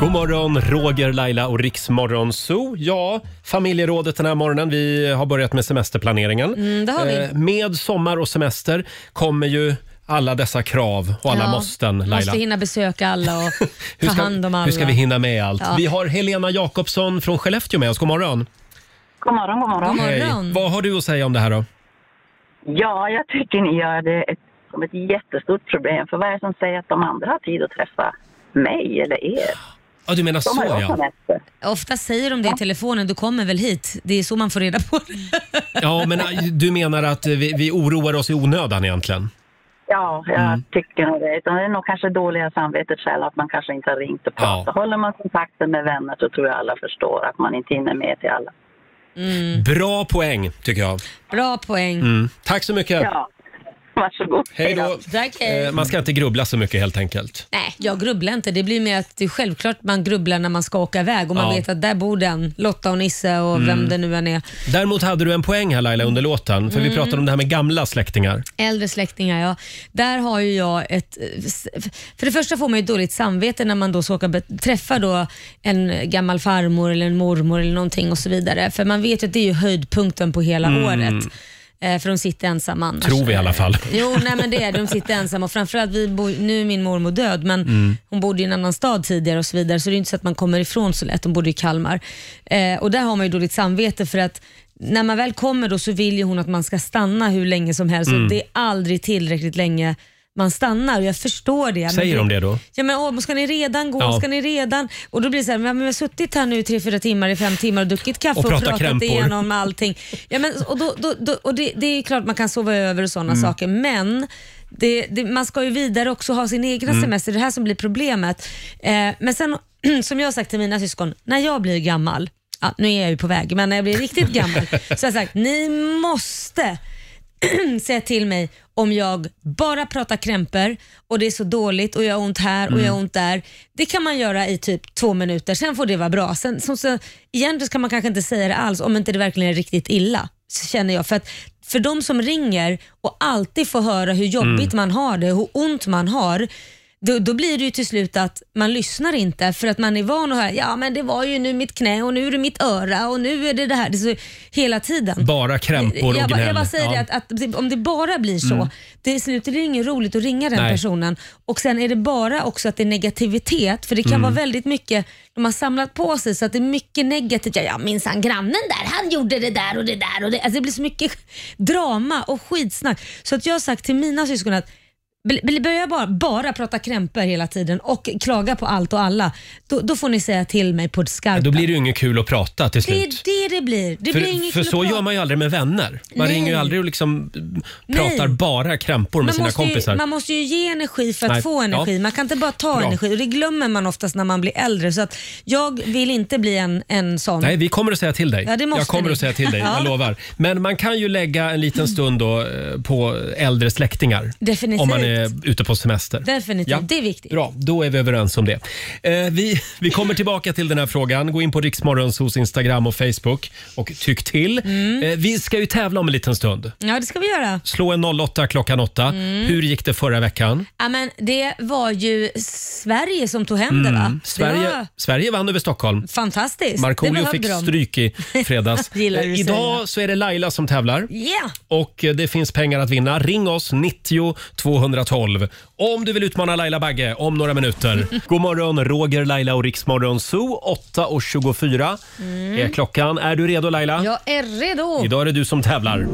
[SPEAKER 1] God morgon, Roger, Laila och Riksmorgon Zoo. Ja, familjerådet den här morgonen. Vi har börjat med semesterplaneringen.
[SPEAKER 2] Mm, det har vi.
[SPEAKER 1] Eh, Med sommar och semester kommer ju alla dessa krav och alla
[SPEAKER 2] Ja,
[SPEAKER 1] måsten, Laila.
[SPEAKER 2] Måste hinna besöka alla och ta hand om alla.
[SPEAKER 1] hur ska vi hinna med allt?
[SPEAKER 2] Ja.
[SPEAKER 1] Vi har Helena Jakobsson från Skellefteå med oss. God morgon.
[SPEAKER 18] God morgon, god morgon.
[SPEAKER 1] Hej. Vad har du att säga om det här då?
[SPEAKER 18] Ja, jag tycker ni gör det ett, som ett jättestort problem. För vad är det som säger att de andra har tid att träffa mig eller er?
[SPEAKER 1] Ja, du menar
[SPEAKER 18] De
[SPEAKER 1] så
[SPEAKER 18] har jag som
[SPEAKER 1] ja.
[SPEAKER 18] efter.
[SPEAKER 2] Ofta säger de det i telefonen, du kommer väl hit? Det är så man får reda på det.
[SPEAKER 1] Ja, men eh, du menar att eh, vi, vi oroar oss i onödan egentligen?
[SPEAKER 18] Ja, jag tycker nog det. Utan det är nog kanske dåliga samvetet själv att man kanske inte har ringt och pratat. Håller man kontakten med vänner så tror jag alla förstår att man inte hinner med till alla.
[SPEAKER 1] Bra poäng tycker jag.
[SPEAKER 2] Mm. Bra poäng.
[SPEAKER 1] Mm. Tack så mycket.
[SPEAKER 18] Ja. Varsågod.
[SPEAKER 1] Hej då.
[SPEAKER 2] Tack, hej.
[SPEAKER 1] Eh, Man ska inte grubbla så mycket helt enkelt.
[SPEAKER 2] Nej, jag grubblar inte. Det blir mer att det är självklart man grubblar när man ska åka iväg och man
[SPEAKER 1] Ja.
[SPEAKER 2] vet att där bor den, Lotta och Nisse och
[SPEAKER 1] Mm.
[SPEAKER 2] vem det nu än är.
[SPEAKER 1] Däremot hade du en poäng här Laila under låten, för vi
[SPEAKER 2] Mm.
[SPEAKER 1] pratade om det här med gamla släktingar.
[SPEAKER 2] Äldre släktingar, ja. Där har ju jag ett... För det första får man ju ett dåligt samvete när man då ska åka, träffa då en gammal farmor eller en mormor eller någonting och så vidare. För man vet ju att det är ju höjdpunkten på hela
[SPEAKER 1] Mm.
[SPEAKER 2] året. Eh, För de sitter ensamma annars.
[SPEAKER 1] Tror vi i alla fall.
[SPEAKER 2] Jo, nej men det är det. De sitter ensamma och framförallt, vi bor, nu är min mormor död men
[SPEAKER 1] Mm.
[SPEAKER 2] hon bodde i en annan stad tidigare och så vidare så det är inte så att man kommer ifrån så lätt. Hon bodde i Kalmar. Eh, och där har man ju dåligt samvete för att när man väl kommer då så vill ju hon att man ska stanna hur länge som helst
[SPEAKER 1] Mm.
[SPEAKER 2] och det är aldrig tillräckligt länge man stannar. Och jag förstår det. Men
[SPEAKER 1] Säger de det då?
[SPEAKER 2] Ja, men, åh, men ska ni redan gå?
[SPEAKER 1] Ja.
[SPEAKER 2] Ska ni redan? Och då blir det så här, men, men jag har suttit här nu i tre, fyra timmar, i fem timmar och druckit kaffe
[SPEAKER 1] Och
[SPEAKER 2] och,
[SPEAKER 1] pratat
[SPEAKER 2] pratat
[SPEAKER 1] krämpor.
[SPEAKER 2] igenom allting. Ja, men, och då, då, då, och det, det är klart man kan sova över och sådana
[SPEAKER 1] Mm.
[SPEAKER 2] saker, men det, det, man ska ju vidare också ha sin egna
[SPEAKER 1] Mm.
[SPEAKER 2] semester. Det är det här som blir problemet. Eh, men sen, som jag har sagt till mina syskon, när jag blir gammal, ja, nu är jag ju på väg, men när jag blir riktigt gammal, så har jag sagt, ni måste säga till mig om jag bara pratar krämpor och det är så dåligt och jag har ont här och jag har
[SPEAKER 17] Mm.
[SPEAKER 2] ont där. Det kan man göra i typ två minuter, sen får det vara bra. Sen, så, så, egentligen kan man kanske inte säga det alls om inte det verkligen är riktigt illa, så känner jag. För, att, för de som ringer och alltid får höra hur jobbigt
[SPEAKER 17] Mm.
[SPEAKER 2] man har det, hur ont man har, då, då blir det ju till slut att man lyssnar inte för att man är van att höra, ja men det var ju nu mitt knä och nu är det mitt öra och nu är det det här. Det är så, hela tiden.
[SPEAKER 1] Bara krämpor och
[SPEAKER 2] Jag, bara-
[SPEAKER 1] gnäll.
[SPEAKER 2] jag bara säger
[SPEAKER 1] Ja.
[SPEAKER 2] det att, att det- om det bara blir så,
[SPEAKER 1] Mm.
[SPEAKER 2] det slutar det är inget roligt att ringa den
[SPEAKER 1] Nej.
[SPEAKER 2] personen. Och Sen är det bara också att det är negativitet, för det kan
[SPEAKER 1] Mm.
[SPEAKER 2] vara väldigt mycket de har samlat på sig, så att det är mycket negativt. Ja, ja minsann grannen där, han gjorde det där och det där. Och det. Alltså, det blir så mycket drama och skitsnack. Så att jag har sagt till mina syskon att bl- bl- Börjar bara, bara prata krämpor hela tiden och klaga på allt och alla, då, då får ni säga till mig på skarpt.
[SPEAKER 1] Då blir det ju inget kul att prata till
[SPEAKER 2] Det
[SPEAKER 1] slut.
[SPEAKER 2] är det det blir. Det
[SPEAKER 1] för
[SPEAKER 2] blir inget
[SPEAKER 1] för
[SPEAKER 2] kul att
[SPEAKER 1] så
[SPEAKER 2] prata
[SPEAKER 1] gör man ju aldrig med vänner. Man
[SPEAKER 2] Nej.
[SPEAKER 1] ringer ju aldrig och liksom mm, pratar
[SPEAKER 2] Nej.
[SPEAKER 1] bara krämpor med sina
[SPEAKER 2] måste ju,
[SPEAKER 1] kompisar.
[SPEAKER 2] Man måste ju ge energi för att
[SPEAKER 1] Nej,
[SPEAKER 2] få energi.
[SPEAKER 1] ja.
[SPEAKER 2] Man kan inte bara ta
[SPEAKER 1] Bra.
[SPEAKER 2] energi och det glömmer man oftast när man blir äldre. Så att jag vill inte bli en, en sån.
[SPEAKER 1] Nej, vi kommer att säga till dig.
[SPEAKER 2] Ja, det måste
[SPEAKER 1] jag kommer
[SPEAKER 2] ni.
[SPEAKER 1] att säga till dig,
[SPEAKER 2] Ja.
[SPEAKER 1] jag lovar. Men man kan ju lägga en liten stund då, eh, på äldre släktingar.
[SPEAKER 2] Definitivt.
[SPEAKER 1] Om man är ute på semester.
[SPEAKER 2] Definitivt,
[SPEAKER 1] Ja.
[SPEAKER 2] det är viktigt.
[SPEAKER 1] Bra, då är vi överens om det. Eh, vi, vi kommer tillbaka till den här frågan. Gå in på Riksmorgons hos Instagram och Facebook och tyck till. Eh, vi ska ju tävla om en liten stund.
[SPEAKER 2] Mm. Ja, det ska vi göra.
[SPEAKER 1] Slå en 08 klockan 8.
[SPEAKER 2] Mm.
[SPEAKER 1] Hur gick det förra veckan?
[SPEAKER 2] Ja, men det var ju Sverige som tog hem det
[SPEAKER 1] Mm.
[SPEAKER 2] va?
[SPEAKER 1] Sverige,
[SPEAKER 2] Det var
[SPEAKER 1] Sverige vann över Stockholm.
[SPEAKER 2] fantastiskt. det
[SPEAKER 1] Markoolio
[SPEAKER 2] behövde
[SPEAKER 1] fick
[SPEAKER 2] de.
[SPEAKER 1] stryk i fredags.
[SPEAKER 2] Gillar du
[SPEAKER 1] Eh,
[SPEAKER 2] att
[SPEAKER 1] Idag
[SPEAKER 2] säga.
[SPEAKER 1] så är det Laila som tävlar.
[SPEAKER 2] Ja.
[SPEAKER 1] Och eh, det finns pengar att vinna. Ring oss, 90 212. Om du vill utmana Laila Bagge om några minuter. God morgon, Roger, Laila och Riksmorgon Zoo. 8.24
[SPEAKER 2] Mm.
[SPEAKER 1] är klockan. Är du redo Laila?
[SPEAKER 2] Jag är redo.
[SPEAKER 1] Idag är det du som tävlar.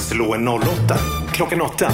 [SPEAKER 6] Slå en 08 klockan 8.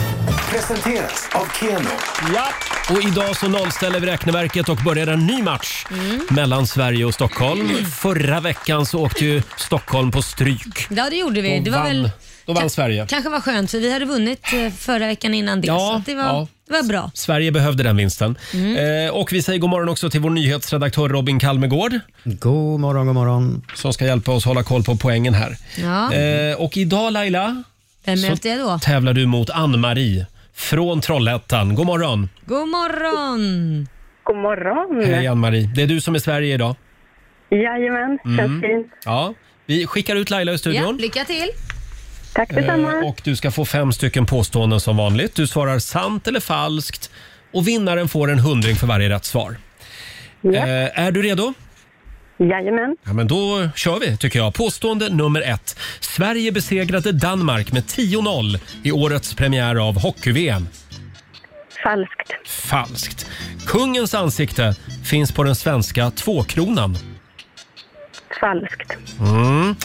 [SPEAKER 6] Presenteras av Keno.
[SPEAKER 1] Ja. Och idag så nollställer vi räkneverket och börjar en ny match
[SPEAKER 2] Mm.
[SPEAKER 1] mellan Sverige och Stockholm. Förra veckan så åkte ju Stockholm på stryk.
[SPEAKER 2] Ja, det gjorde vi.
[SPEAKER 1] Då
[SPEAKER 2] Det var
[SPEAKER 1] vann,
[SPEAKER 2] väl
[SPEAKER 1] då vann
[SPEAKER 2] Ka-
[SPEAKER 1] Sverige.
[SPEAKER 2] kanske var skönt för vi hade vunnit eh, förra veckan innan det.
[SPEAKER 1] Ja,
[SPEAKER 2] så att det, var,
[SPEAKER 1] ja.
[SPEAKER 2] det var bra.
[SPEAKER 1] Sverige behövde den vinsten.
[SPEAKER 2] Mm.
[SPEAKER 1] Eh, och vi säger god morgon också till vår nyhetsredaktör Robin Kalmegård.
[SPEAKER 19] God morgon, god morgon.
[SPEAKER 1] Som ska hjälpa oss hålla koll på poängen här.
[SPEAKER 2] Ja.
[SPEAKER 1] Eh, och idag Laila
[SPEAKER 2] Vem
[SPEAKER 1] så
[SPEAKER 2] möter jag då?
[SPEAKER 1] tävlar du mot Ann-Marie från Trollhättan. God morgon!
[SPEAKER 2] God morgon!
[SPEAKER 17] God morgon!
[SPEAKER 1] Hej Ann-Marie. Det är du som är Sverige idag.
[SPEAKER 17] Jajamän, känns fint.
[SPEAKER 1] Ja. Vi skickar ut Laila
[SPEAKER 2] Ja,
[SPEAKER 1] i Mm. studion.
[SPEAKER 2] lycka till!
[SPEAKER 17] Tack detsamma.
[SPEAKER 1] Eh, Och du ska få fem stycken påståenden som vanligt. Du svarar sant eller falskt och vinnaren får en hundring för varje rätt svar. Eh, Är du redo?
[SPEAKER 17] Jajamän.
[SPEAKER 1] Ja, men då kör vi tycker jag. Påstående nummer ett. Sverige besegrade Danmark med 10-0 i årets premiär av hockey-VM.
[SPEAKER 17] Falskt.
[SPEAKER 1] Falskt. Kungens ansikte finns på den svenska tvåkronan.
[SPEAKER 17] Falskt.
[SPEAKER 1] Mm.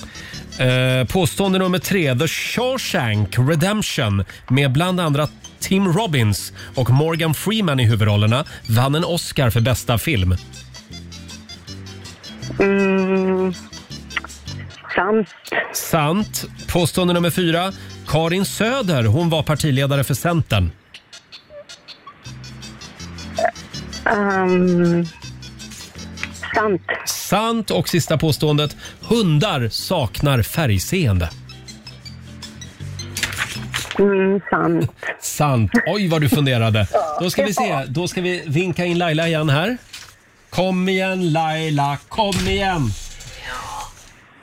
[SPEAKER 1] Eh, påstående nummer tre. The Shawshank Redemption med bland andra Tim Robbins och Morgan Freeman i huvudrollerna vann en Oscar för bästa film.
[SPEAKER 17] Mm. Sant.
[SPEAKER 1] Sant. Påstående nummer fyra. Karin Söder hon var partiledare för Centern.
[SPEAKER 17] Um, sant.
[SPEAKER 1] Sant. Och sista påståendet. Hundar saknar färgseende.
[SPEAKER 17] Mm, sant.
[SPEAKER 1] Sant. Oj, vad du funderade. Då ska vi se. Då ska vi vinka in Laila igen här. Kom igen Laila, kom igen!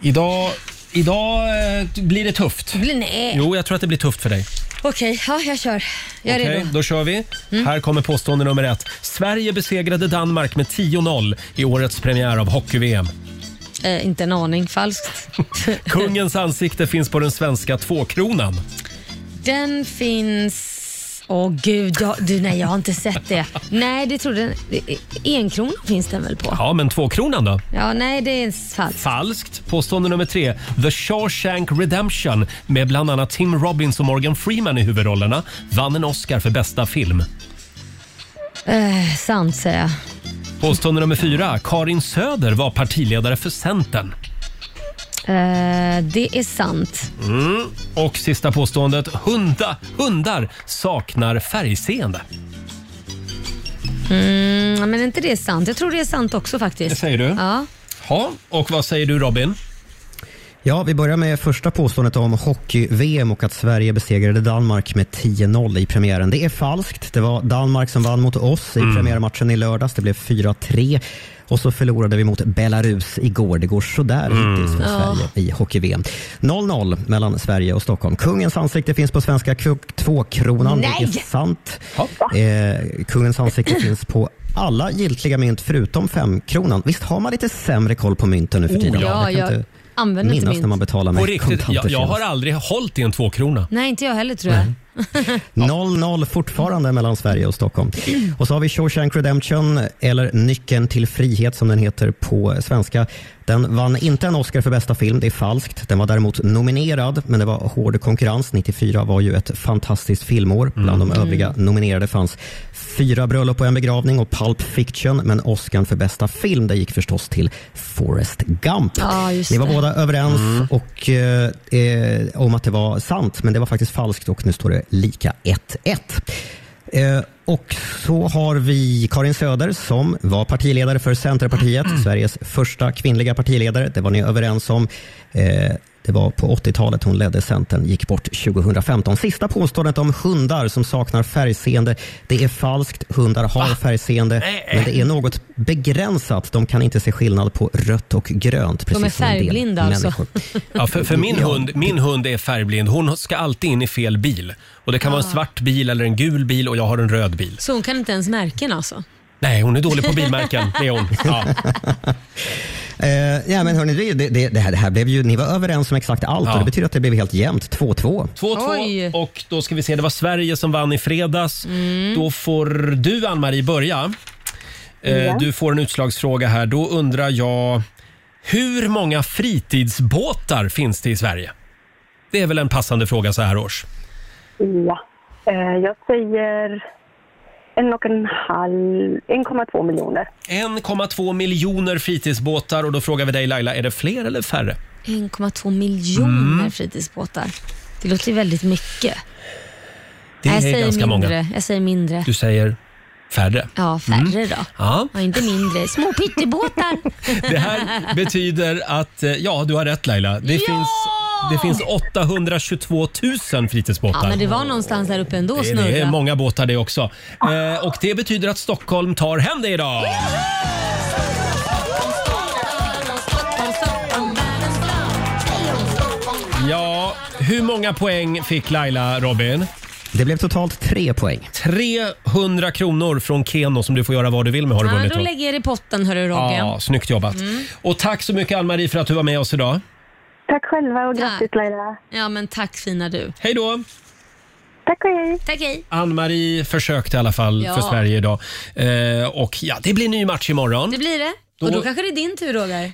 [SPEAKER 1] Idag, idag eh, blir det tufft.
[SPEAKER 2] Blir- Nej.
[SPEAKER 1] Jo, jag tror att det blir tufft för dig.
[SPEAKER 2] Okej, ja, jag kör. Jag är Mm.
[SPEAKER 1] Okej,
[SPEAKER 2] redo.
[SPEAKER 1] då kör vi. Här kommer påstående nummer ett. Sverige besegrade Danmark med 10-0 i årets premiär av hockey-VM.
[SPEAKER 2] Eh, inte en aning. Falskt.
[SPEAKER 1] Kungens ansikte finns på den svenska tvåkronan.
[SPEAKER 2] Den finns... Åh gud, jag, du, nej jag har inte sett det. nej, det trodde jag. En krona finns den väl på?
[SPEAKER 1] Ja, men tvåkronan då?
[SPEAKER 2] Ja, nej det är falskt.
[SPEAKER 1] Falskt. Påstående nummer tre. The Shawshank Redemption med bland annat Tim Robbins och Morgan Freeman i huvudrollerna vann en Oscar för bästa film.
[SPEAKER 2] Eh, sant säger jag.
[SPEAKER 1] Påstående nummer fyra. Karin Söder var partiledare för Centern.
[SPEAKER 2] Eh, det är sant.
[SPEAKER 1] Mm. Och sista påståendet. Hunda, hundar saknar färgseende.
[SPEAKER 2] Mm, men är inte det är sant? Jag tror det är sant också faktiskt.
[SPEAKER 1] Det säger du?
[SPEAKER 2] Ja.
[SPEAKER 1] Ja, och vad säger du Robin?
[SPEAKER 19] Ja, vi börjar med första påståendet om hockey-VM och att Sverige besegrade Danmark med 10-0 i premiären. Det är falskt. Det var Danmark som vann mot oss i
[SPEAKER 20] Mm.
[SPEAKER 19] premiärmatchen i lördags. Det blev 4-3. Och så förlorade vi mot Belarus igår. Det går sådär
[SPEAKER 20] Mm.
[SPEAKER 19] hittills för
[SPEAKER 20] Ja.
[SPEAKER 19] Sverige i hockey-VM. 0-0 mellan Sverige och Stockholm. Kungens ansikte finns på Svenska 2-kronan. Det är
[SPEAKER 20] Nej!
[SPEAKER 19] sant. Eh, kungens ansikte finns på alla giltiga mynt förutom femkronan. Visst har man lite sämre koll på mynten nu för tiden?
[SPEAKER 2] Oh, ja,
[SPEAKER 19] Jag kan
[SPEAKER 2] jag
[SPEAKER 19] inte-
[SPEAKER 2] använder inte
[SPEAKER 19] minnas
[SPEAKER 2] min.
[SPEAKER 19] när man betalar med
[SPEAKER 1] På riktigt,
[SPEAKER 19] kontanter
[SPEAKER 1] jag, jag har
[SPEAKER 19] senast.
[SPEAKER 1] aldrig hållit i en tvåkrona.
[SPEAKER 2] Nej, inte jag heller tror jag.
[SPEAKER 19] 0-0 fortfarande mellan Sverige och Stockholm. Och så har vi Shawshank Redemption, eller Nyckeln till frihet som den heter på svenska. Den vann inte en Oscar för bästa film, det är falskt. Den var däremot nominerad, men det var hård konkurrens. 94 var ju ett fantastiskt filmår. Bland
[SPEAKER 1] Mm.
[SPEAKER 19] de övriga
[SPEAKER 2] Mm.
[SPEAKER 19] nominerade fanns Fyra bröllop och en begravning och Pulp Fiction, men Oscar för bästa film det gick förstås till Forrest Gump.
[SPEAKER 2] Ja, just
[SPEAKER 19] Ni var
[SPEAKER 2] det.
[SPEAKER 19] båda överens och, eh, eh, om att det var sant, men det var faktiskt falskt och nu står det lika 1-1. Eh, och så har vi Karin Söder som var partiledare för Centerpartiet,
[SPEAKER 2] Mm.
[SPEAKER 19] Sveriges första kvinnliga partiledare. Det var ni överens om. Eh, det var på 80-talet hon ledde Centern, gick bort 2015. Sista påståendet om hundar som saknar färgseende. Det är falskt. Hundar har färgseende, men det är något begränsat. De kan inte se skillnad på rött och grönt.
[SPEAKER 2] De är
[SPEAKER 19] precis som en del
[SPEAKER 2] färgblinda alltså.
[SPEAKER 19] människor.
[SPEAKER 1] Ja, för, för min,
[SPEAKER 19] Ja.
[SPEAKER 1] hund, min hund är färgblind. Hon ska alltid in i fel bil. Och Det kan vara en svart bil eller en gul bil och jag har en röd bil.
[SPEAKER 2] Så hon kan inte ens märken alltså?
[SPEAKER 1] Nej, hon är dålig på bilmärken. Det är hon. Ja.
[SPEAKER 19] Eh, ja, men hörni, det, det- det, det, här, det här blev ju, ni var överens om exakt allt och det betyder att det blev helt jämnt. 2-2.
[SPEAKER 1] 2-2 och då ska vi se, det var Sverige som vann i fredags.
[SPEAKER 2] Mm.
[SPEAKER 1] Då får du Ann-Marie börja. Eh,
[SPEAKER 20] Ja.
[SPEAKER 1] Du får en utslagsfråga här. Då undrar jag, hur många fritidsbåtar finns det i Sverige? Det är väl en passande fråga så här års.
[SPEAKER 17] Ja. Eh, Jag säger en och en halv, 1,2 miljoner.
[SPEAKER 1] 1,2 miljoner fritidsbåtar och då frågar vi dig Laila, är det fler eller färre?
[SPEAKER 2] 1,2 miljoner
[SPEAKER 1] Mm.
[SPEAKER 2] fritidsbåtar. Det låter ju väldigt mycket.
[SPEAKER 1] Det
[SPEAKER 2] Nej, jag
[SPEAKER 1] är
[SPEAKER 2] säger
[SPEAKER 1] ganska
[SPEAKER 2] mindre.
[SPEAKER 1] många.
[SPEAKER 2] Jag säger mindre.
[SPEAKER 1] Du säger färre.
[SPEAKER 2] Ja, färre
[SPEAKER 1] Mm.
[SPEAKER 2] då.
[SPEAKER 1] Ja.
[SPEAKER 2] Ja, inte mindre. Små pyttebåtar.
[SPEAKER 1] Det här betyder att, eh, ja du har rätt Laila, det, finns, det finns 822 000 fritidsbåtar.
[SPEAKER 2] Ja, men det var någonstans där uppe ändå
[SPEAKER 1] Det är, det är
[SPEAKER 2] snurra.
[SPEAKER 1] många båtar det också. Eh, och det betyder att Stockholm tar hem det idag! Ja, hur många poäng fick Laila, Robin?
[SPEAKER 19] Det blev totalt tre poäng.
[SPEAKER 1] 300 kronor från Keno som du får göra vad du vill med har du
[SPEAKER 2] Ja,
[SPEAKER 1] vunnit.
[SPEAKER 2] då
[SPEAKER 1] då.
[SPEAKER 2] lägger jag det i potten hörru Robin.
[SPEAKER 1] Ja, snyggt jobbat.
[SPEAKER 2] Mm.
[SPEAKER 1] Och tack så mycket Ann-Marie för att du var med oss idag.
[SPEAKER 2] Tack själva och grattis Laila. Ja, men tack fina du.
[SPEAKER 1] Hej då.
[SPEAKER 2] Tack och hej. Tack hej.
[SPEAKER 1] Ann-Marie försökte i alla fall
[SPEAKER 2] Ja.
[SPEAKER 1] för Sverige idag. Eh, och ja, det blir ny match imorgon.
[SPEAKER 2] Det blir det.
[SPEAKER 1] Då-
[SPEAKER 2] Och då kanske det är din tur Roger.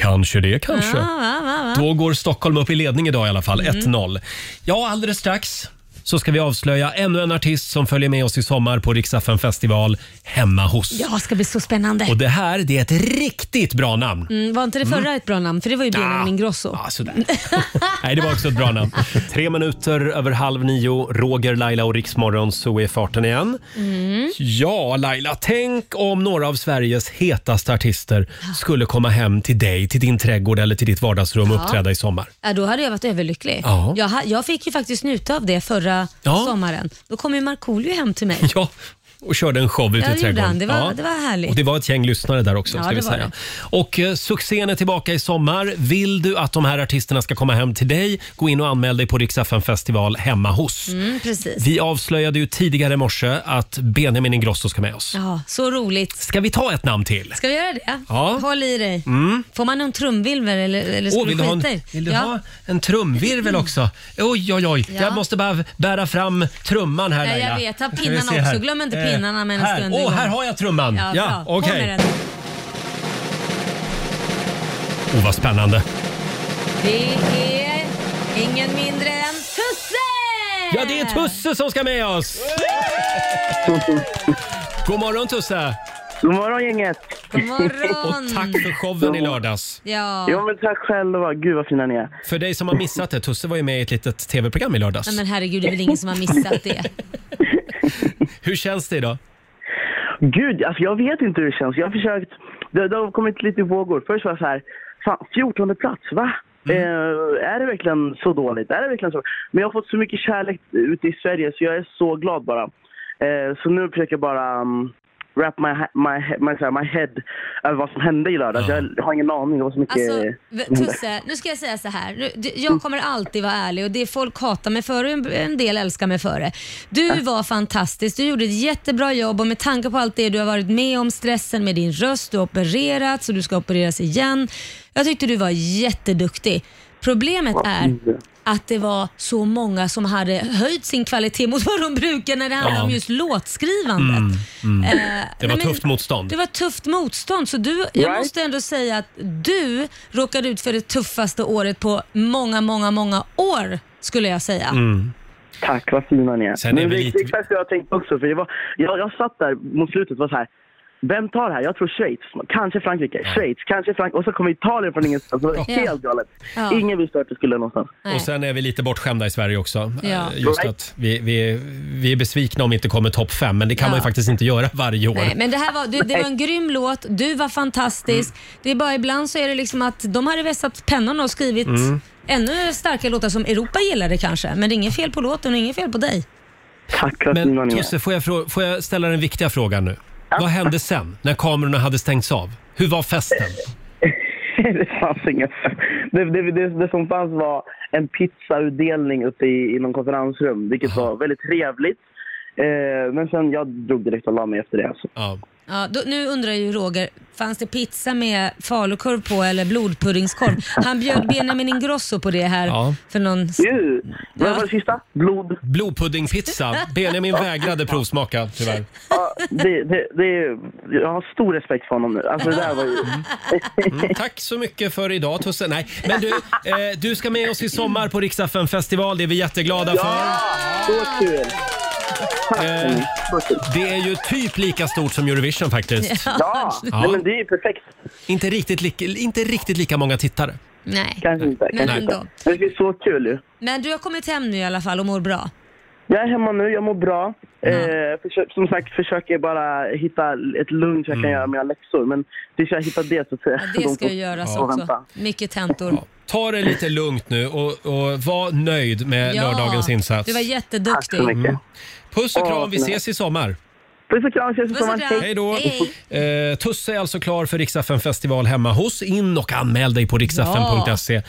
[SPEAKER 1] Kanske det, kanske.
[SPEAKER 2] Ja, va, va, va.
[SPEAKER 1] Då går Stockholm upp i ledning idag i alla fall,
[SPEAKER 2] Mm.
[SPEAKER 1] 1-0. Ja, alldeles strax så ska vi avslöja ännu en artist som följer med oss i sommar på Riksaffen festival hemma hos.
[SPEAKER 2] Ja, ska bli så spännande.
[SPEAKER 1] Och det här, det är ett riktigt bra namn.
[SPEAKER 2] Mm, var inte det förra
[SPEAKER 1] Mm.
[SPEAKER 2] ett bra namn? För det var ju Benjamin Ingrosso.
[SPEAKER 1] Ja, sådär. Nej, det var också ett bra namn. Tre minuter över halv nio, Roger, Laila och Riksmorgon, så är farten igen. Mm-hmm.
[SPEAKER 20] Mm.
[SPEAKER 1] Ja, Laila, tänk om några av Sveriges hetaste artister skulle komma hem till dig, till din trädgård eller till ditt vardagsrum och
[SPEAKER 2] Ja.
[SPEAKER 1] uppträda i sommar.
[SPEAKER 2] Ja, då hade jag varit överlycklig.
[SPEAKER 1] Ja.
[SPEAKER 2] Jag, ha- jag fick ju faktiskt njuta av det förra
[SPEAKER 1] Ja.
[SPEAKER 2] sommaren. Då kom ju Markoolio hem till mig.
[SPEAKER 1] Ja, och körde en show ute
[SPEAKER 2] Ja, det gjorde
[SPEAKER 1] i trädgården.
[SPEAKER 2] han. Det var- det var härligt.
[SPEAKER 1] Och det var ett gäng lyssnare där också.
[SPEAKER 2] Ja,
[SPEAKER 1] ska vi
[SPEAKER 2] det var
[SPEAKER 1] säga. Och eh, succén är tillbaka i sommar. Vill du att de här artisterna ska komma hem till dig, gå in och anmäl dig på Rix FM festival hemma hos.
[SPEAKER 2] Mm, precis.
[SPEAKER 1] Vi avslöjade ju tidigare i morse att Benjamin Ingrosso ska med oss.
[SPEAKER 2] Ja, så roligt.
[SPEAKER 1] Ska vi ta ett namn till?
[SPEAKER 2] Ska vi göra det?
[SPEAKER 1] Ja.
[SPEAKER 2] Håll i dig.
[SPEAKER 1] Mm.
[SPEAKER 2] Får man en trumvirvel eller, eller ska
[SPEAKER 1] Åh, vill
[SPEAKER 2] du
[SPEAKER 1] du ha
[SPEAKER 2] skita
[SPEAKER 1] en,
[SPEAKER 2] i?
[SPEAKER 1] vill du
[SPEAKER 2] ja.
[SPEAKER 1] ha en trumvirvel också? Oj, oj, oj.
[SPEAKER 2] Ja.
[SPEAKER 1] Jag måste bara bära fram trumman här
[SPEAKER 2] Nej, jag
[SPEAKER 1] Laila.
[SPEAKER 2] vet. Ta
[SPEAKER 1] Ska vi
[SPEAKER 2] pinnarna
[SPEAKER 1] se här. Eh,
[SPEAKER 2] också. Glöm inte pinnarna medan
[SPEAKER 1] här.
[SPEAKER 2] stunden är
[SPEAKER 1] Åh,
[SPEAKER 2] igång.
[SPEAKER 1] här har jag trumman.
[SPEAKER 2] Ja,
[SPEAKER 1] Ja,
[SPEAKER 2] ja
[SPEAKER 1] okej.
[SPEAKER 2] okay.
[SPEAKER 1] Oh, vad spännande.
[SPEAKER 2] Det är ingen mindre än Tusse!
[SPEAKER 1] Ja, det är Tusse som ska med oss! God morgon Tusse!
[SPEAKER 20] God morgon gänget!
[SPEAKER 2] God morgon!
[SPEAKER 1] Och tack för showen i lördags.
[SPEAKER 2] Ja.
[SPEAKER 20] Ja men tack själva, gud vad fina ni är.
[SPEAKER 1] För dig som har missat det, Tusse var ju med i ett litet tv-program i lördags.
[SPEAKER 2] Nej, men herregud, det är väl ingen som har missat det.
[SPEAKER 1] Hur känns det idag?
[SPEAKER 20] Gud, alltså jag vet inte hur det känns. Jag har försökt, det, det har kommit lite i vågor. Först var jag så här, fan 14 plats, va?
[SPEAKER 2] Mm.
[SPEAKER 20] Eh, är det verkligen så dåligt? Är det verkligen så? Men jag har fått så mycket kärlek ute i Sverige så jag är så glad bara. Eh, så nu försöker jag bara um, wrap my, he- my, he- my, så här, my head över vad som hände i lördags. Jag har ingen aning om vad som mycket...
[SPEAKER 2] Alltså, v-
[SPEAKER 1] Mm.
[SPEAKER 2] Tusse, nu ska jag säga så här. Nu- du- Jag kommer alltid vara ärlig och det är folk hatar mig för och en- en del älskar mig för det. Du var fantastisk. Du gjorde ett jättebra jobb och med tanke på allt det du har varit med om, stressen med din röst, du har opererats och du ska opereras igen. Jag tyckte du var jätteduktig. Problemet är att det var så många som hade höjt sin kvalitet mot vad de brukar när det handlar
[SPEAKER 1] Ja.
[SPEAKER 2] om just låtskrivandet.
[SPEAKER 1] Mm, mm.
[SPEAKER 2] Eh,
[SPEAKER 1] Det var
[SPEAKER 2] nej, men-
[SPEAKER 1] tufft motstånd.
[SPEAKER 2] Det var tufft motstånd. Så du, jag
[SPEAKER 1] Right.
[SPEAKER 2] måste ändå säga att du råkade ut för det tuffaste året på många, många, många år skulle jag säga.
[SPEAKER 1] Mm.
[SPEAKER 20] Tack, vad fina ni är.
[SPEAKER 1] Sen är
[SPEAKER 20] Men
[SPEAKER 1] vi
[SPEAKER 20] det är
[SPEAKER 1] lite-
[SPEAKER 20] exakt det jag tänkte också. För det var, jag, jag satt där mot slutet och var så här. Vem tar det här? Jag tror Schweiz, kanske Frankrike, Schweiz, kanske Frankrike och så kom Italien från ingenstans. Det var
[SPEAKER 1] Ja.
[SPEAKER 20] helt galet.
[SPEAKER 1] Ja.
[SPEAKER 20] Ingen visste vart det skulle någonstans.
[SPEAKER 1] Och sen är vi lite bortskämda i Sverige också.
[SPEAKER 20] Ja.
[SPEAKER 1] Eh, Just att vi, vi, vi är besvikna om vi inte kommer topp fem, men det kan man ju
[SPEAKER 2] Ja.
[SPEAKER 1] faktiskt inte göra varje år.
[SPEAKER 2] Nej, men det här var, du, det var en grym låt, du var fantastisk.
[SPEAKER 1] Mm.
[SPEAKER 2] Det är bara ibland så är det liksom att de hade vässat pennorna och skrivit
[SPEAKER 1] Mm.
[SPEAKER 2] ännu starkare låtar som Europa gillade kanske. Men det är inget fel på låten och inget fel på dig.
[SPEAKER 20] Tack vad fina
[SPEAKER 1] Men
[SPEAKER 20] ni är.
[SPEAKER 1] Tusse, får jag, frå- får jag ställa den viktiga frågan nu? Vad hände sen, när kamerorna hade stängts av? Hur var festen?
[SPEAKER 20] det fanns inget. Det, det, det, det som fanns var en pizzautdelning uppe i, i någon konferensrum, vilket var väldigt trevligt. Eh, men sen, jag drog direkt och la mig efter det. Alltså.
[SPEAKER 2] Ja, då, nu undrar ju Roger, fanns det pizza med falukorv på eller blodpuddingskorv? Han bjöd Benjamin Ingrosso på det här
[SPEAKER 1] Ja.
[SPEAKER 2] för någon...
[SPEAKER 20] Vad var det sista? Blod?
[SPEAKER 1] Blodpuddingpizza. Benjamin vägrade provsmaka, tyvärr.
[SPEAKER 20] Ja, det, det, det, jag har stor respekt för honom nu. Alltså, det där var ju...
[SPEAKER 1] Mm, tack så mycket för idag Tusse. Nej, men du, eh, du ska med oss i sommar på Riksdagen festival. Det är vi jätteglada för.
[SPEAKER 20] Så kul! Mm.
[SPEAKER 1] Eh, det är ju typ lika stort som Eurovision faktiskt.
[SPEAKER 20] Ja, Nej, men det är ju perfekt.
[SPEAKER 1] Inte riktigt, lika, inte riktigt lika många tittare.
[SPEAKER 2] Nej.
[SPEAKER 20] Kanske inte.
[SPEAKER 2] Men
[SPEAKER 20] Kanske
[SPEAKER 2] ändå.
[SPEAKER 20] inte. Men det är så kul ju.
[SPEAKER 2] Men du har kommit hem nu i alla fall och mår bra.
[SPEAKER 20] Jag är hemma nu, jag mår bra.
[SPEAKER 2] Mm.
[SPEAKER 20] Eh, försö- som sagt, försöker bara hitta ett lugn så jag kan göra mina läxor. Men tills jag hittar det så att säga.
[SPEAKER 2] Mm. Det ska ju göras
[SPEAKER 1] Ja.
[SPEAKER 2] också. Mycket tentor.
[SPEAKER 1] Ta det lite lugnt nu och, och var nöjd med
[SPEAKER 2] Ja,
[SPEAKER 1] lördagens insats.
[SPEAKER 2] du var jätteduktig. Tack så mycket.
[SPEAKER 1] Mm. Puss och
[SPEAKER 2] Åh,
[SPEAKER 1] kram, vi
[SPEAKER 2] snälla.
[SPEAKER 1] ses i sommar.
[SPEAKER 20] Puss och kram, ses
[SPEAKER 2] Puss och sommar. kram.
[SPEAKER 1] Hej då.
[SPEAKER 2] Hej.
[SPEAKER 1] Eh, Tusse är alltså klar för Riksaffen festival hemma hos. In och anmäl dig på riksaffen.se.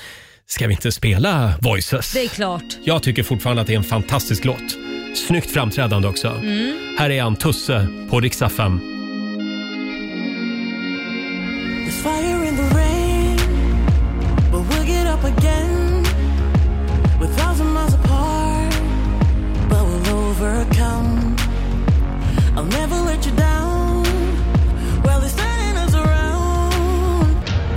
[SPEAKER 1] Ska vi inte spela Voices?
[SPEAKER 2] Det är klart.
[SPEAKER 1] Jag tycker fortfarande att det är en fantastisk låt. Snyggt framträdande också.
[SPEAKER 2] Mm.
[SPEAKER 1] Här är han, Tusse, på Riksaffen.
[SPEAKER 14] There's fire in the rain, but we'll get up again. We're thousand miles apart, but we'll overcome. I'll never let you down. Well, they're turning us around.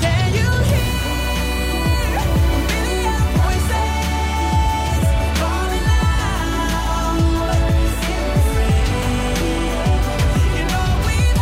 [SPEAKER 14] Can you hear a million voices calling out? In the rain, you know we've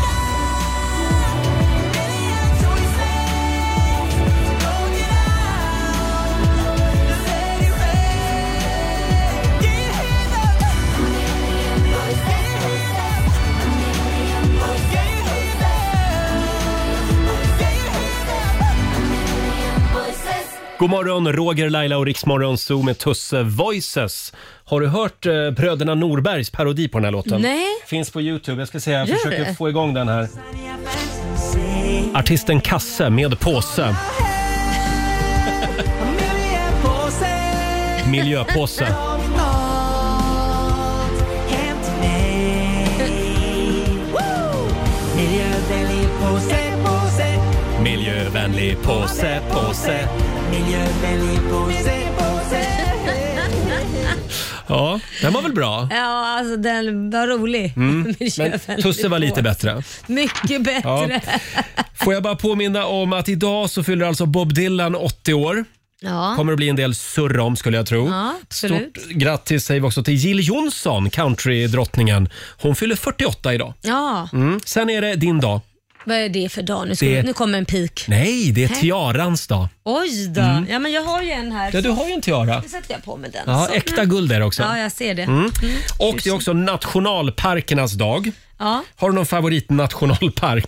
[SPEAKER 1] God morgon, Roger, Laila och Riksmorgon Zoo med Tusse Voices. Har du hört eh, bröderna Norbergs parodi på den här låten?
[SPEAKER 2] Nej.
[SPEAKER 1] Finns på Youtube. Jag ska se, jag
[SPEAKER 2] Gör
[SPEAKER 1] försöker
[SPEAKER 2] det.
[SPEAKER 1] få igång den här. Artisten Kasse med påse. Miljöpåse. Miljövänlig påse, påse. Ja, den var väl bra?
[SPEAKER 2] Ja, alltså den var rolig.
[SPEAKER 1] Mm. Men
[SPEAKER 2] Miljövänlig
[SPEAKER 1] Tusse var lite
[SPEAKER 2] påse.
[SPEAKER 1] bättre.
[SPEAKER 2] Mycket bättre. Ja.
[SPEAKER 1] Får jag bara påminna om att idag så fyller alltså Bob Dylan 80 år. Kommer att bli en del surr om skulle jag tro.
[SPEAKER 2] Ja, absolut.
[SPEAKER 1] Stort grattis säger vi också till Jill Johnson, countrydrottningen. Hon fyller 48 idag.
[SPEAKER 2] Ja,
[SPEAKER 1] Mm. Sen är det din dag.
[SPEAKER 2] vad är det för dag? Nu, ska,
[SPEAKER 1] Det-
[SPEAKER 2] nu kommer en pik.
[SPEAKER 1] Nej, det är
[SPEAKER 2] Nej.
[SPEAKER 1] tiarans dag.
[SPEAKER 2] Oj då.
[SPEAKER 1] Mm.
[SPEAKER 2] Ja, men jag har ju en här.
[SPEAKER 1] Ja, du har ju en tiara.
[SPEAKER 2] Nu sätter jag på mig den.
[SPEAKER 1] Ja,
[SPEAKER 2] Så.
[SPEAKER 1] äkta guld är det också.
[SPEAKER 2] Ja, jag ser det.
[SPEAKER 1] Mm.
[SPEAKER 2] Mm.
[SPEAKER 1] Och det är också nationalparkernas dag.
[SPEAKER 2] Ja.
[SPEAKER 1] Har du någon favoritnationalpark?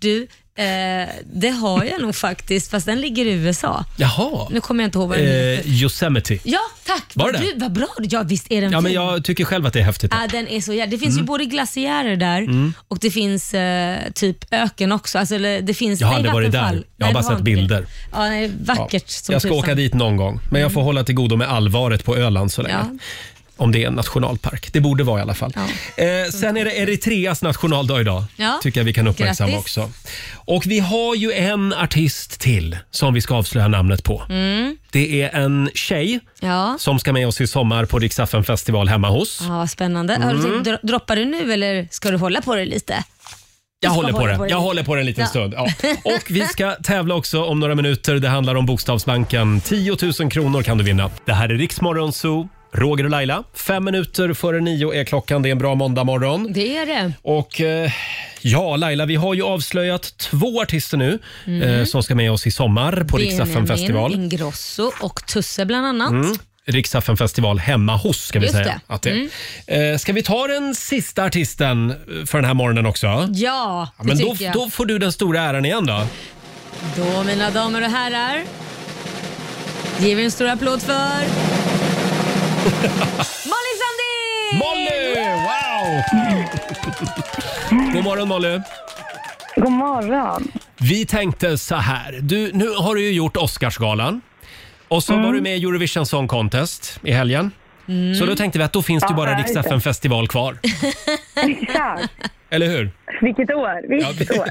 [SPEAKER 2] Du, eh, det har jag nog faktiskt, fast den ligger i USA.
[SPEAKER 1] Jaha.
[SPEAKER 2] Nu kommer jag inte ihåg vad den heter.
[SPEAKER 1] Eh, Yosemite.
[SPEAKER 2] Ja, tack!
[SPEAKER 1] Var
[SPEAKER 2] Vad
[SPEAKER 1] det?
[SPEAKER 2] du, vad bra! Ja, visst är den
[SPEAKER 1] Ja, men
[SPEAKER 2] fin?
[SPEAKER 1] jag tycker själv att det är häftigt.
[SPEAKER 2] Ja, den är så jävla. Det finns
[SPEAKER 1] Mm.
[SPEAKER 2] ju både glaciärer där
[SPEAKER 1] Mm.
[SPEAKER 2] och det finns eh, typ öken också. Alltså, eller, det finns,
[SPEAKER 1] Jag har
[SPEAKER 2] nej,
[SPEAKER 1] aldrig varit
[SPEAKER 2] vattenfall.
[SPEAKER 1] där. Jag har
[SPEAKER 2] Nej,
[SPEAKER 1] bara
[SPEAKER 2] du
[SPEAKER 1] sett
[SPEAKER 2] inte det.
[SPEAKER 1] bilder.
[SPEAKER 2] Ja, det är vackert som
[SPEAKER 1] Jag ska
[SPEAKER 2] tusan. Mm.
[SPEAKER 1] åka dit någon gång, men jag får hålla till godo med allvaret på Öland så länge.
[SPEAKER 2] Ja.
[SPEAKER 1] Om det är en nationalpark. Det borde vara i alla fall. Eh, sen är det Eritreas nationaldag idag.
[SPEAKER 2] Ja.
[SPEAKER 1] Tycker jag vi kan uppmärksamma
[SPEAKER 2] Grattis.
[SPEAKER 1] också. Och vi har ju en artist till som vi ska avslöja namnet på.
[SPEAKER 2] Mm.
[SPEAKER 1] Det är en tjej
[SPEAKER 2] Ja.
[SPEAKER 1] som ska med oss i sommar på Rix FM festival hemma hos.
[SPEAKER 2] ja, vad spännande. Har du
[SPEAKER 1] Mm.
[SPEAKER 2] tänkt, dro- droppar du nu eller ska du hålla på det lite?
[SPEAKER 1] Jag
[SPEAKER 2] Du ska
[SPEAKER 1] håller på
[SPEAKER 2] hålla
[SPEAKER 1] det. Jag håller på det en liten
[SPEAKER 2] Ja.
[SPEAKER 1] stund. Ja. Och vi ska tävla också om några minuter. Det handlar om Bokstavsbanken. 10 000 kronor kan du vinna. Det här är Riksmorgon Zoo. Roger och Laila. Fem minuter före nio är klockan. Det är en bra måndagmorgon.
[SPEAKER 2] Det är det.
[SPEAKER 1] Och eh, ja, Laila, vi har ju avslöjat två artister nu
[SPEAKER 2] Mm.
[SPEAKER 1] eh, som ska med oss i sommar på Rix
[SPEAKER 2] Benjamin
[SPEAKER 1] FM festival.
[SPEAKER 2] Ingrosso och Tusse bland annat.
[SPEAKER 1] Mm. Rix FM festival hemma hos ska vi
[SPEAKER 2] Just
[SPEAKER 1] säga
[SPEAKER 2] det. Mm.
[SPEAKER 1] att det är. Eh, ska vi ta den sista artisten för den här morgonen också?
[SPEAKER 2] Ja,
[SPEAKER 1] Ja,
[SPEAKER 2] det
[SPEAKER 1] men då,
[SPEAKER 2] tycker jag.
[SPEAKER 1] då får du den stora äran igen då.
[SPEAKER 2] Då mina damer och herrar, ger vi en stor applåd för Molly Sandén!
[SPEAKER 1] Molly! Wow! God morgon Molly.
[SPEAKER 7] God morgon.
[SPEAKER 1] Vi tänkte så här. Du, nu har du ju gjort Oscarsgalan. Och så var du med i Eurovision Song Contest i helgen.
[SPEAKER 7] Mm.
[SPEAKER 1] Så då tänkte vi att då finns det ju
[SPEAKER 7] Ja,
[SPEAKER 1] bara
[SPEAKER 7] där
[SPEAKER 1] Rix
[SPEAKER 7] är det.
[SPEAKER 1] FM festival kvar.
[SPEAKER 7] Exakt.
[SPEAKER 1] Eller hur?
[SPEAKER 7] Vilket år. Vilket år.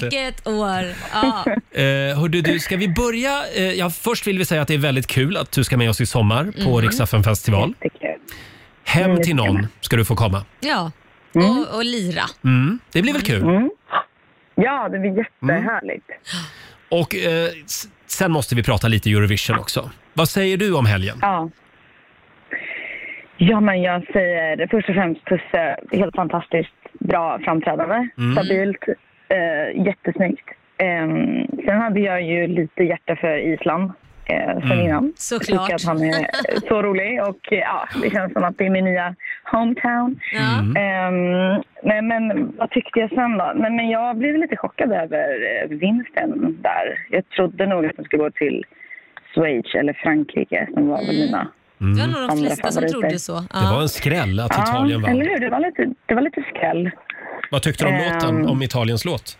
[SPEAKER 2] Vilket år! Ja.
[SPEAKER 1] Eh, hördu, du, ska vi börja? Eh, ja, först vill vi säga att det är väldigt kul att du ska med oss i sommar på
[SPEAKER 2] Mm.
[SPEAKER 1] Rix FM festival.
[SPEAKER 7] Mm,
[SPEAKER 1] Hem till någon ska du få komma.
[SPEAKER 2] ja. Och, och lira.
[SPEAKER 1] Mm. Det blir väl kul?
[SPEAKER 7] Ja, det blir jättehärligt.
[SPEAKER 1] Och eh, s- sen måste vi prata lite Eurovision också. Vad säger du om helgen?
[SPEAKER 7] Ja. Ja, men jag säger först och främst Tusse. Helt fantastiskt bra framträdande.
[SPEAKER 1] Mm.
[SPEAKER 7] Stabilt. Eh, jättesnyggt. Ehm, sen hade jag ju lite hjärta för Island eh, sen
[SPEAKER 1] Mm.
[SPEAKER 7] innan.
[SPEAKER 2] Såklart.
[SPEAKER 7] Tycker att han är så rolig och eh, ja, det känns som att det är min nya hometown.
[SPEAKER 2] Ja.
[SPEAKER 1] Mm.
[SPEAKER 7] Ehm, nej, men vad tyckte jag sen då? Nej, men jag blev lite chockad över eh, vinsten där. Jag trodde nog att den skulle gå till Schweiz eller Frankrike som var väl mina
[SPEAKER 2] Det var nog de
[SPEAKER 7] andra
[SPEAKER 2] flesta som
[SPEAKER 7] favoriter.
[SPEAKER 2] trodde så.
[SPEAKER 1] Det var en skräll att Italien
[SPEAKER 7] Ja, eller hur?
[SPEAKER 1] vann.
[SPEAKER 7] Det var lite, det var lite skräll.
[SPEAKER 1] Vad tyckte du om
[SPEAKER 7] Ehm.
[SPEAKER 1] låten? Om Italiens låt?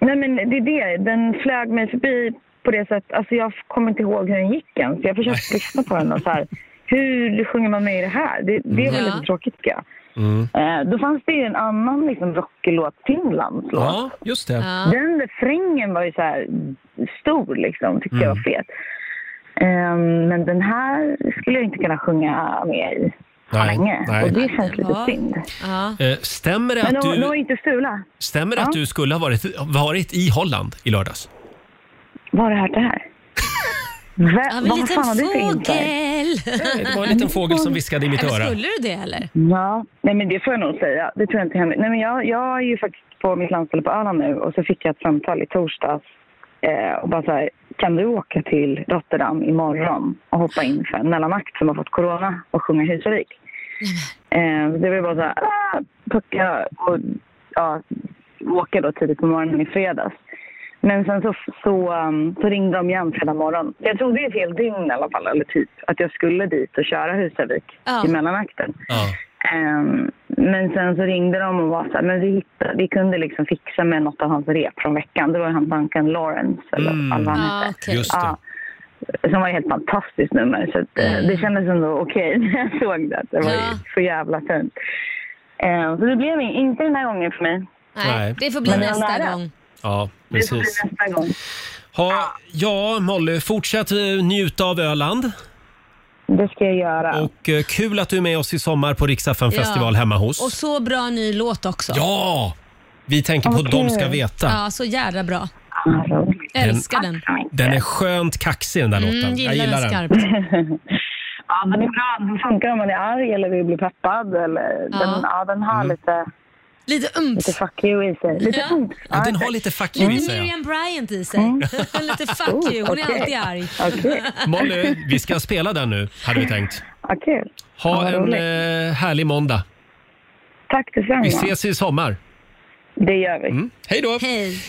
[SPEAKER 7] Nej, men det är det. Den flög mig förbi på det sättet. Alltså, jag kommer inte ihåg hur den gick ens. Jag försökte lyssna på den och så här, hur sjunger man med i det här? Det, det var
[SPEAKER 1] Mm.
[SPEAKER 7] lite tråkigt tycker jag.
[SPEAKER 14] Mm.
[SPEAKER 7] Eh, då fanns det ju en annan liksom, rockig låt, Finlands låt.
[SPEAKER 1] Ja, just det.
[SPEAKER 7] Den refrängen var ju så här stor liksom, tyckte
[SPEAKER 1] Mm.
[SPEAKER 7] jag var fet. Ehm, men den här skulle jag inte kunna sjunga med i så
[SPEAKER 1] Nej,
[SPEAKER 7] länge.
[SPEAKER 1] nej.
[SPEAKER 7] Och det känns lite
[SPEAKER 2] Ja.
[SPEAKER 7] synd.
[SPEAKER 1] Eh, stämmer det
[SPEAKER 7] Men
[SPEAKER 1] att
[SPEAKER 7] de, de har
[SPEAKER 1] du,
[SPEAKER 7] inte stula.
[SPEAKER 1] stämmer det att du skulle ha varit, varit i Holland i lördags?
[SPEAKER 7] Var har du hört det här? Va,
[SPEAKER 2] Av en
[SPEAKER 7] vad
[SPEAKER 2] liten
[SPEAKER 7] fan har du för insight?
[SPEAKER 2] fågel.
[SPEAKER 1] Eh, Det var en liten fågel som viskade i mitt
[SPEAKER 2] Men
[SPEAKER 1] öra.
[SPEAKER 2] Skulle du det eller?
[SPEAKER 7] Ja, nej men det får jag nog säga. Det tror jag inte händer. Nej men jag, jag är ju faktiskt på mitt landställe på Öland nu och så fick jag ett samtal i torsdags eh, och bara så här, kan du åka till Rotterdam imorgon och hoppa in för en mellanakt som har fått corona och sjunga Husavik? Eh, det var ju bara så här, ah, pucka och ja, åka då tidigt på morgonen i fredags. Men sen så, så, um, så ringde de igen fredag morgon. Jag trodde ju ett helt dygn i alla fall, eller typ, att jag skulle dit och köra Husavik
[SPEAKER 2] Ja.
[SPEAKER 7] i mellanakten. Ehm, men sen så ringde de och var så här, men vi, hittade, vi kunde liksom fixa med något av hans rep från veckan. Det var ju han banken Lawrence, eller
[SPEAKER 8] Mm.
[SPEAKER 7] vad han
[SPEAKER 8] Ah,
[SPEAKER 7] hette.
[SPEAKER 8] okej. Just det.
[SPEAKER 7] Ja. Som var ett helt fantastiskt nummer, så att, eh,
[SPEAKER 8] Mm.
[SPEAKER 7] det kändes ändå okej när jag såg det. Det var ju så jävla fint. Ehm, så det blev in- inte den här gången för mig.
[SPEAKER 1] Nej.
[SPEAKER 2] Det får bli
[SPEAKER 7] Men det var
[SPEAKER 2] nästa
[SPEAKER 7] nära.
[SPEAKER 2] gång.
[SPEAKER 1] Ja,
[SPEAKER 7] Det får bli
[SPEAKER 1] precis.
[SPEAKER 7] nästa gång.
[SPEAKER 1] Ha, ja, Molly, fortsätt eh, njuta av Öland.
[SPEAKER 7] Det ska jag göra.
[SPEAKER 1] Och eh, kul att du är med oss i sommar på Riksaffen festival hemma hos.
[SPEAKER 2] Och så bra ny låt också.
[SPEAKER 1] Ja! Vi tänker på
[SPEAKER 2] Okej.
[SPEAKER 1] De ska veta.
[SPEAKER 2] Ja, så jävla bra. Älskar den.
[SPEAKER 1] Den är skönt kaxig den där
[SPEAKER 2] Mm,
[SPEAKER 1] låten. Jag
[SPEAKER 2] gillar
[SPEAKER 1] gillar
[SPEAKER 2] den
[SPEAKER 1] den.
[SPEAKER 2] skarpt.
[SPEAKER 7] ja, den är bra. Den funkar om man är arg eller vill bli peppad. Eller,
[SPEAKER 2] Ja.
[SPEAKER 7] Den, ja, den
[SPEAKER 1] Mm.
[SPEAKER 7] har lite...
[SPEAKER 2] Lite umps.
[SPEAKER 7] Lite fuck you i sig. Lite Mm.
[SPEAKER 2] Ja.
[SPEAKER 7] umps.
[SPEAKER 1] Ja, den har lite fuck you i
[SPEAKER 2] Lite
[SPEAKER 1] sig. ja.
[SPEAKER 2] Miriam Bryant i sig. Lite fuck
[SPEAKER 7] Oh,
[SPEAKER 2] you. Hon är
[SPEAKER 7] okej.
[SPEAKER 2] alltid arg.
[SPEAKER 1] Molly, vi ska spela den nu, hade vi tänkt.
[SPEAKER 7] Ja, kul.
[SPEAKER 1] Ha
[SPEAKER 7] Ja,
[SPEAKER 1] en
[SPEAKER 7] roligt.
[SPEAKER 1] eh, härlig måndag.
[SPEAKER 7] Tack detsamma.
[SPEAKER 1] Vi ses i sommar. Mm.
[SPEAKER 7] Det gör vi.
[SPEAKER 1] Hej då!
[SPEAKER 2] Hej.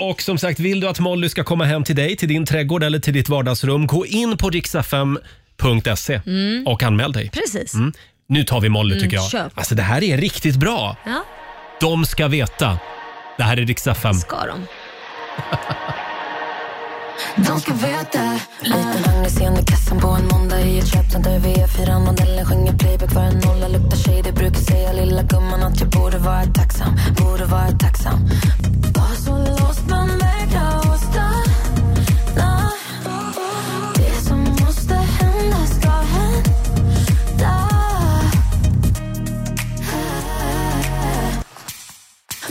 [SPEAKER 1] Eh, och som sagt, vill du att Molly ska komma hem till dig, till din trädgård eller till ditt vardagsrum, gå in på riksfm.se
[SPEAKER 2] Mm.
[SPEAKER 1] och anmäl dig.
[SPEAKER 2] Precis.
[SPEAKER 1] Mm. Nu tar vi Molly
[SPEAKER 2] Mm,
[SPEAKER 1] tycker jag.
[SPEAKER 2] kör på.
[SPEAKER 1] Alltså det här är riktigt bra.
[SPEAKER 2] Ja,
[SPEAKER 1] De ska veta. Det här är riksfm.
[SPEAKER 2] ska de.
[SPEAKER 21] De ska veta Liten Agnes under kassan på en måndag i ett köpcenter vid E4 Modellen sjunger playback var en nolla luktar tjej Det brukar säga lilla gumman att jag borde vara tacksam Borde vara tacksam Var så lost man märka och stanna Det som måste hända ska hända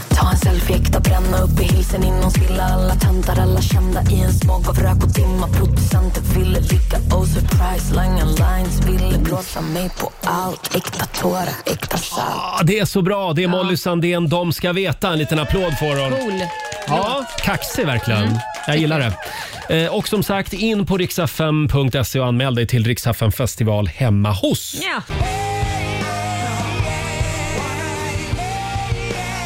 [SPEAKER 21] Ta en selfie, äkta bränna upp i hilsen inom spilla Alla tantar, alla kända i en smog av rök och dimma Producenter ville vicka, oh surprise Langan lines ville blåsa mig på allt Äkta tårar, äkta salt
[SPEAKER 1] Ah, det är så bra. Det är Molly Sandén. De ska veta. En liten applåd får hon.
[SPEAKER 2] Cool.
[SPEAKER 1] Ja, kaxig verkligen.
[SPEAKER 2] Mm.
[SPEAKER 1] Jag gillar det. Eh, och som sagt, in på riksfm.se och anmäl dig till Riksfm festival hemma hos.
[SPEAKER 2] Ja.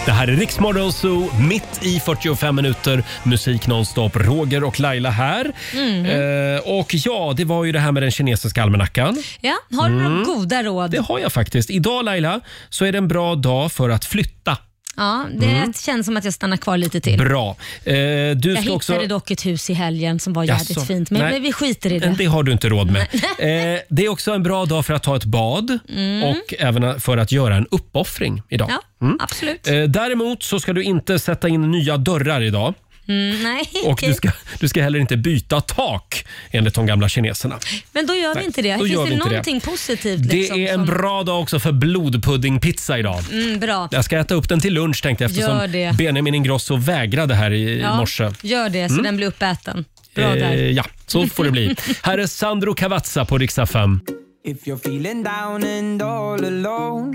[SPEAKER 1] Det här är Riksmorgon Zoo, mitt i 45 minuter musik nonstop. Roger och Laila här.
[SPEAKER 2] Mm.
[SPEAKER 1] Eh, och ja, det var ju det här med den kinesiska almanackan.
[SPEAKER 2] Ja, har du
[SPEAKER 1] Mm.
[SPEAKER 2] några goda råd?
[SPEAKER 1] Det har jag faktiskt. Idag Laila, så är det en bra dag för att flytta.
[SPEAKER 2] Ja, det
[SPEAKER 1] Mm.
[SPEAKER 2] känns som att jag stannar kvar lite till.
[SPEAKER 1] Bra. Eh, du
[SPEAKER 2] jag
[SPEAKER 1] ska
[SPEAKER 2] hittade
[SPEAKER 1] också...
[SPEAKER 2] dock ett hus i helgen som var jävligt
[SPEAKER 1] Jaså?
[SPEAKER 2] fint, men,
[SPEAKER 1] Nej.
[SPEAKER 2] men vi skiter i det.
[SPEAKER 1] Men Eh, Det har du inte råd med. Eh, det är också en bra dag för att ta ett bad
[SPEAKER 2] Mm.
[SPEAKER 1] och även för att göra en uppoffring idag.
[SPEAKER 2] Ja, absolut.
[SPEAKER 1] Eh, däremot så ska du inte sätta in nya dörrar idag.
[SPEAKER 2] Mm, nej.
[SPEAKER 1] Och du ska, du ska heller inte byta tak enligt de gamla kineserna.
[SPEAKER 2] Men då gör
[SPEAKER 1] Nej,
[SPEAKER 2] vi inte det.
[SPEAKER 1] då
[SPEAKER 2] Finns
[SPEAKER 1] gör vi
[SPEAKER 2] det
[SPEAKER 1] inte det.
[SPEAKER 2] någonting positivt?
[SPEAKER 1] Det
[SPEAKER 2] Liksom,
[SPEAKER 1] är en
[SPEAKER 2] som...
[SPEAKER 1] bra dag också för blodpuddingpizza idag.
[SPEAKER 2] Mm, bra.
[SPEAKER 1] Jag ska äta upp den till lunch tänkte jag
[SPEAKER 2] Gör
[SPEAKER 1] eftersom
[SPEAKER 2] det.
[SPEAKER 1] Benjamin Ingrosso vägrade här i i
[SPEAKER 2] Ja,
[SPEAKER 1] morse.
[SPEAKER 2] Gör det, så
[SPEAKER 1] Mm.
[SPEAKER 2] den blir uppäten. Bra
[SPEAKER 1] Eh,
[SPEAKER 2] där.
[SPEAKER 1] ja, så får det bli. här är Sandro Cavazza på riksdag 5.
[SPEAKER 22] If you're feeling down and all alone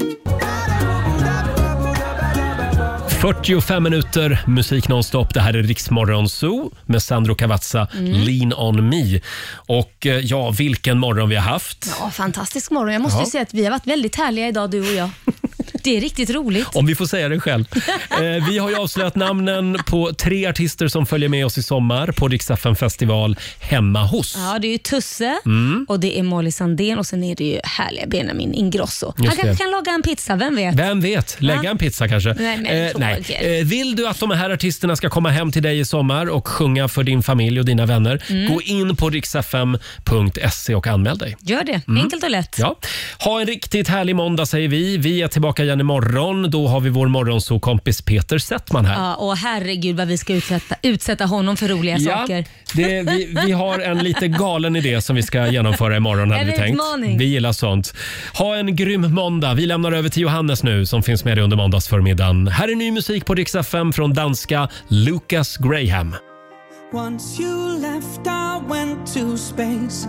[SPEAKER 1] 45 minuter musik nonstop. Det här är Riksmorgon Zoo med Sandro Cavazza,
[SPEAKER 2] Mm.
[SPEAKER 1] Lean on me. Och eh, ja, vilken morgon vi har haft.
[SPEAKER 2] Ja, fantastisk morgon. Jag måste
[SPEAKER 1] Ja.
[SPEAKER 2] ju säga att vi har varit väldigt härliga idag, du och jag. Det är riktigt roligt.
[SPEAKER 1] Om vi får säga det själv. Eh, vi har ju avslöjat namnen på tre artister som följer med oss i sommar på Riksdagen festival hemma hos.
[SPEAKER 2] Ja, det är ju Tusse
[SPEAKER 1] Mm.
[SPEAKER 2] och det är Molly Sandén och sen är det ju härliga Benjamin Ingrosso.
[SPEAKER 1] Just
[SPEAKER 2] Han
[SPEAKER 1] det.
[SPEAKER 2] kanske kan laga en pizza, vem vet?
[SPEAKER 1] Vem vet? Lägga
[SPEAKER 2] Ja.
[SPEAKER 1] en pizza kanske.
[SPEAKER 2] Nej, men
[SPEAKER 1] Eh,
[SPEAKER 2] Roger.
[SPEAKER 1] Eh, Vill du att de här artisterna ska komma hem till dig i sommar och sjunga för din familj och dina vänner,
[SPEAKER 2] Mm.
[SPEAKER 1] gå in på riksfm.se och anmäl dig.
[SPEAKER 2] Gör det,
[SPEAKER 1] Mm.
[SPEAKER 2] enkelt och lätt.
[SPEAKER 1] Ja. Ha en riktigt härlig måndag säger vi. Vi är tillbaka igen imorgon. Då har vi vår morgonsokompis Peter Settman här.
[SPEAKER 2] Ja, och herregud vad vi ska utsätta, utsätta honom för roliga
[SPEAKER 1] Ja,
[SPEAKER 2] saker.
[SPEAKER 1] Det, vi, vi har en lite galen idé som vi ska genomföra imorgon hade
[SPEAKER 2] En
[SPEAKER 1] vi tänkt.
[SPEAKER 2] utmaning.
[SPEAKER 1] Vi gillar sånt. Ha en grym måndag. Vi lämnar över till Johannes nu som finns med dig under måndagsförmiddagen. Här är ny musik på Rix FM från danska Lucas Graham.
[SPEAKER 14] Once you left, I went to space.